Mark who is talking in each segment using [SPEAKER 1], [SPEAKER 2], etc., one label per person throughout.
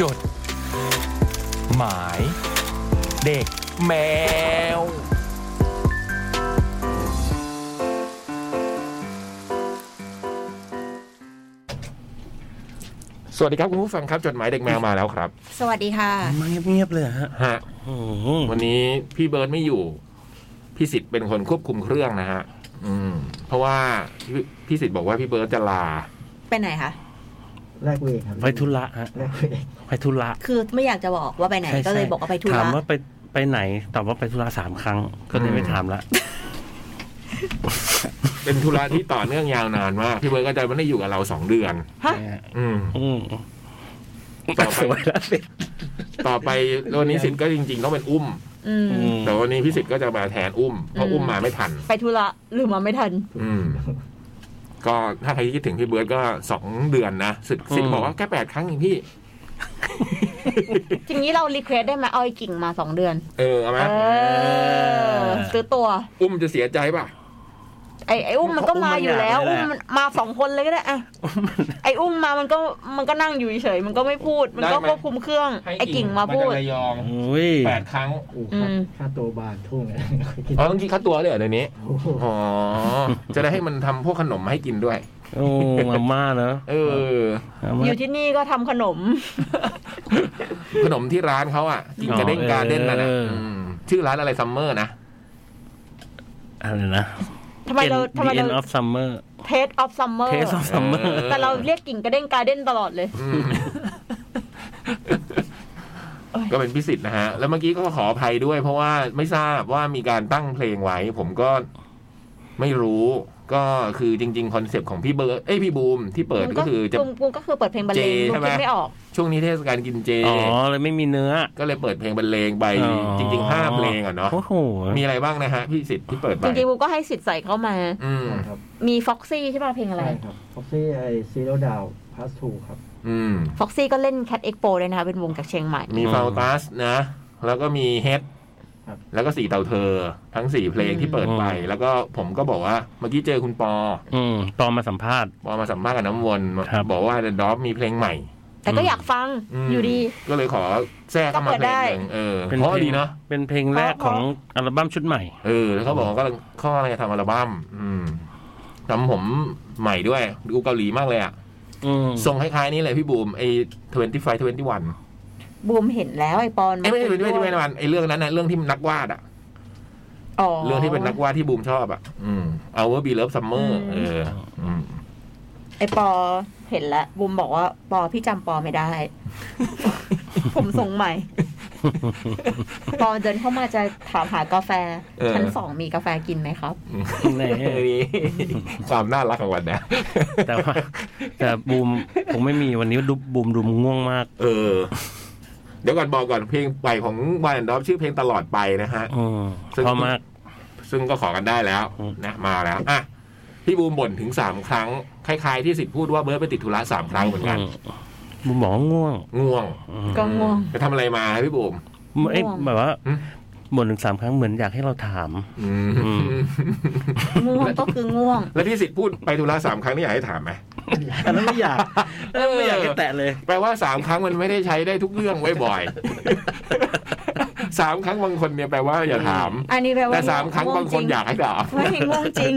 [SPEAKER 1] จด หมาย เด็กแมว สวัสดีครับคุณผู้ฟังครับ จดหมายเด็กแมวมาแล้วครับ
[SPEAKER 2] สวัสดีค่ะ
[SPEAKER 3] มาเงียบๆเลยเหรอฮะ
[SPEAKER 1] ฮะ
[SPEAKER 3] อืม
[SPEAKER 1] วันนี้พี่เบิร์ดไม่อยู่ พี่สิทธิ์เป็นคนควบคุมเครื่องนะฮะอืม เพราะว่าพี่พี่สิทธิ์บอกว่าพี่เบิร์ดจะลา
[SPEAKER 2] ไปไหนคะ
[SPEAKER 4] แรกเวทครับ
[SPEAKER 3] ไปธุระฮะ
[SPEAKER 4] แรกเวท
[SPEAKER 3] ไปธุระ
[SPEAKER 2] คือไม่อยากจะบอกว่าไปไหน
[SPEAKER 3] ใช่
[SPEAKER 2] ก็เลย
[SPEAKER 3] ใช่
[SPEAKER 2] บอกว่าไปทุ
[SPEAKER 3] ถา
[SPEAKER 2] ระ
[SPEAKER 3] มว่าไปไปไหนตอบว่าไปธุระสามครั้ง ก็เล
[SPEAKER 1] อื
[SPEAKER 3] ย
[SPEAKER 1] ม
[SPEAKER 3] ไม่ถามละ
[SPEAKER 1] เป็นธุระที่ต่อเนื่องยาวนานมากพี่เบิร์ดก็จะไม่ได้อยู่กับเราสองเดือน
[SPEAKER 2] ฮะ
[SPEAKER 3] เนี่ย
[SPEAKER 1] อืม
[SPEAKER 3] อืม
[SPEAKER 1] ต่อไป
[SPEAKER 3] สวยแล้วสิ
[SPEAKER 1] ต่อไปวันนี้สิทธิ์ก็จริงๆต้องเป็นอุ้ม
[SPEAKER 2] อืม
[SPEAKER 3] อืม
[SPEAKER 1] แต่วันนี้พี่สิทธิ์ก็จะมาแทนอุ้มเพราะ
[SPEAKER 2] อืม
[SPEAKER 1] อุ้มมาไม่ทัน
[SPEAKER 2] ไปทุระลืมมาไม่ทัน
[SPEAKER 1] อืม ก็ถ้าใครคิดถึงพี่เบิร์ดก็สองเดือนนะสิทธิ์สิทธิ์บอกว่าแค่แปดครั้งเองพี่
[SPEAKER 2] ทีนี้เรารีเควสได้ไหมเอาไอ้กิ่งมาสองเดือน
[SPEAKER 1] เออเอาไหม
[SPEAKER 2] เออ ซื้อตัว
[SPEAKER 1] อุ้มจะเสียใจป่ะ
[SPEAKER 2] ไอ้ไอ้อุ้มมันก็มาอยู่แล้ว อุ้มมันมาสองคนเลยก็ได้อะไอ้อุ้มมามันก็มันก็นั่งอยู่เฉยๆมันก็ไม่พูด มันก็
[SPEAKER 1] ได้ไหม
[SPEAKER 2] ควบคุมเครื่อง ไอ้กิ่งมาพูด
[SPEAKER 1] นจะระยอง
[SPEAKER 3] โอ้ย
[SPEAKER 1] แปดครั้ง
[SPEAKER 4] โอ้
[SPEAKER 2] อื
[SPEAKER 4] ค่าม ค่าตัวบานทุ่ง เลย
[SPEAKER 1] อ๋อต้องกินข้าวตัวเลยเหรอเดี๋ยวนี้
[SPEAKER 4] โอ้โห
[SPEAKER 1] อ๋อจะได้ให้มันทำพวกขนมมาให้กินด้วย
[SPEAKER 3] โอ้มาม่าเนอะ
[SPEAKER 1] เออ
[SPEAKER 3] มาม่า
[SPEAKER 2] อยู่ที่นี่ก็ทำขนม
[SPEAKER 1] ขนมที่ร้านเขาอ่ะกินกระเด้ง
[SPEAKER 3] อ๋อ
[SPEAKER 1] การเด้นนั่นน่ะ
[SPEAKER 3] เอออื
[SPEAKER 1] มชื่อร้านอะไรซัมเมอร์นะ
[SPEAKER 3] อะไรนะ
[SPEAKER 2] ทำไมเราทำไม
[SPEAKER 3] เอ็
[SPEAKER 2] เรา
[SPEAKER 3] นออฟซัมเมอร์
[SPEAKER 2] เทสออฟซัมเมอ
[SPEAKER 3] เท
[SPEAKER 2] ร์
[SPEAKER 3] สออฟซัมเมอร์
[SPEAKER 1] เออ
[SPEAKER 2] แต่เราเรียกกิ่งกระเด้งการเด้นตลอดเลย
[SPEAKER 1] อืมก็เป็นพิสิทธิ์นะฮะ แล้วเมื่อกี้ก็ขออภัยด้วย เพราะว่าไม่ทราบว่ามีการตั้งเพลงไว้ ผมก็ไม่รู้ ก็คือจริง ๆ คอนเซปต์ของพี่เบิร์ดเอ้ยพี่บูมที่เปิดก็คือจะ
[SPEAKER 2] กูกูก็คือเปิดเพลงบรรเลง
[SPEAKER 1] เจ
[SPEAKER 2] กู
[SPEAKER 1] ใช่ไหม
[SPEAKER 2] คิดไม่ออก
[SPEAKER 1] ช่วงนี้เทศกาลกินเจ
[SPEAKER 3] อ๋อเลยไม่มีเนื้อ
[SPEAKER 1] ก็เลยเปิดเพลงบรรเลงไป
[SPEAKER 3] อ๋อ
[SPEAKER 1] จริงๆห้าเพลงอ่ะเนาะ
[SPEAKER 3] โอ้โห
[SPEAKER 1] มีอะไรบ้างนะฮะพี่สิทธิ์ที่เปิดไป
[SPEAKER 2] จริงๆกูก็ให้สิทธิ์ใส่เข้ามา
[SPEAKER 1] อืม
[SPEAKER 4] ครับ
[SPEAKER 2] มีฟ็อกซี่ใช่ป่ะเพลงอะไร
[SPEAKER 4] ใช่ครับฟ็อกซี่ไอซีโรดาวพาสทูครับ
[SPEAKER 1] อืม
[SPEAKER 2] ฟ็อกซี่ก็เล่นแค t เอ็กโปด้วยนะคะเป็นวงจากเชียงใหม่
[SPEAKER 1] มีฟาวตัสนะ แล้วก็มีเฮด
[SPEAKER 4] ครับ
[SPEAKER 1] แล้วก็สี่เต่าเธอ ทั้งสี่เพลงที่เปิดไป แล้วก็ผมก็บอกว่าเมื่อกี้เจอคุณปอ
[SPEAKER 3] อืมตอนมาสัมภาษณ์
[SPEAKER 1] พอมาสัมภาษณ์กับน้ำวน
[SPEAKER 3] ครับ
[SPEAKER 1] บอกว่าเดนดอฟมีเพลงใหม่
[SPEAKER 2] แต่ก็อยากฟัง
[SPEAKER 1] ม
[SPEAKER 2] อยู่ดี
[SPEAKER 1] ก็เลยขอแทรกเข้ามาเพลงหนึ่งเออ
[SPEAKER 3] เป็น
[SPEAKER 1] เพ
[SPEAKER 3] เพ
[SPEAKER 1] ราะ
[SPEAKER 3] ลง
[SPEAKER 1] ดีเนาะ
[SPEAKER 3] เป็นเพลงแรกของอัลบั้มชุดใหม่
[SPEAKER 1] เออแล้วเขาบอกว่ากำลังข้ออะไรจะทำอัลบั้มอืมทำผมใหม่ด้วย ดูเกาหลีมากเลยอะ
[SPEAKER 3] อืม
[SPEAKER 1] ทรงคล้ายๆนี้เลยพี่บูมไอ้ทเวนตี้ไฟทเวนตี้วัน
[SPEAKER 2] บูมเห็นแล้วไอ้ปอน
[SPEAKER 1] ไอ้ยไม่ใช่ทเวนตี้ไฟทเวนตี้วันไอ้เรื่องนั้นนะเรื่องที่นักวาดอะ
[SPEAKER 2] อ๋อ
[SPEAKER 1] เรื่องที่เป็นนักวาดที่บูมชอบอะอืมเอาว่าบีเลิฟซัมเมอร์เอออืม
[SPEAKER 2] ไอ้ปอเห็นแล้วบูมบอกว่าปอพี่จำปอ ไม่ได้ ผมส่งใหม่ ปอเดินเข้ามาจะถามหากาแฟชั้นสองมีกาแฟกินไหมครับ
[SPEAKER 3] แหม
[SPEAKER 1] เออนี่ความน่ารักของวันนะ
[SPEAKER 3] แต่ว่า แต่บูมคงไม่มีวันนี้ดูบูมดูมง่วงมาก
[SPEAKER 1] เออ เดี๋ยวก่อนบอกก่อนเพลงใหม่ของวันดอฟชื่อเพลงตลอดไปนะฮะ
[SPEAKER 3] อืม
[SPEAKER 1] ซึ่ง
[SPEAKER 3] พอมาก
[SPEAKER 1] ซึ่งก็ขอกันได้แล้ว
[SPEAKER 3] อืม
[SPEAKER 1] นะมาแล้วอ่ะพี่บูมบ่นถึงสามครั้ง คล้ายๆที่สิทธิ์พูดว่าเบิร์ดไปติดธุระสามครั้งเหมือนกัน
[SPEAKER 3] อืมบูมบอกว่าง่วง
[SPEAKER 1] ง่วง
[SPEAKER 3] อืม
[SPEAKER 2] ก็ง่วง
[SPEAKER 1] ไปทำอะไรมาพี่บูม
[SPEAKER 3] เอ้ย
[SPEAKER 2] ง่วง
[SPEAKER 3] แบบว่า
[SPEAKER 1] อืม
[SPEAKER 3] บ่นถึงสามครั้งเหมือนอยากให้เราถาม
[SPEAKER 1] อืม
[SPEAKER 3] อืม
[SPEAKER 2] ง่วงก็คือง่วง
[SPEAKER 1] แล้วที่สิทธิ์พูดไปธุระสามครั้งนี่อยากให้ถามไหม
[SPEAKER 3] อันนั้นไม่อยาก
[SPEAKER 1] อันนั้นไม่อยากให้แตะเลย แปลว่าสามครั้งมันไม่ได้ใช้ได้ทุกเรื่องไว้บ่อย สามครั้งบางคนเนี่ยแปลว่าอย่าถาม
[SPEAKER 2] อันนี้แปลว่า
[SPEAKER 1] แต่สามครั้งบางคนอยากให้ถาม
[SPEAKER 2] ไม่ง่วงจริง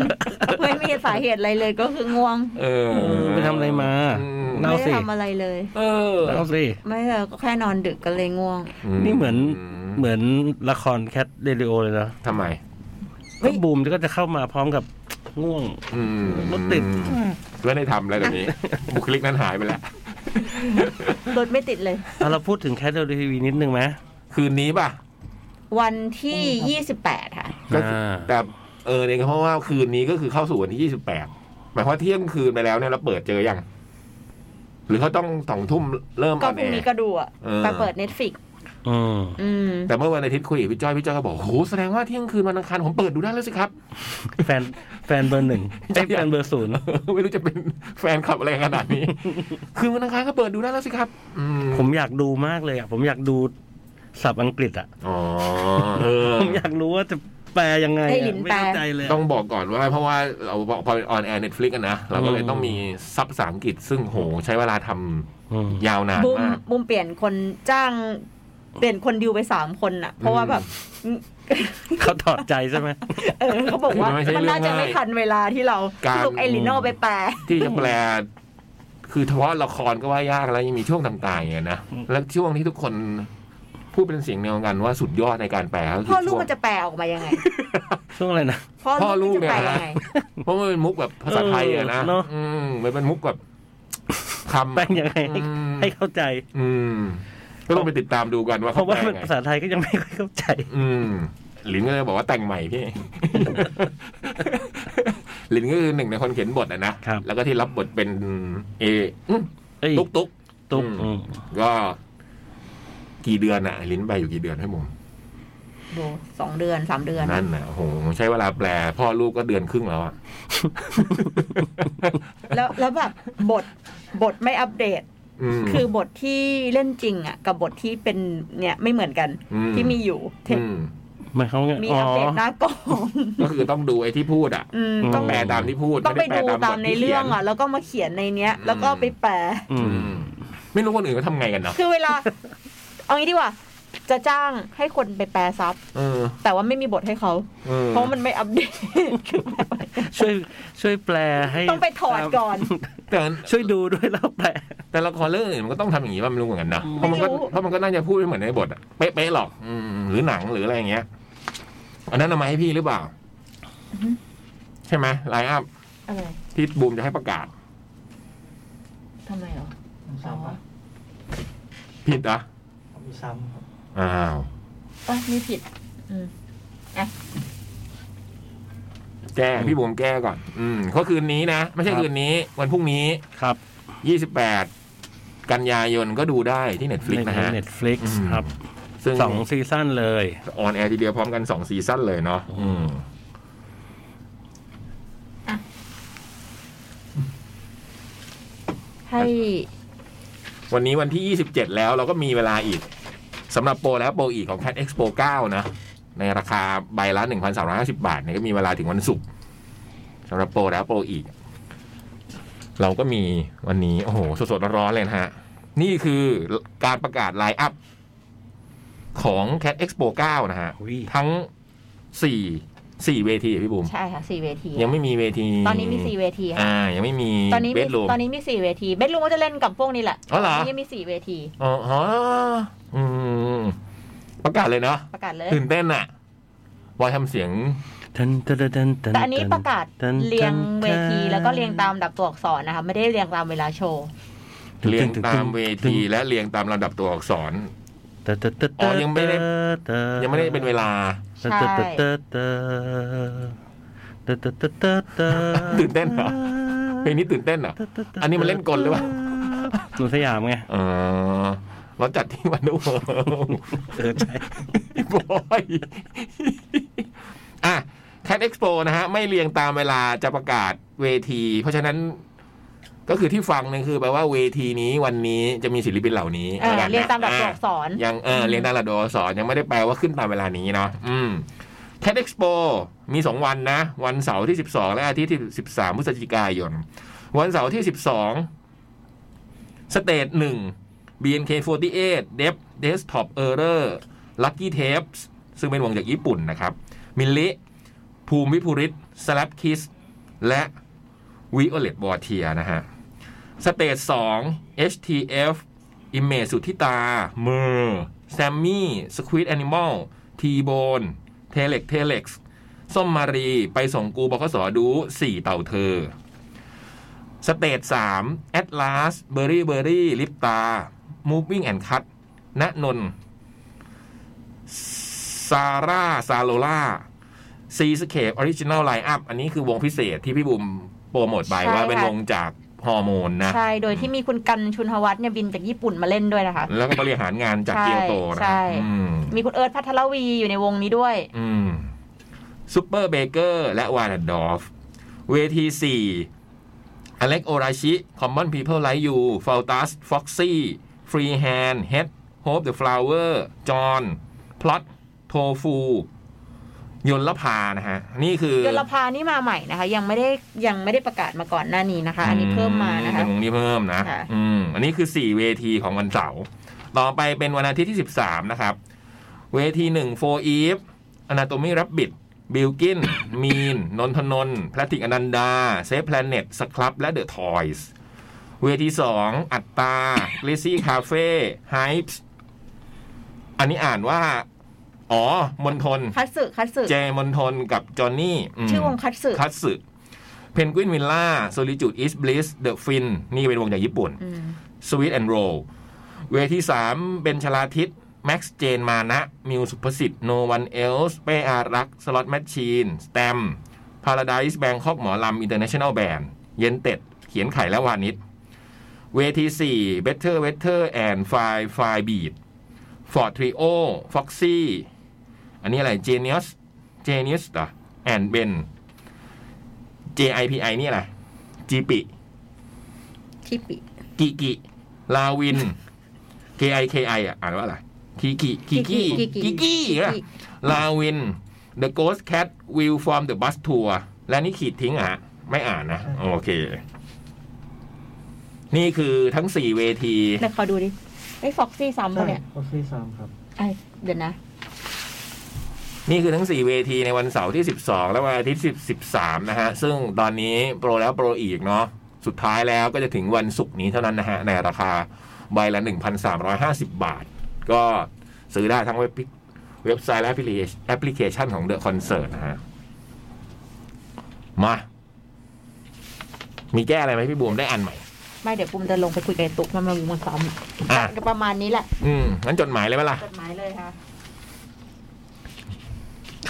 [SPEAKER 2] ไม่มีสาเหตุอะไรเลยก็คือง่วง
[SPEAKER 1] เออ
[SPEAKER 3] เออไปทำอะไรมา
[SPEAKER 1] อืม
[SPEAKER 3] เล่า
[SPEAKER 2] ไม่
[SPEAKER 3] สิ
[SPEAKER 2] ได้ทำอะไรเลย
[SPEAKER 1] เออ
[SPEAKER 3] เล่าสิ
[SPEAKER 2] ไม่เออก็แค่นอนดึกก็เลย ง่วง
[SPEAKER 3] นี่เหมือน เหมือนละครแคทเดลิโอเลยนะ
[SPEAKER 1] ทำไม
[SPEAKER 2] เฮ้
[SPEAKER 3] ก็
[SPEAKER 2] ย
[SPEAKER 3] บูมก็จะเข้ามาพร้อมกับง่วง
[SPEAKER 1] อืม
[SPEAKER 3] รถติด
[SPEAKER 1] ไม่ได้ทำแล้วเดี๋ยวนี้ บุคลิกนั้นหายไปแล้ว
[SPEAKER 2] รถไม่ติดเลย
[SPEAKER 3] เอาเราพูดถึงแคทเดลิโอนิดนึงไหม
[SPEAKER 1] คืนนี้ป่ะ
[SPEAKER 2] วันที่ 28 ค่ะ
[SPEAKER 1] ก็
[SPEAKER 3] อ่า
[SPEAKER 1] แต่เออเองเพราะว่าคืนนี้ก็คือเข้าสู่วันที่ 28 หมายความว่าเที่ยงคืนไปแล้วเนี่ยเราเปิดเจอยัง หรือเขาต้องสองทุ่มเริ่ม
[SPEAKER 2] ก็
[SPEAKER 1] ออน
[SPEAKER 2] พ
[SPEAKER 1] แอ
[SPEAKER 2] รุ่งนี้
[SPEAKER 1] ร์
[SPEAKER 2] ก็ดูอ่ะ
[SPEAKER 1] เออ
[SPEAKER 2] ไปเปิด Netflix
[SPEAKER 3] อืม
[SPEAKER 2] อืม
[SPEAKER 1] แต่เมื่อวันอาทิตย์คุยกับพี่จ้อยพี่จ้อยก็บอกโหแสดงว่าเที่ยงคืนวันอังคารผมเปิดดูได้แล้วสิ ครับ
[SPEAKER 3] แฟนแฟนเบอร์หนึ่งเอ้ยแฟนเบอร์ศูนย์
[SPEAKER 1] ไม่รู้จะเป็นแฟนคลับอะไรขนาดนี้ คืนวันอังคารก็เปิดดูได้แล้วสิครับ อืม
[SPEAKER 3] ผมอยากดูมากเลยอ่ะ ผมอยากดูศัพท์อังกฤษอ่ะ
[SPEAKER 1] อ๋อเออ
[SPEAKER 3] ผมอยากรู้ว่าจะ แปลยังไง
[SPEAKER 2] ให้
[SPEAKER 3] อะ
[SPEAKER 2] ลิ้น
[SPEAKER 3] ไม่
[SPEAKER 2] แปล
[SPEAKER 3] เข้าใจเลยอะ
[SPEAKER 1] ต้องบอกก่อนว่าเพราะว่าเราพอพออนแอร์เน็ตฟลิกนะ เราก็เลย
[SPEAKER 3] อืม
[SPEAKER 1] ต้องมีซับภาษาอังกฤษซึ่งโหใช้เวลาทำ
[SPEAKER 3] อืม
[SPEAKER 1] ยาวนาน
[SPEAKER 2] บุม
[SPEAKER 1] มาก
[SPEAKER 2] บุมเปลี่ยนคนจ้าง เปลี่ยนคนดิวไปสามคนอะเพราะว่าแบบ
[SPEAKER 3] เขาถอดใจใช่ไหม
[SPEAKER 2] เออเขาบอกว่า
[SPEAKER 1] ไม่ใช่
[SPEAKER 2] มันน่าจะ
[SPEAKER 1] เรื่องง่าย
[SPEAKER 2] ไม่ทันเวลาที่เรา
[SPEAKER 1] การ
[SPEAKER 2] สรุปไอริโนไปแปล
[SPEAKER 1] ที่จะแปล คือเฉพาะละครก็ว่ายากแล้วยังมีช่วงต่างๆอย่างเงี้ยนะ
[SPEAKER 3] อืม
[SPEAKER 1] แล้วช่วงที่ทุกคนพูดเป็นเสียงเดียวกันว่าสุดยอดในการแปลก็คื
[SPEAKER 2] พ่อ
[SPEAKER 1] อ
[SPEAKER 2] ลู
[SPEAKER 1] ช่
[SPEAKER 2] ก
[SPEAKER 1] วง
[SPEAKER 2] มันจะแปลออกมายังไง
[SPEAKER 3] ช่วงอะไรนะ
[SPEAKER 1] พ่อลูก
[SPEAKER 2] จะ
[SPEAKER 1] เนี่ย
[SPEAKER 2] แปล
[SPEAKER 1] นะ
[SPEAKER 2] ยังไง
[SPEAKER 1] เพราะมันเป็นมุกแบบภาษาไทยอะนะ
[SPEAKER 3] เออเนอะ
[SPEAKER 1] อืมมันเป็นมุกแบบคำ
[SPEAKER 3] แปลงยังไงให้
[SPEAKER 1] อืม
[SPEAKER 3] ให้เข้าใจ
[SPEAKER 1] อืม ก็ต้องไปติดตามดูกันว่า
[SPEAKER 3] เพ
[SPEAKER 1] เขา
[SPEAKER 3] ราะว่า
[SPEAKER 1] แปล
[SPEAKER 3] มัน
[SPEAKER 1] ไง
[SPEAKER 3] ภาษาไทยก็ยังไม่ค่อยเข้าใจ
[SPEAKER 1] อืมลินก็เลยบอกว่าแต่งใหม่พี่ ลินก็คือหนึ่งในคนเขียนบทอะนะครับ แล้วก็ที่รับบทเป็นเออืม
[SPEAKER 3] เอ้ย
[SPEAKER 1] ตุ๊กตุ๊ก
[SPEAKER 3] ตุ๊ก
[SPEAKER 1] อืม
[SPEAKER 3] อืม
[SPEAKER 1] ก็ กี่เดือนอะลินไปอยู่กี่เดือนให้ผม
[SPEAKER 2] ดูสองเดือนสามเดือน
[SPEAKER 1] นั่นนะโอ้โหใช้เวลาแปล พ่อลูกก็เดือนครึ่งแล้วอะ
[SPEAKER 2] แล้วแล้วแบบบทบทไม่อัปเดต
[SPEAKER 1] ม
[SPEAKER 2] คือบทที่เล่นจริงอ่ะ กับบทที่เป็นเนี่ยไม่เหมือนกัน
[SPEAKER 1] อืม
[SPEAKER 2] ที่มีอยู่เทป
[SPEAKER 1] อืม
[SPEAKER 3] หมายเขามว่าไง
[SPEAKER 2] มี
[SPEAKER 3] อ๋อ
[SPEAKER 2] อัปเดตหน้ากล่อง
[SPEAKER 1] ก็คือต้องดูไอ้ที่พูดอะ
[SPEAKER 2] อืมต้อง
[SPEAKER 1] แปลตามที่พูด
[SPEAKER 2] ต้องไป
[SPEAKER 1] ม่แล
[SPEAKER 2] ดู
[SPEAKER 1] บ
[SPEAKER 2] ตา
[SPEAKER 1] ท
[SPEAKER 2] มใน
[SPEAKER 1] ที่ขีย
[SPEAKER 2] เรื่องอ่ะ แล้วก็มาเขียนในเนี้ย
[SPEAKER 1] อืม
[SPEAKER 2] แล้วก็ไปแปล
[SPEAKER 3] อื
[SPEAKER 1] อื
[SPEAKER 3] ม
[SPEAKER 1] มไม่รู้คนอื่นเขาทำไงกันเนาะ
[SPEAKER 2] คือเวลา เอางี้ดีกว่า จะจ้างให้คนไปแปลซับ
[SPEAKER 1] เออ
[SPEAKER 2] แต่ว่าไม่มีบทให้เขา
[SPEAKER 1] เออ
[SPEAKER 2] เพราะมันไม่อัปเดต คือแบบ
[SPEAKER 3] ช่วยช่วยแปลให้
[SPEAKER 2] ต้องไปถอดก่อน
[SPEAKER 1] แต่
[SPEAKER 3] ช่วยดูด้วยแล้วแปล
[SPEAKER 1] แต่ละครเรื่องอื่นมันก็ต้องทำอย่างนี้ว่าไม่รู้เหมือนกันนะเพราะมันก็
[SPEAKER 2] ไม่รู้
[SPEAKER 1] เพราะมันก็น่าจะพูดไม่เหมือนในบทอะเป๊ะๆหรอกอืมหรือหนังหรืออะไรอย่างเงี้ย อันนั้นเอามาให้พี่หรือเปล่า ใช่ไหมไลน์อัพ
[SPEAKER 2] อะไร
[SPEAKER 1] ที่บูมจะให้ประกาศ
[SPEAKER 2] ทำไมเหรอ
[SPEAKER 4] ผมซ้ำปะ
[SPEAKER 1] ผิดเหรอ่ะ
[SPEAKER 4] ผมมีซ้ำครับ
[SPEAKER 1] อ้าว
[SPEAKER 2] เออมีผิด อืม
[SPEAKER 1] แก้พี่บูมแก้ก่อน อืมก็คืนนี้นะ ไม่ใช่
[SPEAKER 3] ครับ
[SPEAKER 1] คืนนี้ วันพรุ่งนี้
[SPEAKER 3] ครับ
[SPEAKER 1] ยี่สิบแปดกันยายนก็ดูได้ที่เน็ตฟลิกนะฮะ
[SPEAKER 3] เน็ตฟลิก
[SPEAKER 1] อืม
[SPEAKER 3] ครับ
[SPEAKER 1] ซึ่ง
[SPEAKER 3] สองซีซั่นเลย
[SPEAKER 1] ออนแอร์ทีเดียวพร้อมกันสองซีซั่นเลยเนาะอืม
[SPEAKER 2] ให้
[SPEAKER 1] วันนี้วันที่ 27 แล้วเราก็มีเวลาอีกสำหรับโปรแล้วโปรอีกของ Cat Expo 9 นะ ในราคาใบละ 1,350 บาทเนี่ยก็มีเวลาถึงวันศุกร์สำหรับโปรแล้วโปรอีก เราก็มีวันนี้ โอ้โห สดๆร้อนๆเลยนะฮะ นี่คือการประกาศไลน์อัพของ Cat Expo 9 นะฮะ
[SPEAKER 3] อุ๊ย
[SPEAKER 1] ทั้งสี่สี่เวทีอะพี่บุ๋ม
[SPEAKER 2] ใช่ค่ะสี่เวที
[SPEAKER 1] ยังไม่มีเวที
[SPEAKER 2] ตอนนี้มีสี่เวทีค่ะ
[SPEAKER 1] อ่า ยังไม่มี
[SPEAKER 2] ตอนนี้
[SPEAKER 1] เบ
[SPEAKER 2] มี
[SPEAKER 1] ดรูม
[SPEAKER 2] ตอนนี้มีสี่เวทีเบดรูมก็จะเล่นกับพวกนี้แหละ
[SPEAKER 1] อ๋อเหรอ
[SPEAKER 2] ตนนี้ยังมีสี่เวที
[SPEAKER 1] อ๋ออืม ประกาศเลยเนาะ
[SPEAKER 2] ประกาศเลย
[SPEAKER 1] ตื่นเต้นอะบอยทำเสียง
[SPEAKER 3] ตันตันตันตัน
[SPEAKER 2] แต่อันนี้ประกาศ
[SPEAKER 3] ตัน
[SPEAKER 2] เรียงเวที
[SPEAKER 3] ตัน
[SPEAKER 2] แล้วก็เรียงตามดับตัวอักษรนะคะ ไม่ได้เรียงตามเวลาโชว์
[SPEAKER 1] เรียงตามเวทีและเรียงตามลำดับตัวอักษร
[SPEAKER 3] ตันตันตัน
[SPEAKER 1] อ๋อยังไม่ได้
[SPEAKER 3] ตัน
[SPEAKER 1] ยังไม่ได้เป็นเวลา
[SPEAKER 2] ใช่
[SPEAKER 3] ตันตันตันตันตันตันตันตันตั
[SPEAKER 1] ตื่นเต้นเหรอ เพลงนี้ตื่นเต้นเหรอ อันนี้มันเล่นกลหรือเปล่า
[SPEAKER 3] หนูสยามไง
[SPEAKER 1] เออเราจัดที่วันดูเวิลด์
[SPEAKER 3] เออใช่
[SPEAKER 1] บอยอ่ะแคดเอ็กซ์โปนะฮะ ไม่เรียงตามเวลาจะประกาศเวที เพราะฉะนั้นก็คือที่ฟังเนี่ยคือแปลว่าเวทีนี้วันนี้จะมีศิลปินเหล่านี้
[SPEAKER 2] เออ
[SPEAKER 1] แล้วกันนะ
[SPEAKER 2] เรียงตามดับตัวอักษร
[SPEAKER 1] ยังเออเรียนตามหลักโดยสอนยังไม่ได้แปลว่าขึ้นตามเวลานี้เนาะอืมแคดเอ็กซ์โปมีสองวันนะ วันเสาร์ที่สิบสองและอาทิตย์ที่สิบสามพฤศจิกายน วันเสาร์ที่สิบสองสเตจหนึ่ง BNK48 d e v Desktop Error Lucky Tapes ซึ่งเป็นวงจากญี่ปุ่นนะครับ มิลลิ ภูมิภูริศ Slap Kiss และ Violet w a t i e r นะฮะ สเตจ2 HTF อิมเมจสุทธิตา เมอร์แซมมี่สควิตแอนิมอลทีโบนเทเล็กเทเล็กซ์ส้มมารี ไปส่งกูบกสอดูสี่เต่าเธอ สเตจสามแอตลาสเบอรี่เบอรี่ลิปตา มูฟวิ่งแอนคัตณนนท์ซาร่า ซาโลล่าซีสเคปออริจินอลไลน์อัพอันนี้คือวงพิเศษที่พี่บุมโปรโมทไป
[SPEAKER 2] ใช่
[SPEAKER 1] ว่าเป็น
[SPEAKER 2] ค่ะ
[SPEAKER 1] วงจากฮอร์โมนนะ
[SPEAKER 2] ใช่ โดยที่มีคุณกันชุนฮวัฒน์เนี่ยบินจากญี่ปุ่นมาเล่นด้วยนะคะ
[SPEAKER 1] แล้วก็บริหารงานจาก
[SPEAKER 2] ใช่
[SPEAKER 1] เกียวโตนะ
[SPEAKER 2] ใช่
[SPEAKER 1] อืม
[SPEAKER 2] มีคุณเอิร์ธพัทรวีอยู่ในวงนี้ด้วย
[SPEAKER 1] อืมซูเปอร์เบเกอร์และวานดอฟ เวที4อเล็กโอราชิ คอมมอนพีเพิลไลท์ยูฟาวตัสฟ็อกซี่ฟรีแฮนเฮดโฮปเดอะฟลาวเวอร์จอห์นพลอตโทฟู ยนลภานะฮะ นี่คือย
[SPEAKER 2] ลภานี่มาใหม่นะคะ ยังไม่ได้ยังไม่ได้ประกาศมาก่อนหน้านี้นะคะ อันนี้เพิ่มมานะคะ
[SPEAKER 1] ตรงนี้เพิ่มนะ
[SPEAKER 2] ค่ะ
[SPEAKER 1] อืมอันนี้คือสี่เวทีของวันเสาร์ต่อไปเป็นวันอาทิตย์ที่สิบสามนะครับ เวทีหนึ่งโฟอีฟอนาโตมีรับบิดบิล กิน มีน นนทนนท์พลาติกอนันดา เซฟแพลเน็ตสครับและเดอะทอยส์เวทีสองอัตตาลิซี่คาเฟ่ไฮส์อันนี้อ่านว่า อ๋อ มนทน
[SPEAKER 2] คัตสึคัตสึ
[SPEAKER 1] เจมนทนกับจอห์นนี่ม
[SPEAKER 2] ชื่อวงคัตสึ
[SPEAKER 1] คัตสึเพนกวินวินล่าโซลิจูดอิสบลิสเดอะฟิน นี่เป็นวงจากญี่ปุ่น
[SPEAKER 2] อืม
[SPEAKER 1] สวีทแอนด์โรลเวทีสามเบนชลาทิตแม็กซ์เจนมานะ มิวสุภสิทธิ์โนวันเอลส์เป้อารัก สล็อตแมชชีน สแตมพาราไดส์แบงคอกหมอลำอินเตอร์เนชั่นแนลแบนด์เย็นเต็ด เขียนไข่และวานิชเวทีสี่เบเทอร์เวเทอร์แอนด์ไฟไฟบีดฟอร์ดทริโอฟ็อกซี่อันนี้อะไรเจเนียสเจเนียสเหรอแอนด์เบน JIPI นี่อะไรจีปิ
[SPEAKER 2] ที่ปิ
[SPEAKER 1] กิกิ ลาวิน KIKI อ่ะ อ่านว่าอะไรกิกิกิกิกิกิอะลาวิน The Ghost Cat Will from the Bus Tour และนี่ขีดทิ้งอ่ะ ไม่อ่านนะ โอเค นี่คือทั้งสี่เวที
[SPEAKER 2] แล้วขอดูดิไอ้ฟ็อกซี่ซ้ำปะเนี่ย
[SPEAKER 4] โอเคซ้ำครับ
[SPEAKER 2] ไอ้เดี๋ยวนะ
[SPEAKER 1] นี่คือทั้ง 4 เวทีในวันเสาร์ที่ 12 และวันอาทิตย์10 13 นะฮะ ซึ่งตอนนี้โปรแล้วโปรอีกเนาะ สุดท้ายแล้วก็จะถึงวันศุกร์นี้เท่านั้นนะฮะ ในราคาใบละ 1,350 บาท ก็ซื้อได้ทั้งเว็บเว็บไซต์และแอปพลิเคชแอปพลิเคชันของ The Concert นะฮะ มา มีแก้อะไรไหมพี่บูมได้อันใหม่
[SPEAKER 2] ไม่เดี๋ยวปุ้มจะลงไปคุยกับไอ้ตุ๊กมันมาบุมาซ้
[SPEAKER 1] อ่ะ
[SPEAKER 2] ำก็ประมาณนี้แหละ
[SPEAKER 1] อืม งั้นจดหมายเลยไหมล่ะ
[SPEAKER 2] จดหมายเลยค่ะ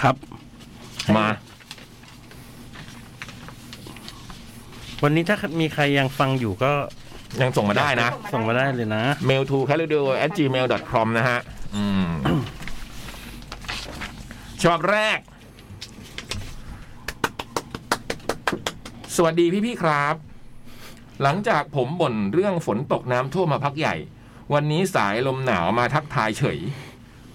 [SPEAKER 3] ครับ
[SPEAKER 1] มา
[SPEAKER 3] วันนี้ถ้ามีใครยังฟังอยู่ก็
[SPEAKER 1] ยังส่งมาได้นะ
[SPEAKER 3] ส่งมาได้เลยนะ
[SPEAKER 1] mail to c a l i d o at gmail com นะฮะ อืม ฉบับแรก สวัสดีพี่พี่ๆครับ หลังจากผมบ่นเรื่องฝนตกน้ำท่วมมาพักใหญ่ วันนี้สายลมหนาวมาทักทายเฉย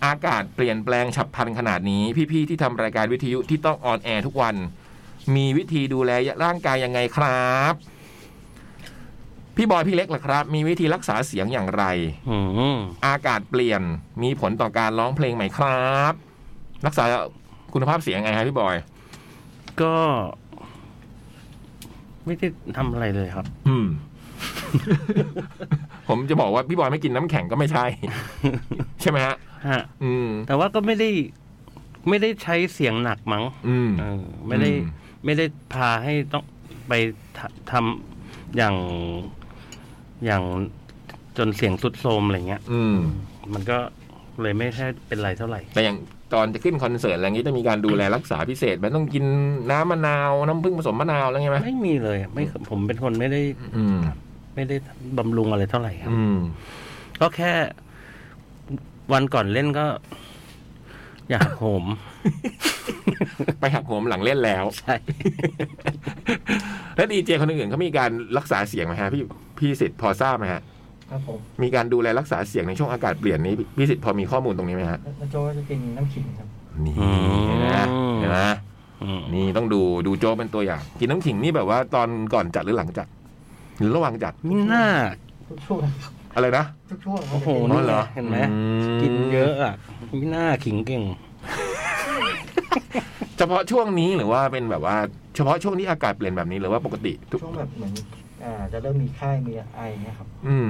[SPEAKER 1] อากาศเปลี่ยนแปลงฉับพลันขนาดนี้ พี่ๆที่ทำรายการวิทยุที่ต้องออนแอร์ทุกวัน มีวิธีดูแลร่างกายยังไงครับ พี่บอยพี่เล็กล่ะครับ มีวิธีรักษาเสียงอย่างไร
[SPEAKER 3] อืม
[SPEAKER 1] อากาศเปลี่ยนมีผลต่อการร้องเพลงไหมครับ รักษาคุณภาพเสียงไงฮะพี่บอย
[SPEAKER 3] ก็ ไม่ได้ทำอะไรเลยครับ
[SPEAKER 1] อืม ผมจะบอกว่าพี่บอยไม่กินน้ำแข็งก็ไม่ใช่ ใช่ไหมฮะ
[SPEAKER 3] ฮะ
[SPEAKER 1] อืม
[SPEAKER 3] แต่ว่าก็ไม่ได้ ไม่ได้ใช้เสียงหนักมั้ง
[SPEAKER 1] อืม
[SPEAKER 3] เออไม่ได้
[SPEAKER 1] อืม
[SPEAKER 3] ไม่ได้พาให้ต้องไปททำอย่างอย่างจนเสียงสุดโทรมอะไรเงี้ย
[SPEAKER 1] อืม
[SPEAKER 3] มันก็เลยไม่ใช่เป็นไรเท่าไหร่
[SPEAKER 1] แต่อย่างตอนจะขึ้นคอนเสิร์ตอะไรอย่างนี้จะมีการดูแลรักษาพิเศษไหมต้องกินน้ำมะนาวน้ำผึ้งผสมมะนาวอะไรอย่างเงี้ยไหม
[SPEAKER 3] ไม่มีเลยอะไม่ผมเป็นคนไม่ได้
[SPEAKER 1] อืม
[SPEAKER 3] ไม่ได้บำรุงอะไรเท่าไหร่ครับ
[SPEAKER 1] อืม
[SPEAKER 3] ก็แค่วันก่อนเล่นก็ อยากโหม
[SPEAKER 1] ไปหักโหมหลังเล่นแล้ว
[SPEAKER 3] ใช่
[SPEAKER 1] แล้วดีเจคนอื่นๆเขามีการรักษาเสียงไหมฮะพี่พี่สิทธิ์พอทราบไหมฮะ
[SPEAKER 4] ครับผม
[SPEAKER 1] มีการดูแลรักษาเสียงในช่วงอากาศเปลี่ยนนี้พี่สิทธิ์พอมีข้อมูลตรงนี้ไหมฮะ
[SPEAKER 4] แล้วโจก็จะกินน้ำขิงครับ
[SPEAKER 1] นี่
[SPEAKER 3] อืม
[SPEAKER 1] เห็นไหมเห็นไหม
[SPEAKER 3] อืม
[SPEAKER 1] นี่ต้องดูดูโจกเป็นตัวอย่าง กินน้ำขิงนี่แบบว่าตอนก่อนจัดหรือหลังจัด หรือระหว่างจัด
[SPEAKER 3] มิน่า
[SPEAKER 4] ทุกช่วง
[SPEAKER 1] อะไรนะ
[SPEAKER 4] ทุกช่วง
[SPEAKER 3] โอ้โห
[SPEAKER 1] อ๋
[SPEAKER 4] ครับ
[SPEAKER 1] อเหรอ
[SPEAKER 3] เห็นไหม
[SPEAKER 1] ม
[SPEAKER 3] กินเยอะอ่ะมิน่าขิงเก่ง
[SPEAKER 1] เฉพาะช่วงนี้หรือว่าเป็นแบบว่า เฉพาะช่วงที่อากาศเปลี่ยนแบบนี้หรือว่าปกติทุก
[SPEAKER 4] ช่วงแบบเหมือนอ่าจะเริ่มมีไข้มีไอเงี้ยครับ
[SPEAKER 1] อืม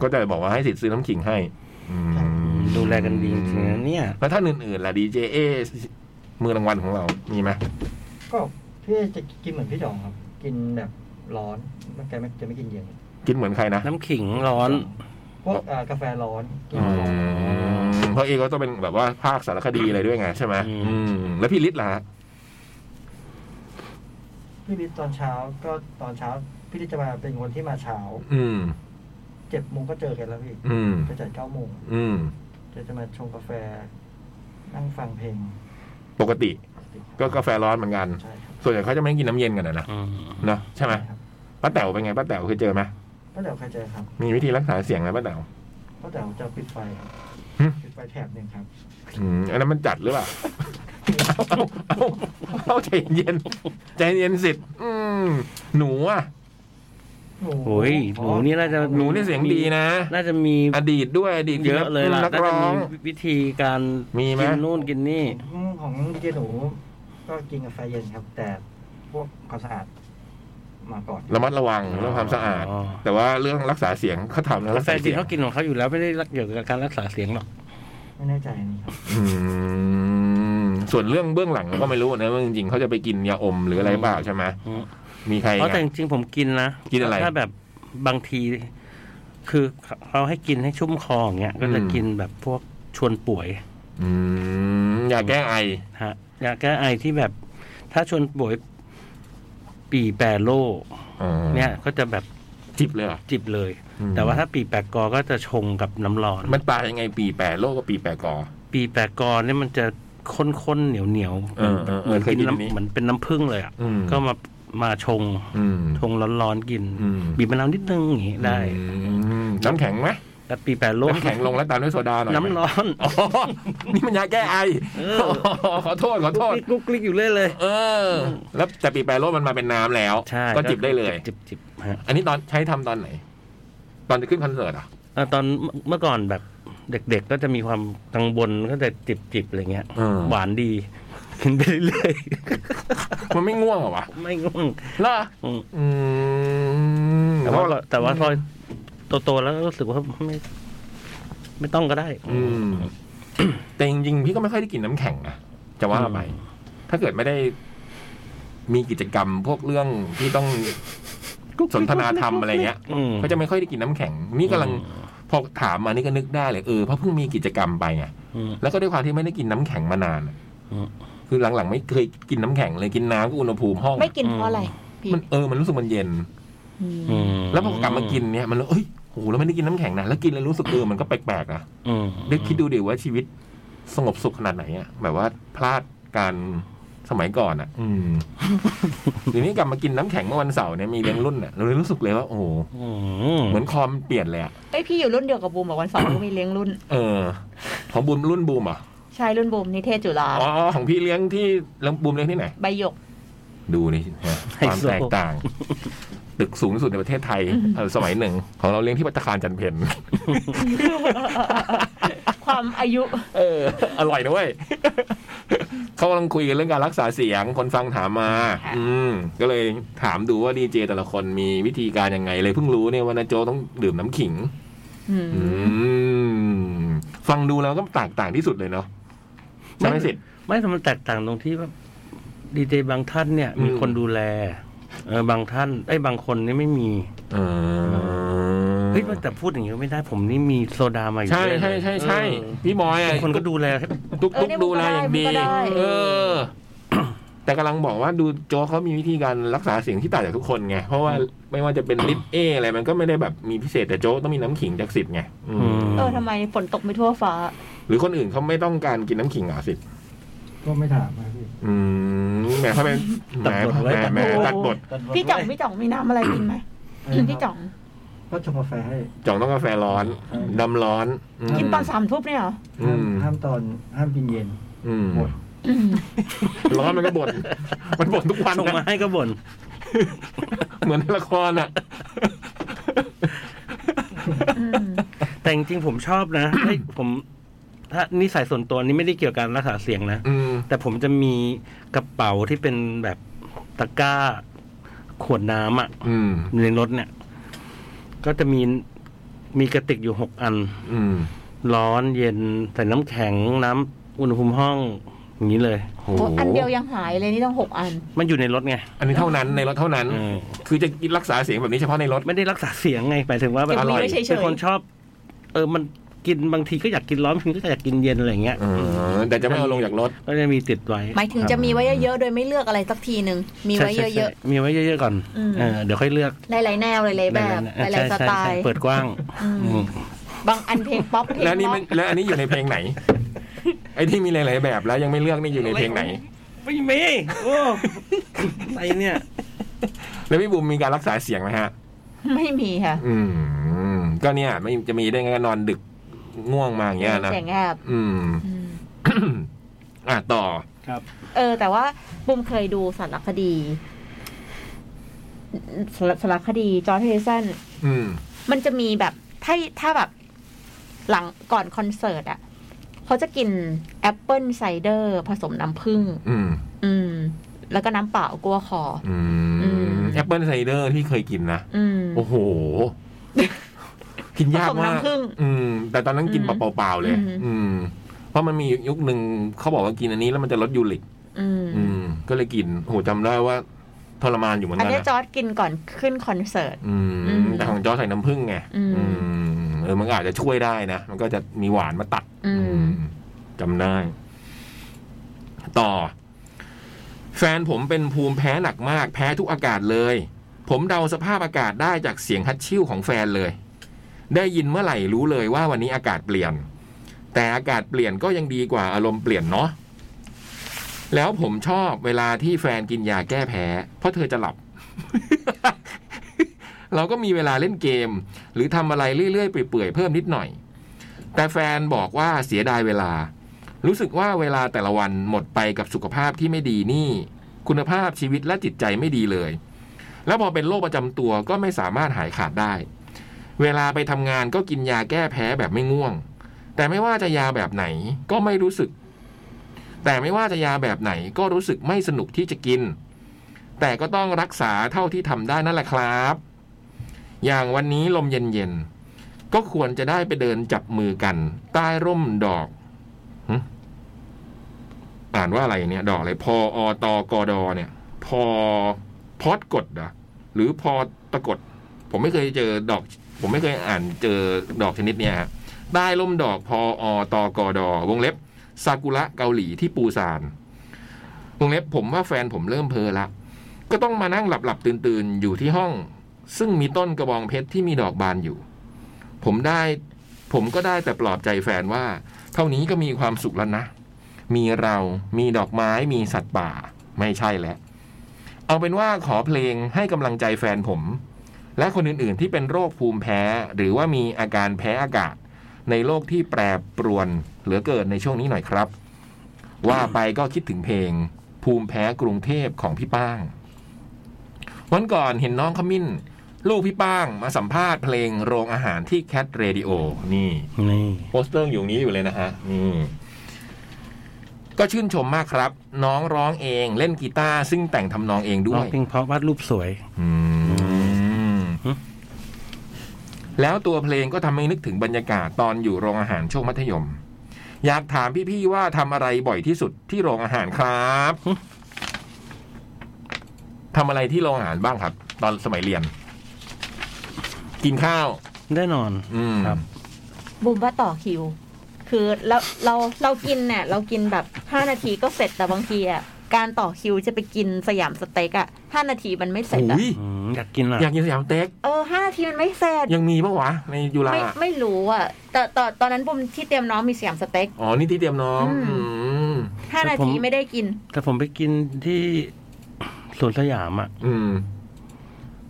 [SPEAKER 1] ก็จะบอกว่าให้สิทธิ์ซื้อน้ำขิงให้อืม
[SPEAKER 3] ดูแลกันดีจริงๆนะเนี่ย
[SPEAKER 1] แล้วถ้าอื่นๆล่ะดีเจเอมือรางวัลของเรามีไหม
[SPEAKER 4] ก็พี่จะกินเหมือนพี่ดองครับ กินแบบร้อนแกไม่จะไม่กินเย็น
[SPEAKER 1] กินเหมือนใครนะ
[SPEAKER 3] น้ำขิงร้อน
[SPEAKER 4] พวกอ่ากาแฟร้อนกิน
[SPEAKER 1] อื
[SPEAKER 4] ร้อน
[SPEAKER 1] มเพราะเอก็ต้องเป็นแบบว่าภาคสารคดีอะไรด้วยไงใช่ไหม
[SPEAKER 3] อืม
[SPEAKER 1] อืมแล้วพี่ฤทธิ์ล่ะฮะ
[SPEAKER 4] พี่ฤทธิ์ตอนเช้าก็ตอนเช้าพี่ฤทธิ์จะมาเป็นคนที่มาเช้า
[SPEAKER 1] อืม
[SPEAKER 4] เจ็ดโมงก็เจอกันแล้วพี่
[SPEAKER 1] อืม
[SPEAKER 4] จะจัดเก้าโมง
[SPEAKER 1] อืม
[SPEAKER 4] จะจะมาชงกาแฟ นั่งฟังเพลง
[SPEAKER 1] ปกติ ก็กาแฟร้อนเหมือนกัน
[SPEAKER 4] ใช่ครับ
[SPEAKER 1] ส่วนใหญ่เขาจะไม่กินน้ำเย็นกันอะนะ
[SPEAKER 3] อืม
[SPEAKER 1] เนาะใช่ไหม
[SPEAKER 4] ครับ
[SPEAKER 1] ป้าแต๋วเป็นไงป้าแต๋วเคยเจอไหม
[SPEAKER 4] ป้าแต๋วเคยเจอครับ
[SPEAKER 1] มีวิธีรักษาเสียงไหมป้าแต๋ว
[SPEAKER 4] ป้าแต๋วจะปิดไฟครับ
[SPEAKER 1] หึ
[SPEAKER 4] ปิดไฟแถบหนึ่งครับ
[SPEAKER 1] อืมอันนั้นมันจัดหรือเปล่า เอาเอาเอาใจเย็น ใจเย็นสิอืมหนูอ่ะ
[SPEAKER 3] โอ้ยหนูนี่น่าจะ
[SPEAKER 1] หนูนี่เสียงดีนะ
[SPEAKER 3] น่าจะมี
[SPEAKER 1] อดีตด้วยอดีต
[SPEAKER 3] เยอะเลยล่ะ
[SPEAKER 1] นัก
[SPEAKER 3] น่าจะ
[SPEAKER 1] ร้อ
[SPEAKER 3] มี
[SPEAKER 1] ง
[SPEAKER 3] วิธีการ
[SPEAKER 1] มีไหม
[SPEAKER 3] กินนู่นกินนี่
[SPEAKER 4] ของดีเจหนูก็กินกาแฟเย็นครับ แต่พวกความสะอาดมาก่อน
[SPEAKER 1] ระมัดระวังเรื่องความสะอาด
[SPEAKER 3] อ๋อ
[SPEAKER 1] แต่ว่าเรื่องรักษาเสียงเขาทำแล้ว
[SPEAKER 3] กา
[SPEAKER 1] รัก
[SPEAKER 3] แฟ
[SPEAKER 1] ษา
[SPEAKER 3] จี
[SPEAKER 1] เสี
[SPEAKER 3] น
[SPEAKER 1] ยง
[SPEAKER 3] เขากินของเขาอยู่แล้วไม่ได้รักเกี่ยวกับการรักษาเสียงหรอก
[SPEAKER 4] ไม่แน่ใจอันนี้ครับ
[SPEAKER 1] อืมส่วนเรื่องเบื้องหลังเราก็ไม่รู้นะว่าจริงๆเขาจะไปกินยาอมหรืออะไรเปล่าใช่ไหม
[SPEAKER 3] อืม
[SPEAKER 1] มีใคร
[SPEAKER 3] เพราะแต่จริงๆผมกินนะ
[SPEAKER 1] กินอะไร
[SPEAKER 3] ถ้าแบบบางที คือเขาให้กินให้ชุ่มคออย่างเงี้ยก็จะ
[SPEAKER 1] อืม
[SPEAKER 3] กินแบบพวกชวนป่วย
[SPEAKER 1] อืมยาแก้ไอ
[SPEAKER 3] ฮะยาแก้ไอที่แบบ ถ้าชวนป่วยปีแปรโล
[SPEAKER 1] อ๋อ
[SPEAKER 3] เนี่ย ก็จะแบบ
[SPEAKER 1] จิบเลยเหรอ
[SPEAKER 3] จิบเลย
[SPEAKER 1] อืม
[SPEAKER 3] แต่ว่าถ้าปีแปรกอก็จะชงกับน้ำร้อน
[SPEAKER 1] มันตายยังไงปีแปดโลกกับปีแปดกอ
[SPEAKER 3] ปีแปรกอเนี่ยมันจะข้นๆเหนียวเหนียวๆ
[SPEAKER 1] เออเออเออ
[SPEAKER 3] มือน
[SPEAKER 1] เคย
[SPEAKER 3] กิ
[SPEAKER 1] กิน
[SPEAKER 3] น
[SPEAKER 1] อันนี้
[SPEAKER 3] น้ำเหมือนเป็นน้ำผึ้งเลยอ่ะ
[SPEAKER 1] อืม
[SPEAKER 3] ก็มามาชง
[SPEAKER 1] อืม
[SPEAKER 3] ชงร้อนๆกิน
[SPEAKER 1] อืม
[SPEAKER 3] บีบมะนาวนิดนึงอย่างงี้ได้
[SPEAKER 1] อืมน้ำแข็งไหม
[SPEAKER 3] แต่ปีแปรโล
[SPEAKER 1] น้ำแข็งลงแล้วตามด้วยโซดาหน่อยไหม
[SPEAKER 3] น้ำร้อน
[SPEAKER 1] อ๋อนี่มันยาแก้ไอ
[SPEAKER 3] เออ
[SPEAKER 1] ขอโทษขอโทษ
[SPEAKER 3] กลุกกลิกอยู่เรื่อยเลย
[SPEAKER 1] เออ แล้วแต่ปีแปรโรคมันมาเป็นน้ำแล้ว
[SPEAKER 3] ใช่
[SPEAKER 1] ก็จิบได้เลย
[SPEAKER 3] จิบจิบฮะ
[SPEAKER 1] อันนี้ตอนใช้ทำตอนไหน ตอนจะขึ้นคอนเสิร์ตเหรอ่ะ
[SPEAKER 3] อ่ะตอนเมื่อก่อนแบบเด็กๆก็จะมีความกังวลก็จะจิบจิบอะไรเงี้ย
[SPEAKER 1] อืม
[SPEAKER 3] หวานดีกินไปเรื่อย
[SPEAKER 1] มันไม่ง่วงเหรอวะ
[SPEAKER 3] ๆ ไม่ง่วง
[SPEAKER 1] เหรอ
[SPEAKER 3] อืม
[SPEAKER 1] อืม
[SPEAKER 3] แต่ว่าก็แต่ว่าพอโตๆแล้วก็รู้สึกว่าไม่ ไม่ต้องก็ได้
[SPEAKER 1] อืมแต่จริงๆ พี่ก็ไม่ค่อยได้กินน้ำแข็งนะจะว่าไปถ้าเกิดไม่ได้ มีกิจกรรมพวกเรื่อง ที่ต้องสนทนาธรรมอะไรเงี้ย
[SPEAKER 3] อืม
[SPEAKER 1] ก็จะไม่ค่อยได้กินน้ำแข็ง นี่กำลังพอถามมานี่ก็นึกได้เลยเออเพราะเพิ่งมีกิจกรรมไปไง
[SPEAKER 3] อืม
[SPEAKER 1] แล้วก็ด้วยความที่ไม่ได้กินน้ำแข็งมานานอะ
[SPEAKER 3] อืม
[SPEAKER 1] คือหลังๆ ไม่เคยกินน้ำแข็งเลยกินน้ำก็อุณหภูมิห้อง
[SPEAKER 2] ไม่กินเพราะอะไรพี่
[SPEAKER 1] มันเออ มันรู้สึกมันเย็น
[SPEAKER 2] อืม
[SPEAKER 3] อืม
[SPEAKER 1] แล้วพอกลับมากินเนี่ยมันเลยเอ้ยโหเราไม่ได้กินน้ำแข็งนะแล้วกินแล้วรู้สึกเออมันก็แปลกๆนะ
[SPEAKER 3] อืม
[SPEAKER 1] เด็กคิดดูดิว่าชีวิตสงบสุขขนาดไหนอะแบบว่าพลาดการสมัยก่อนอะอืมทีนี้กลับมากินน้ำแข็งเมื่อวันเสาร์เนี่ยมีเลี้ยงรุ่นอะเราเลยรู้สึกเลยว่าโอ้โห
[SPEAKER 3] อื
[SPEAKER 1] เหมือนคอมเปลี่ยนเลยอะ
[SPEAKER 2] ไอยพี่อยู่รุ่นเดียวกับบูมบอกวันเสาร์ก็มีเลี้ยงรุ่น
[SPEAKER 1] เออ ของบูมรุ่นบูมเหรอ
[SPEAKER 2] ใช่รุ่นบูมนิเทศจุฬา
[SPEAKER 1] อ๋อของพี่เลี้ยงที่แล้วบูมเลี้ยงที่ไหน
[SPEAKER 2] ใบหยก
[SPEAKER 1] ดูนี่ฮะความแตกต่าง ตึกสูงที่สุดในประเทศไทยเออสมัยหนึ่ง ของเราเลี้ยงที่ปัตตาคารจันเพน
[SPEAKER 2] ความอายุ
[SPEAKER 1] เออ อร่อยนะเว้ย เขากำลังคุยกันเรื่องการรักษาเสียงคนฟังถามมา
[SPEAKER 2] ค่ะ
[SPEAKER 1] อืม ก็เลยถามดูว่าดีเจแต่ละคนมีวิธีการยังไง เลยเพิ่งรู้เนี่ยว่านาโจต้องดื่มน้ำขิง
[SPEAKER 2] อืม
[SPEAKER 1] อืม ฟังดูแล้วก็แตกต่างที่สุดเลยเนาะใช่ไหมสิทธิ์
[SPEAKER 3] ไม่แต่มันแตกต่างตรงที่ว่าดีเจบางท่านเนี่ย มี
[SPEAKER 1] อืม
[SPEAKER 3] คนดูแลเออบางท่านไอ้ยบางคนนี่ไม่มี
[SPEAKER 1] เออ
[SPEAKER 3] เฮ้ยแต่พูดอย่างนี้ก็ไม่ได้ผมนี่มีโซดามาอยู่
[SPEAKER 1] ใช่
[SPEAKER 3] ด้วย
[SPEAKER 1] ใช่ใช่ใช่
[SPEAKER 3] เออ
[SPEAKER 1] พี่บอย
[SPEAKER 3] บา
[SPEAKER 1] อ่ะ
[SPEAKER 3] งคนก็ดูแล
[SPEAKER 1] ตุ๊ก
[SPEAKER 2] เออ
[SPEAKER 1] ตุ๊ก
[SPEAKER 2] เนี่ย
[SPEAKER 1] ดูแลอย่างดี
[SPEAKER 2] มันก็ได้มันก็ได้
[SPEAKER 1] เออ แต่กำลังบอกว่าดูโจกเขามีวิธีการรักษาเสียงที่ต่างจากทุกคนไง เพราะว่าไม่ว่าจะเป็นลิปเออะไรมันก็ไม่ได้แบบมีพิเศษแต่โจกต้องมีน้ำขิงจากสิทธิ์ไงอืม
[SPEAKER 3] อืม
[SPEAKER 2] เออทำไมฝนตกไม่ทั่วฟ้า
[SPEAKER 1] หรือคนอื่นเขาไม่ต้องการกินน้ำขิงเหรอ่ะสิทธิ์
[SPEAKER 4] ก็ไม่ถามนะพี่
[SPEAKER 1] อืมแหมถ้าเป็นแหม
[SPEAKER 3] ตัดบทไว้
[SPEAKER 1] แหมแหมตั
[SPEAKER 2] ตัดบท
[SPEAKER 1] ดบท
[SPEAKER 4] ตัดบท
[SPEAKER 2] พี่จ่อง
[SPEAKER 4] ไว้
[SPEAKER 2] พี่จ่องมีน้ำอะไรกินไหม
[SPEAKER 4] เออ
[SPEAKER 2] พี่จ่อง
[SPEAKER 4] ก็ชงกาแฟให้
[SPEAKER 1] จ่องต้องกาแฟร้อน
[SPEAKER 4] อืม
[SPEAKER 1] ดำร้อนอืม
[SPEAKER 2] กินตอนสามทุ่มเนี่ยเหรอ
[SPEAKER 1] อื
[SPEAKER 4] ห้าม
[SPEAKER 1] ม
[SPEAKER 4] ห้ามตอนห้ามกินเย็น
[SPEAKER 1] อืม
[SPEAKER 4] บท
[SPEAKER 2] อืม
[SPEAKER 1] ร้อนมันก็บ่น มันบ่นทุกวัน
[SPEAKER 3] ส่งมา
[SPEAKER 1] นะ
[SPEAKER 3] ให้ก็บ่น
[SPEAKER 1] เหมือนในละครอ่ะ
[SPEAKER 2] อืม
[SPEAKER 3] แต่จริงๆผมชอบนะ เฮ้ยผม ถ้านิสัยส่วนตัวนี้ไม่ได้เกี่ยวกับการรักษาเสียงนะ
[SPEAKER 1] อืม
[SPEAKER 3] แต่ผมจะมีกระเป๋าที่เป็นแบบตะกร้า ขวดน้ำอะ
[SPEAKER 1] อืม
[SPEAKER 3] ในรถเนี่ย ก็จะมีมีกระติกอยู่หกอัน
[SPEAKER 1] อืม
[SPEAKER 3] ร้อนเย็นใส่น้ำแข็งน้ำอุณหภูมิห้อง อย่างนี้เลย
[SPEAKER 1] โห
[SPEAKER 2] โอ้อันเดียวยังหายเลยนี่ต้องหกอัน
[SPEAKER 3] มันอยู่ในรถไง
[SPEAKER 1] อันนี้เท่านั้นในรถเท่านั้น
[SPEAKER 3] อืม
[SPEAKER 1] คือจะรักษาเสียงแบบนี้เฉพาะในรถ
[SPEAKER 3] ไม่ได้รักษาเสียงไงหมายถึงว่าแบบ
[SPEAKER 2] เก็บไว้เฉยๆ
[SPEAKER 3] เป็นคนชอบ เออมันกินบางทีก็อยากกินร้อนบางทีก็อยากกินเย็นอะไรอย่างเงี้ย
[SPEAKER 1] เออแต่จะไม่เอาลงจากรถ
[SPEAKER 3] ก็จะมีติดไว้
[SPEAKER 2] หมายถึงจะมีไว้เยอะๆ โดยไม่เลือกอะไรสักทีหนึ่งมีไว้
[SPEAKER 3] ใช่
[SPEAKER 2] เยอะ
[SPEAKER 3] ใช่มีไว้เยอะๆก่อน
[SPEAKER 2] อืม
[SPEAKER 3] เออเดี๋ยวค่อยเลือก
[SPEAKER 2] ๆหลายๆแนวหลายๆแบบห
[SPEAKER 3] นั่น
[SPEAKER 2] ลา
[SPEAKER 3] แะ
[SPEAKER 2] ยๆส
[SPEAKER 3] ใช่ใช่
[SPEAKER 2] ไต
[SPEAKER 3] ใช่
[SPEAKER 2] ล์
[SPEAKER 3] เปิดกว้าง
[SPEAKER 2] อืม
[SPEAKER 3] อืม
[SPEAKER 2] บางอันเพลงป๊อปเพลง
[SPEAKER 1] แล้วนี่
[SPEAKER 2] ล็อ
[SPEAKER 1] มัน
[SPEAKER 2] ก
[SPEAKER 1] แล้วอันนี้อยู่ในเพลงไหน ไอ้ที่มีหลาย ๆ แบบแล้วยังไม่เลือกนี่อยู่ในเพลงไหน
[SPEAKER 3] ไม่มีโอ้อะไรเนี่ย
[SPEAKER 1] แล้วพี่บุ๋มมีการรักษาเสียงไหมฮะ
[SPEAKER 2] ไม่มีค่ะ
[SPEAKER 1] อืม ก็เนี่ยไม่จะมีได้ไงก็นอนดึกง่วงมาอย่างเงี้ยนะ
[SPEAKER 2] เสียงแหบ
[SPEAKER 1] อืม
[SPEAKER 2] อืม
[SPEAKER 1] อ่ะต่อ
[SPEAKER 3] ครับ
[SPEAKER 2] เออ แต่ว่าบุมเคยดูสารคดีสารสารคดีจอร์จเฮสัน
[SPEAKER 1] อืม
[SPEAKER 2] มันจะมีแบบถ้าถ้าแบบหลังก่อนคอนเสิร์ตอ่ะเขาจะกินแอปเปิลไซเดอร์ผสมน้ำผึ้ง
[SPEAKER 1] อืม
[SPEAKER 2] อืม แล้วก็น้ำเปล่ากลัวคอ
[SPEAKER 1] อื
[SPEAKER 2] อื
[SPEAKER 1] ม
[SPEAKER 2] ม
[SPEAKER 1] แอปเปิลไซเดอร์ที่เคยกินนะ
[SPEAKER 2] อืม
[SPEAKER 1] โอ้โห กินยากมาก
[SPEAKER 2] ผสมน้ำผึ้ง
[SPEAKER 1] อืม แต่ตอนนั้นกิน
[SPEAKER 2] อืม
[SPEAKER 1] เปล่าๆเลย
[SPEAKER 2] อืม
[SPEAKER 1] อืม เพราะมันมียุคหนึ่งเขาบอกว่ากินอันนี้แล้วมันจะลดยูริก
[SPEAKER 2] อืม
[SPEAKER 1] อืม ก็เลยกินโหจำได้ว่าทรมานอยู่เหมือน
[SPEAKER 2] อัน
[SPEAKER 1] กัน
[SPEAKER 2] เนี้ย
[SPEAKER 1] นะ
[SPEAKER 2] จอร์ดกินก่อนขึ้นคอนเสิร์ต
[SPEAKER 1] อืม
[SPEAKER 2] อืม
[SPEAKER 1] แต่ของจอใส่น้ำผึ้งไง
[SPEAKER 2] อืม
[SPEAKER 1] อืมเออมันก็อาจจะช่วยได้นะ มันก็จะมีหวานมาตัด
[SPEAKER 2] อืม
[SPEAKER 1] จำได้ ต่อ แฟนผมเป็นภูมิแพ้หนักมาก แพ้ทุกอากาศเลย ผมเดาสภาพอากาศได้จากเสียงฮัดชิ่วของแฟนเลย ได้ยินเมื่อไหร่รู้เลยว่าวันนี้อากาศเปลี่ยน แต่อากาศเปลี่ยนก็ยังดีกว่าอารมณ์เปลี่ยนเนาะแล้วผมชอบเวลาที่แฟนกินยาแก้แพ้ เพราะเธอจะหลับ เราก็มีเวลาเล่นเกม หรือทำอะไรเรื่อยๆเปื่อยๆเพิ่มนิดหน่อย แต่แฟนบอกว่าเสียดายเวลา รู้สึกว่าเวลาแต่ละวันหมดไปกับสุขภาพที่ไม่ดีนี่ คุณภาพชีวิตและจิตใจไม่ดีเลย แล้วพอเป็นโรคประจำตัวก็ไม่สามารถหายขาดได้ เวลาไปทำงานก็กินยาแก้แพ้แบบไม่ง่วง แต่ไม่ว่าจะยาแบบไหนก็ไม่รู้สึก แต่ไม่ว่าจะยาแบบไหนก็รู้สึกไม่สนุกที่จะกิน แต่ก็ต้องรักษาเท่าที่ทำได้นั่นแหละครับ อย่างวันนี้ลมเย็นๆ ก็ควรจะได้ไปเดินจับมือกัน ใต้ร่มดอกหึอ่านว่าอะไรเนี่ย ดอกอะไรพออตกอดอเนี่ย พอพอดกดเหรอหรือพอตะกด ผมไม่เคยเจอดอก ผมไม่เคยอ่านเจอดอกชนิดเนี่ยฮะใต้ร่มดอกพออตกอดอวงเล็บซากุระเกาหลีที่ปูซานวงเล็บผมว่าแฟนผมเริ่มเพลอละ ก็ต้องมานั่งหลับหลับตื่นตื่นๆอยู่ที่ห้อง ซึ่งมีต้นกระบองเพชรที่มีดอกบานอยู่ ผมได้ ผมก็ได้แต่ปลอบใจแฟนว่า เท่านี้ก็มีความสุขแล้วนะ มีเรามีดอกไม้มีสัตว์ป่า ไม่ใช่แล้วเอาเป็นว่าขอเพลงให้กำลังใจแฟนผม และคนอื่นๆที่เป็นโรคภูมิแพ้ หรือว่ามีอาการแพ้อากาศ ในโลกที่แปรปรวนเหลือเกินในช่วงนี้หน่อยครับ ว่าไปก็คิดถึงเพลง ภูมิแพ้กรุงเทพของพี่ป้าง วันก่อนเห็นน้องขมิ้น ลูกพี่ป้างมาสัมภาษณ์เพลงโรงอาหารที่แคทเรดิโอนี่
[SPEAKER 3] นี่
[SPEAKER 1] โปสเตอร์อยู่นี้อยู่เลยนะฮะนี่ก็ชื่นชมมากครับ น้องร้องเองเล่นกีตาร์ซึ่งแต่งทำนองเองด้
[SPEAKER 3] ร้
[SPEAKER 1] ว
[SPEAKER 3] อง
[SPEAKER 1] ย
[SPEAKER 3] เพลงเพราะวาดรูปสวย
[SPEAKER 1] อืม
[SPEAKER 3] หึ
[SPEAKER 1] แล้วตัวเพลงก็ทำให้นึกถึงบรรยากาศตอนอยู่โรงอาหารช่วงมัธยม อยากถามพี่ๆว่าทำอะไรบ่อยที่สุดที่โรงอาหารครับทำอะไรที่โรงอาหารบ้างครับ ตอนสมัยเรียน กินข้าว
[SPEAKER 3] แน่นอน
[SPEAKER 1] อืม
[SPEAKER 3] ครับ
[SPEAKER 2] บุมว่าต่อคิว คือเราเราเรากินเนี่ยเรากินแบบห้านาทีก็เสร็จแต่บางทีอ่ะการต่อคิวจะไปกินสยามสเต็กอ่ะห้านาทีมันไม่เสร็จอ่ะ
[SPEAKER 1] โอ้ย
[SPEAKER 3] อืมอยากกินอ่ะ
[SPEAKER 1] อยากกินสยามสเต็ก
[SPEAKER 2] เออห้านาทีมันไม่เสร็จ
[SPEAKER 1] ยังมีปะวะ ในยุฬา
[SPEAKER 2] ไม่ไม่รู้อ่ะแต่ตอนตอนนั้นบุมที่เตรียมน้องมีสยามสเต็ก
[SPEAKER 1] อ๋อ นี่ที่เตรียมน้อง
[SPEAKER 2] อืม
[SPEAKER 1] อืม
[SPEAKER 2] ห้านาที
[SPEAKER 3] ผม
[SPEAKER 2] ไม่ได้กิน
[SPEAKER 3] แต่ผมไปกินที่สวนสยามอ่ะ
[SPEAKER 1] อืม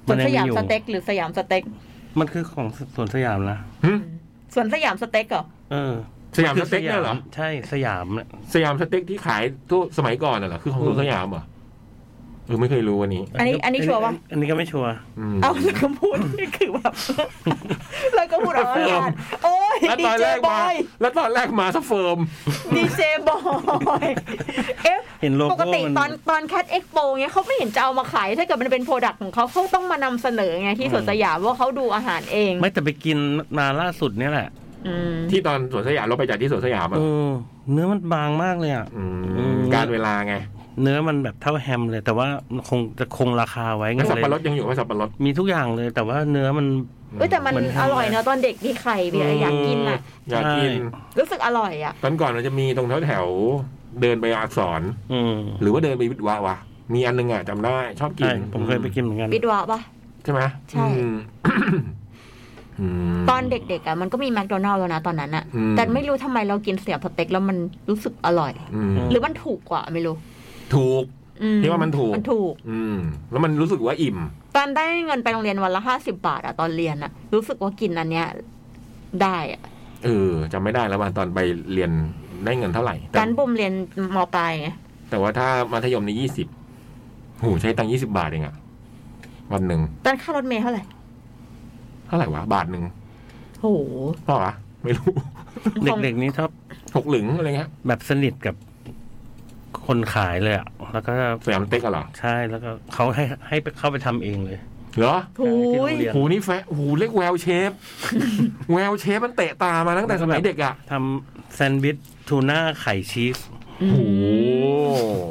[SPEAKER 2] ส่วน
[SPEAKER 3] มัน
[SPEAKER 2] ส
[SPEAKER 3] ยัง
[SPEAKER 2] ยาม
[SPEAKER 3] มีอยู่
[SPEAKER 2] สเต็กหรือสยามสเต็ก
[SPEAKER 3] มันคือของสวนสยามนะ
[SPEAKER 1] หึ
[SPEAKER 2] ส่วนสยามสเต็กเหรอ
[SPEAKER 3] เออ
[SPEAKER 1] สยามสเต็กเนี่ยเหรอ
[SPEAKER 3] ใช่สยามเนี่ย
[SPEAKER 1] สยามสเต็กที่ขายทั่วสมัยก่อนน่ะเหรอคือของ
[SPEAKER 3] อืม
[SPEAKER 1] สยามเหรอเออไม่เคยรู้อันนี้
[SPEAKER 2] อันนี้อันนี้ชัวร์ปะ
[SPEAKER 3] อันนี้ก็ไม่ชัวร์
[SPEAKER 1] อืม
[SPEAKER 2] เอาแล้วก็พูดคือแบบ แล้วก็พูดออกอากาศโอ้ย
[SPEAKER 1] แล้ว
[SPEAKER 2] ดี
[SPEAKER 1] ตอน
[SPEAKER 2] เจ
[SPEAKER 1] แรก
[SPEAKER 2] บ
[SPEAKER 1] มา
[SPEAKER 2] อย
[SPEAKER 1] แล้วตอนแรกมาซะเฟิร์ม
[SPEAKER 2] ดีเจบอย เอ๊ะ
[SPEAKER 3] เห็นโล
[SPEAKER 2] ปก
[SPEAKER 3] โก้
[SPEAKER 2] ติ
[SPEAKER 3] มั
[SPEAKER 2] ตอนตอนแคดเอ็กโปเนี้ยเขาไม่เห็นจะเอามาขาย ถ้าเกิดมันเป็นโปรดักต์ของเขาเขาต้องมานำเสนอไงที่สวนสยามว่าเขาดูอาหารเอง
[SPEAKER 3] ไม่แต่ไปกินมาล่าสุดเนี่ยแหละ
[SPEAKER 2] อืม
[SPEAKER 1] ที่ตอนสวนสยามเราไปจากที่สวนสยามอ่ะ
[SPEAKER 3] เออเนื้อมันบางมากเลยอ่ะ อืม
[SPEAKER 1] การเวลาไง
[SPEAKER 3] เนื้อมันแบบเท่าแฮมเลย แต่ว่าคงจะคงราคาไว้ไง
[SPEAKER 1] แล้วสับ
[SPEAKER 3] เล
[SPEAKER 1] ปะรด
[SPEAKER 3] ย
[SPEAKER 1] ยังอยู่ไหมสับปะรด
[SPEAKER 3] มีทุกอย่างเลย แต่ว่าเนื้อมัน
[SPEAKER 2] เอ้ยแต่มัน
[SPEAKER 3] เหมือนทำ
[SPEAKER 2] อร่อยเนอะตอนเด็กมีไข่เบียร์อยากกินอ่ะ
[SPEAKER 1] อยากกิน
[SPEAKER 3] ใช่
[SPEAKER 2] รู้สึกอร่อยอ่ะ
[SPEAKER 1] ตอนก่อนมันจะมีตรงแถวแถวๆเดินไปอักษร
[SPEAKER 3] อืม
[SPEAKER 1] หรือว่าเดินไปวิทวะวะมีอันหนึงอ่ะจำได้ชอบกิน
[SPEAKER 3] ใช่ผมเคยไปกินเหมือนกัน
[SPEAKER 2] ปิดวะปะ
[SPEAKER 1] ใช่ไหม
[SPEAKER 2] ใช่
[SPEAKER 1] อืม อืม
[SPEAKER 2] ตอนเด็กๆอ่ะมันก็มีแมคโดนัลล์แล้วนะตอนนั้นอ่ะ
[SPEAKER 1] อืม
[SPEAKER 2] แต่ไม่รู้ทำไมเรากินเสียบสเต็กแล้วมันรู้สึกอร่อย
[SPEAKER 1] อืม
[SPEAKER 2] หรือมันถูกกว่าไม่รู้
[SPEAKER 1] ถูก
[SPEAKER 2] อืม
[SPEAKER 1] พี่ว่ามันถูก
[SPEAKER 2] มันถูก
[SPEAKER 1] อืม แล้วมันรู้สึกว่าอิ่ม
[SPEAKER 2] ตอนได้เงินไปโรงเรียนวันละห้าสิบาทอะตอนเรียนอะรู้สึกว่ากินอันเนี้ยได้อะ
[SPEAKER 1] เออจำไม่ได้แล้วว่าตอนไปเรียนได้เงินเท่าไหร่ แต่
[SPEAKER 2] การบ่มเรียนมปลายไง
[SPEAKER 1] แต แต่ว่าถ้ามัธยมในยี่สิบหูใช้ตังยี่สิบาทเองอะวันหนึ่ง
[SPEAKER 2] ตอนค่ารถเมล์เท่าไหร่
[SPEAKER 1] เท่าไหร่วะบาทหนึ่ง
[SPEAKER 2] โอ้โห
[SPEAKER 1] เปล่าวะไม่รู้
[SPEAKER 2] ของ
[SPEAKER 3] เด็กๆนี้ชอบ
[SPEAKER 1] หกหลึงอะไรเงี้ย
[SPEAKER 3] แบบสนิทกับคนขายเลยอ่ะ แล้วก็
[SPEAKER 1] สยามสเต็กอะเหรอ
[SPEAKER 3] ใช่แล้วก็เขาให้ให้ไปเข้าไปทำเองเลย
[SPEAKER 1] เหรอ
[SPEAKER 2] ทุย
[SPEAKER 3] เรียน
[SPEAKER 1] หูนี่แฟะหูเรียกแววเชฟ แววเชฟมันเตะตามาตั้งแต่สมัยเด็กอะ
[SPEAKER 3] ทำแซนด์วิชทูน่าไข่ชีส
[SPEAKER 2] อื
[SPEAKER 1] โอ้
[SPEAKER 2] ม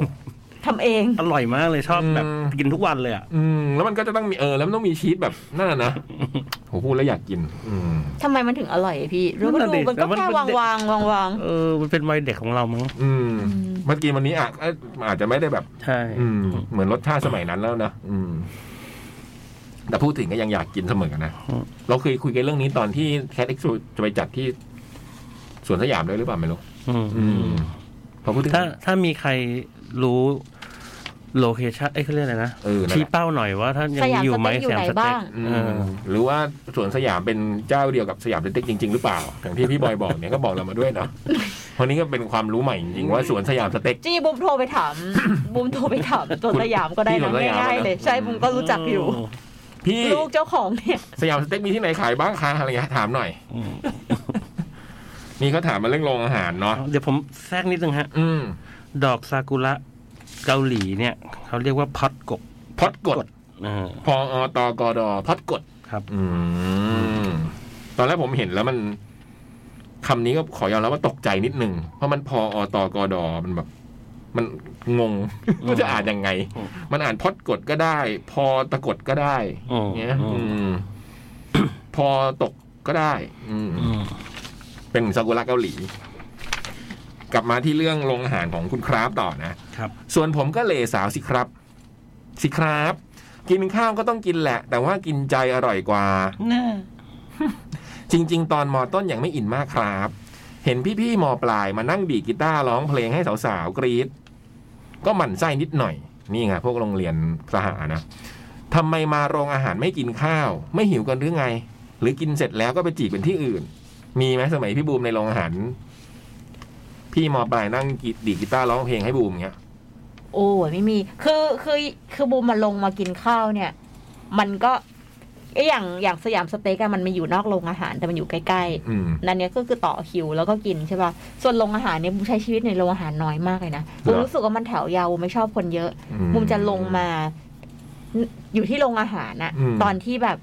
[SPEAKER 2] ทำเอง
[SPEAKER 3] อร่อยมากเลยชอบ
[SPEAKER 1] อืม
[SPEAKER 3] แบบกินทุกวันเลยอ่ะ
[SPEAKER 1] อืมแล้วมันก็จะต้องมีเออแล้วมันต้องมีชีสแบบนั่น น่ะนะผมพูดแล้วอยากกิน อืม
[SPEAKER 2] ทำไมมันถึงอร่อยอะพี่รู้
[SPEAKER 3] นั่
[SPEAKER 2] ก็
[SPEAKER 3] น
[SPEAKER 2] ดู
[SPEAKER 3] น่ะดิ
[SPEAKER 2] มันก็
[SPEAKER 3] แต่มัน
[SPEAKER 2] แค่
[SPEAKER 3] เป็
[SPEAKER 2] วาง
[SPEAKER 3] นเด็ก
[SPEAKER 2] วางวางวาง
[SPEAKER 3] เออ มันเป็นวัยเด็กของเรามั้ง
[SPEAKER 1] อืมเมื่อกี้วันนี้อ่ะเอ้ยอาจจะไม่ได้แบบ
[SPEAKER 3] ใช่
[SPEAKER 1] อืม เหมือนรสชาติสมัยนั้นแล้วนะอืม แต่พูดถึงก็ยังอยากกินเสมอนะเราเคยคุยกันเรื่องนี้ตอนที่แคทเอ็กซ์จะไปจัดที่สวนสยามด้วยหรือเปล่าไม่รู้
[SPEAKER 3] อืม
[SPEAKER 1] อืมพอพูดถึง
[SPEAKER 3] ถ้าถ้ามีใครรู้โลเคชั่นเอ้ยเขาเรียกอะไรนะ
[SPEAKER 1] เออนั่นแหละ
[SPEAKER 3] ชี้เป้าหน่อยว่าถ้ายั
[SPEAKER 2] ส
[SPEAKER 3] ง
[SPEAKER 2] ยาม
[SPEAKER 3] อยู่
[SPEAKER 2] ส
[SPEAKER 3] ไหม
[SPEAKER 2] เต็กอ
[SPEAKER 3] ส
[SPEAKER 2] ยู่
[SPEAKER 3] ยาม
[SPEAKER 2] ไหน
[SPEAKER 3] สเต็
[SPEAKER 2] บ้าก ง
[SPEAKER 1] อืม
[SPEAKER 3] เออ
[SPEAKER 1] หรือว่าสวนสยามเป็นเจ้าเดียวกับสยามเต็กจริง ๆ หรือเปล่า อย่างที่พี่บอยบอกเนี่ยก็บอกเรามาด้วยเนาะเพราะนี้ก็เป็นความรู้ใหม่จริงๆว่าสวนสยามสเต็ก
[SPEAKER 2] จี้บุมโทรไปถาม บุมโทรไปถามตัว
[SPEAKER 1] คุณ
[SPEAKER 2] สยามก็ได้
[SPEAKER 1] พี่
[SPEAKER 2] นะ
[SPEAKER 1] สยาม
[SPEAKER 2] ง่ายๆเลย
[SPEAKER 1] นะ
[SPEAKER 2] ใช่บุมก็รู้จักอยู่
[SPEAKER 1] พี่
[SPEAKER 2] ลูกเจ้าของเนี่ย
[SPEAKER 1] สยามสเต็กมีที่ไหนขายบ้างคะอะไรเงี้ยถามหน่อย
[SPEAKER 3] อืม
[SPEAKER 1] นี่เขาถามมาเรื่องโรงอาหารเนาะ
[SPEAKER 3] เดี๋ยวผมแทรกนิดนึงฮะ
[SPEAKER 1] อืม
[SPEAKER 3] ดอกซากุระเกาหลีเนี่ยเขาเรียกว่าพอดกบ
[SPEAKER 1] พอดกด
[SPEAKER 3] เออ
[SPEAKER 1] พออตกดพอดกด
[SPEAKER 3] ครับ
[SPEAKER 1] อืมตอนแรกผมเห็นแล้วมันคำนี้ก็ขอยอมรับว่าตกใจนิดนึงเพราะมันพออตกดมันแบบ มันง ง ว่าจะอ่านยังไง
[SPEAKER 3] อืม
[SPEAKER 1] มันอ่านพอดกดก็ได้ พอตะกดก็ได้
[SPEAKER 3] อืม
[SPEAKER 1] เงี้ย
[SPEAKER 3] อื
[SPEAKER 1] อื
[SPEAKER 3] ม
[SPEAKER 1] ม พอตกก็ได้ อืม
[SPEAKER 3] อืม
[SPEAKER 1] เป็นซากุระเกาหลี กลับมาที่เรื่องโรงอาหารของคุณคราฟต่อนะ
[SPEAKER 3] ครับ
[SPEAKER 1] ส่วนผมก็เหลสาวสิครับ สิครับ กินข้าวก็ต้องกินแหละ แต่ว่ากินใจอร่อยกว่า
[SPEAKER 3] น่า
[SPEAKER 1] จริง ๆ ตอนมอต้นยังไม่อินมากครับ เห็นพี่ๆมอปลายมานั่งดีดกีตาร์ร้องเพลงให้สาวๆกรีดก็หมั่นไส้นิดหน่อย นี่ไงพวกโรงเรียนสหานะทำไมมาโรงอาหารไม่กินข้าว ไม่หิวกันหรือไง หรือกินเสร็จแล้วก็ไปจีบเป็นที่อื่น มีไหมสมัยพี่บูมในโรงอาหาร พี่มอปลายนั่งดีดกีตาร์ร้องเพลงให้บูมเงี้ย
[SPEAKER 2] โอ้ยไม่มี คือคือคือบูมมาลงมากินข้าวเนี่ย มันก็ไออย่างอย่างสยามสเต็กอะมันไมีอยู่นอกโรงอาหารแต่มันอยู่ใกล้
[SPEAKER 1] อืม
[SPEAKER 2] ๆนั่นเนี้ยก็คือต่อคิวแล้วก็กินใช่ป่ะส่วนโรงอาหารเนี่ยบูมใช้ชีวิตในโรงอาหารน้อยมากเลยนะบูมรู้สึกว่ามันแถวยาวบูมไม่ชอบคนเยอะ มุมจะลงมาอยู่ที่โรงอาหารนะ
[SPEAKER 1] อืม
[SPEAKER 2] ตอนที่แบบ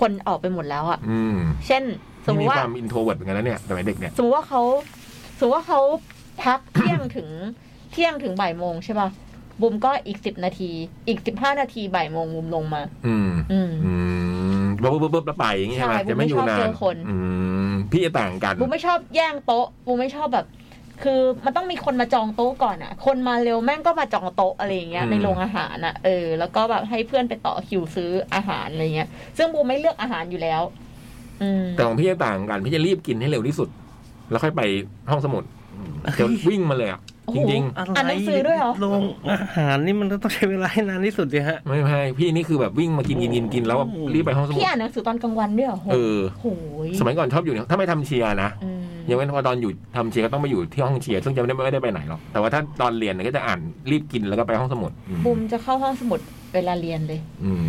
[SPEAKER 2] คนออกไปหมดแล้วอะ
[SPEAKER 1] อืม
[SPEAKER 2] เช่น สมม
[SPEAKER 1] นี่มี
[SPEAKER 2] ติว่า
[SPEAKER 1] ความอินโทรเวิร์ดเหมือนกันนะเนี่ยสมัยเด็กเนี่ย
[SPEAKER 2] สมมติว่าเขาสมมติว่าเขาพัก เที่ยงถึงเที่ยงถึงบ่ายโมงใช่ป่ะบุมก็อีกสิบนาที อีกสิบห้านาทีบ่ายโมงบุมลงมา
[SPEAKER 1] อืม
[SPEAKER 2] อืม
[SPEAKER 1] อืมปุ๊บปุ๊บปุ๊บแล้วไปอย่างงี้ใช่ไหม
[SPEAKER 2] ใช่
[SPEAKER 1] จะไม่อยู่นาน
[SPEAKER 2] ผมไม่ชอบเจอคน
[SPEAKER 1] อืมพี่จะต่างกัน
[SPEAKER 2] บุมไม่ชอบแย่งโต๊ะบุมไม่ชอบแบบ คือมันต้องมีคนมาจองโต๊ะก่อนอะคนมาเร็วแม่งก็มาจองโต๊ะอะไรอย่างเงี้ย
[SPEAKER 1] อืม
[SPEAKER 2] ในโรงอาหารอะเออ แล้วก็แบบให้เพื่อนไปต่อคิวซื้ออาหารอะไรเงี้ย ซึ่งบุมไม่เลือกอาหารอยู่แล้ว อืม
[SPEAKER 1] แต่ของพี่จะต่างกัน พี่จะรีบกินให้เร็วที่สุด แล้วค่อยไปห้องสมุดจะวิ่งมาเลยอ่ะ
[SPEAKER 2] โอ้โห
[SPEAKER 1] จริง
[SPEAKER 3] อะไร
[SPEAKER 2] อ่านหนังสือด้วยเหรอ
[SPEAKER 3] โรงอาหารนี่มันก็ต้องใช้เวลาให้นานที่สุดเลยฮะ
[SPEAKER 1] ๆ ไม่ไม่พี่นี่คือแบบวิ่งมากินกินกินกินแล้วแบบรีบไปห้องสมุ
[SPEAKER 2] พี่
[SPEAKER 1] ด
[SPEAKER 2] อ่านหนังสือตอนกลางวันด้วยเหรอโห
[SPEAKER 1] เออ
[SPEAKER 2] โหย
[SPEAKER 1] สมัยก่อนชอบอยู่เนี่ยถ้าไม่ทำเชียร์นะ
[SPEAKER 2] อืม
[SPEAKER 1] ยังเว้นพอตอนอยู่ทำเชียร์ก็ต้องไปอยู่ที่ห้องเชียร์ซึ่งจะไม่ได้ไม่ได้ไปไหนหรอกแต่ว่าถ้าตอนเรียนเนี่ยก็จะอ่านรีบกินแล้วก็ไปห้องสมุดอืม
[SPEAKER 2] บุมจะเข้าห้องสมุดเวลาเรียนเลย
[SPEAKER 1] อืม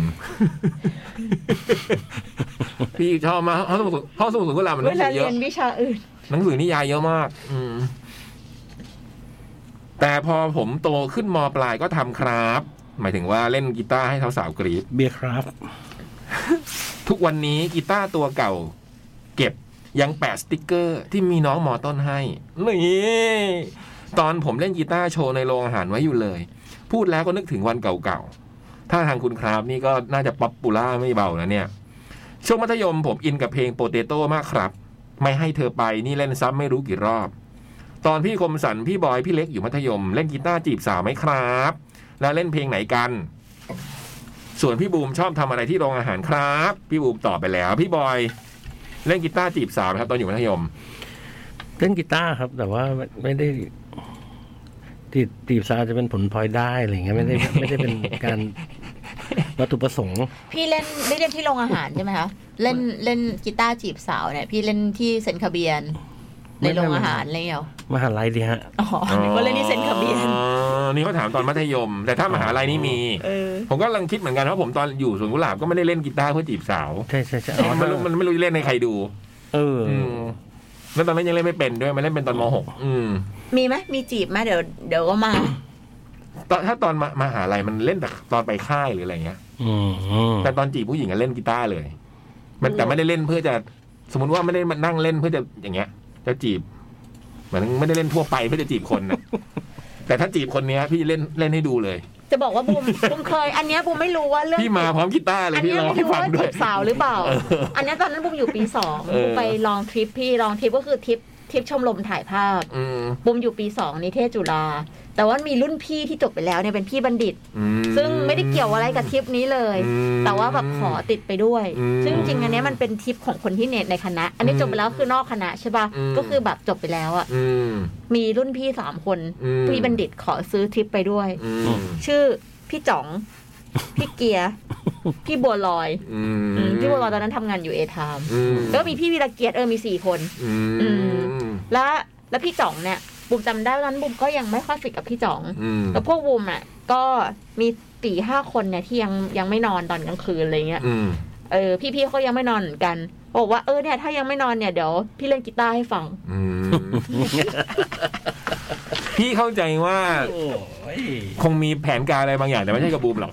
[SPEAKER 1] พี่ชอบมากห้องสมุดห้องสมุดสุขุมลามันห
[SPEAKER 2] เว
[SPEAKER 1] นังสื
[SPEAKER 2] ลา
[SPEAKER 1] อเย
[SPEAKER 2] เรีย
[SPEAKER 1] อะ
[SPEAKER 2] นวิชาอื่น
[SPEAKER 1] หนังสือนิยายเยอะมาก อืม แต่พอผมโตขึ้นมปลายก็ทำครับ หมายถึงว่าเล่นกีตาร์ให้สาวๆกรีด
[SPEAKER 3] เบียร์ครับ
[SPEAKER 1] ทุกวันนี้กีตาร์ตัวเก่า เก็บยังแปะสติกเกอร์ที่มีน้องมอต้นให้นี่ตอนผมเล่นกีตาร์โชว์ในโรงอาหารไว้อยู่เลย พูดแล้วก็นึกถึงวันเก่าๆ ถ้าทางคุณครับนี่ก็น่าจะป๊อปปูล่าไม่เบานะเนี่ย ช่วงมัธยมผมอินกับเพลงโปเตโต้มากครับ ไม่ให้เธอไปนี่เล่นซ้ำไม่รู้กี่รอบ ตอนพี่คมสันพี่บอย พี่เล็กอยู่มัธยม เล่นกีตาร์จีบสาวไหมครับ แล้วเล่นเพลงไหนกัน ส่วนพี่บูมชอบทำอะไรที่โรงอาหารครับ พี่บูมตอบไปแล้ว พี่บอยเล่นกีตาร์จีบสาวไหมครับตอนอยู่มัธยม
[SPEAKER 3] เล่นกีตาร์ครับ แต่ว่าไม่ไม่ได้ตีบตีบซาวจะเป็นผลพลอยได้อะไรเงี้ยไม่ได้ไม่ได้เป็นการวัตถุประสงค์
[SPEAKER 2] พี่เล่นไม่เล่นที่โรงอาหารใช่ไหมคะ เล่นเล่นกีตาร์จีบสาวเนี่ย พี่เล่นที่เซนต์คาเบียน ในโรง
[SPEAKER 3] ไม่ไม่
[SPEAKER 2] อาหารอะไรอย่างเงี้ยเหรอ
[SPEAKER 3] มหาลัยดีฮะ
[SPEAKER 2] อ๋อนึกว่าเล่นที่เซนต์คาเบียน
[SPEAKER 1] อ๋อนี่เขาถามตอนมัธยม แต่ถ้ามหาลัยนี่มี
[SPEAKER 2] เออ
[SPEAKER 1] ผมก็กำลังคิดเหมือนกันว่าผมตอนอยู่สวนกุหลาบก็ไม่ได้เล่นกีตาร์เพื่อจีบสาว
[SPEAKER 3] ใช่ใช่ใช่
[SPEAKER 1] มันไม่รู้มันไม่รู้จะเล่นในใครดู
[SPEAKER 3] เออ
[SPEAKER 1] อืมแล้วตอนนั้นยังเล่นไม่เป็นด้วยมาเล่นเป็นตอนมหกอืม
[SPEAKER 2] มีไหมมีจีบไหมเดี๋ยวเดี๋ยวก็ มา
[SPEAKER 1] ตอนถ้าตอนมามหาลัยมันเล่นแต่ตอนไปค่ายหรืออะไรเงี้ย
[SPEAKER 3] อืม
[SPEAKER 1] แต่ตอนจีบผู้หญิงก็เล่นกีตาร์เลย มันแต่ไม่ได้เล่นเพื่อจะ สมมติว่าไม่ได้มานั่งเล่นเพื่อจะอย่างเงี้ย จะจีบเหมือนไม่ได้เล่นทั่วไปเพื่อจะจีบคนนะ แต่ถ้าจีบคนเนี้ย พี่เล่นเล่นให้ดูเลย
[SPEAKER 2] จะบอกว่าบูม บูมเคย อันเนี้ยบูมไม่รู้ว่าเรื่อง
[SPEAKER 1] พี่มาพร้อมกีตาร์เลย
[SPEAKER 2] อัน
[SPEAKER 1] พี่
[SPEAKER 2] เนี้ย
[SPEAKER 1] ร้อง
[SPEAKER 2] ไม่
[SPEAKER 1] ให้
[SPEAKER 2] รู้
[SPEAKER 1] ฟัง
[SPEAKER 2] ว่า
[SPEAKER 1] ด้ว
[SPEAKER 2] จี
[SPEAKER 1] ย
[SPEAKER 2] บสาวหรือเปล่า
[SPEAKER 1] เออ
[SPEAKER 2] อันเนี้ยตอนนั้นบูมอยู่ปีสอง
[SPEAKER 1] เออ
[SPEAKER 2] บูมไปลองทริปพี่ลองทริปก็คือทริปทริปชมรมถ่ายภาพ
[SPEAKER 1] อืม
[SPEAKER 2] บูมอยู่ปีสองนิเทศจุฬาแต่ว่ามีรุ่นพี่ที่จบไปแล้วเนี่ยเป็นพี่บัณฑิต
[SPEAKER 1] อื
[SPEAKER 2] ซึ่งไม่ได้เกี่ยวอะไรกับทริปนี้เลย
[SPEAKER 1] อืม
[SPEAKER 2] แต่ว่าแบบขอติดไปด้วย
[SPEAKER 1] อืม
[SPEAKER 2] ซึ่งจริงๆอันเนี้ยมันเป็นทริปของคนที่เนในคณะ อันนี้จบไปแล้วคือนอกคณะใช่ป่ะ
[SPEAKER 1] อืม
[SPEAKER 2] ก็คือแบบจบไปแล้วอ่ะ
[SPEAKER 1] อืม
[SPEAKER 2] มีรุ่นพี่สามคน
[SPEAKER 1] อืม
[SPEAKER 2] พี่บัณฑิตขอซื้อทริปไปด้วย
[SPEAKER 1] อืม
[SPEAKER 2] ชื่อพี่จ๋อง พี่เกียร์ พี่บัวลอย
[SPEAKER 1] อื
[SPEAKER 2] อื
[SPEAKER 1] ม
[SPEAKER 2] มพี่บัวลอยตอนนั้นทำงานอยู่เอทาม
[SPEAKER 1] อืม
[SPEAKER 2] แล้วก็มีพี่วีระเกียรติเออมีสี่คน
[SPEAKER 1] อื
[SPEAKER 2] อื
[SPEAKER 1] ม
[SPEAKER 2] แล้วแล้วพี่จ๋องเนี่ยบุมจำได้ว่าตอนนั้นบุมก็ยังไม่ค่อยสนิทกับพี่จ๋อง
[SPEAKER 1] อืม
[SPEAKER 2] แล้วพวกบุมอ่ะก็มีสี่ห้าคนเนี่ยที่ยังยังไม่นอนตอนกลางคืนอะไรเงี้ย
[SPEAKER 1] อืม
[SPEAKER 2] เออพี่ๆเขายังไม่นอนเหมือนกันบอกว่าเออเนี่ยถ้ายังไม่นอนเนี่ยเดี๋ยวพี่เล่นกีตาร์ให้ฟัง
[SPEAKER 1] อืม พี่เข้าใจว่า
[SPEAKER 4] โอ้ย
[SPEAKER 1] คงมีแผนการอะไรบางอย่างแต่ไม่ใช่กับบูมหรอก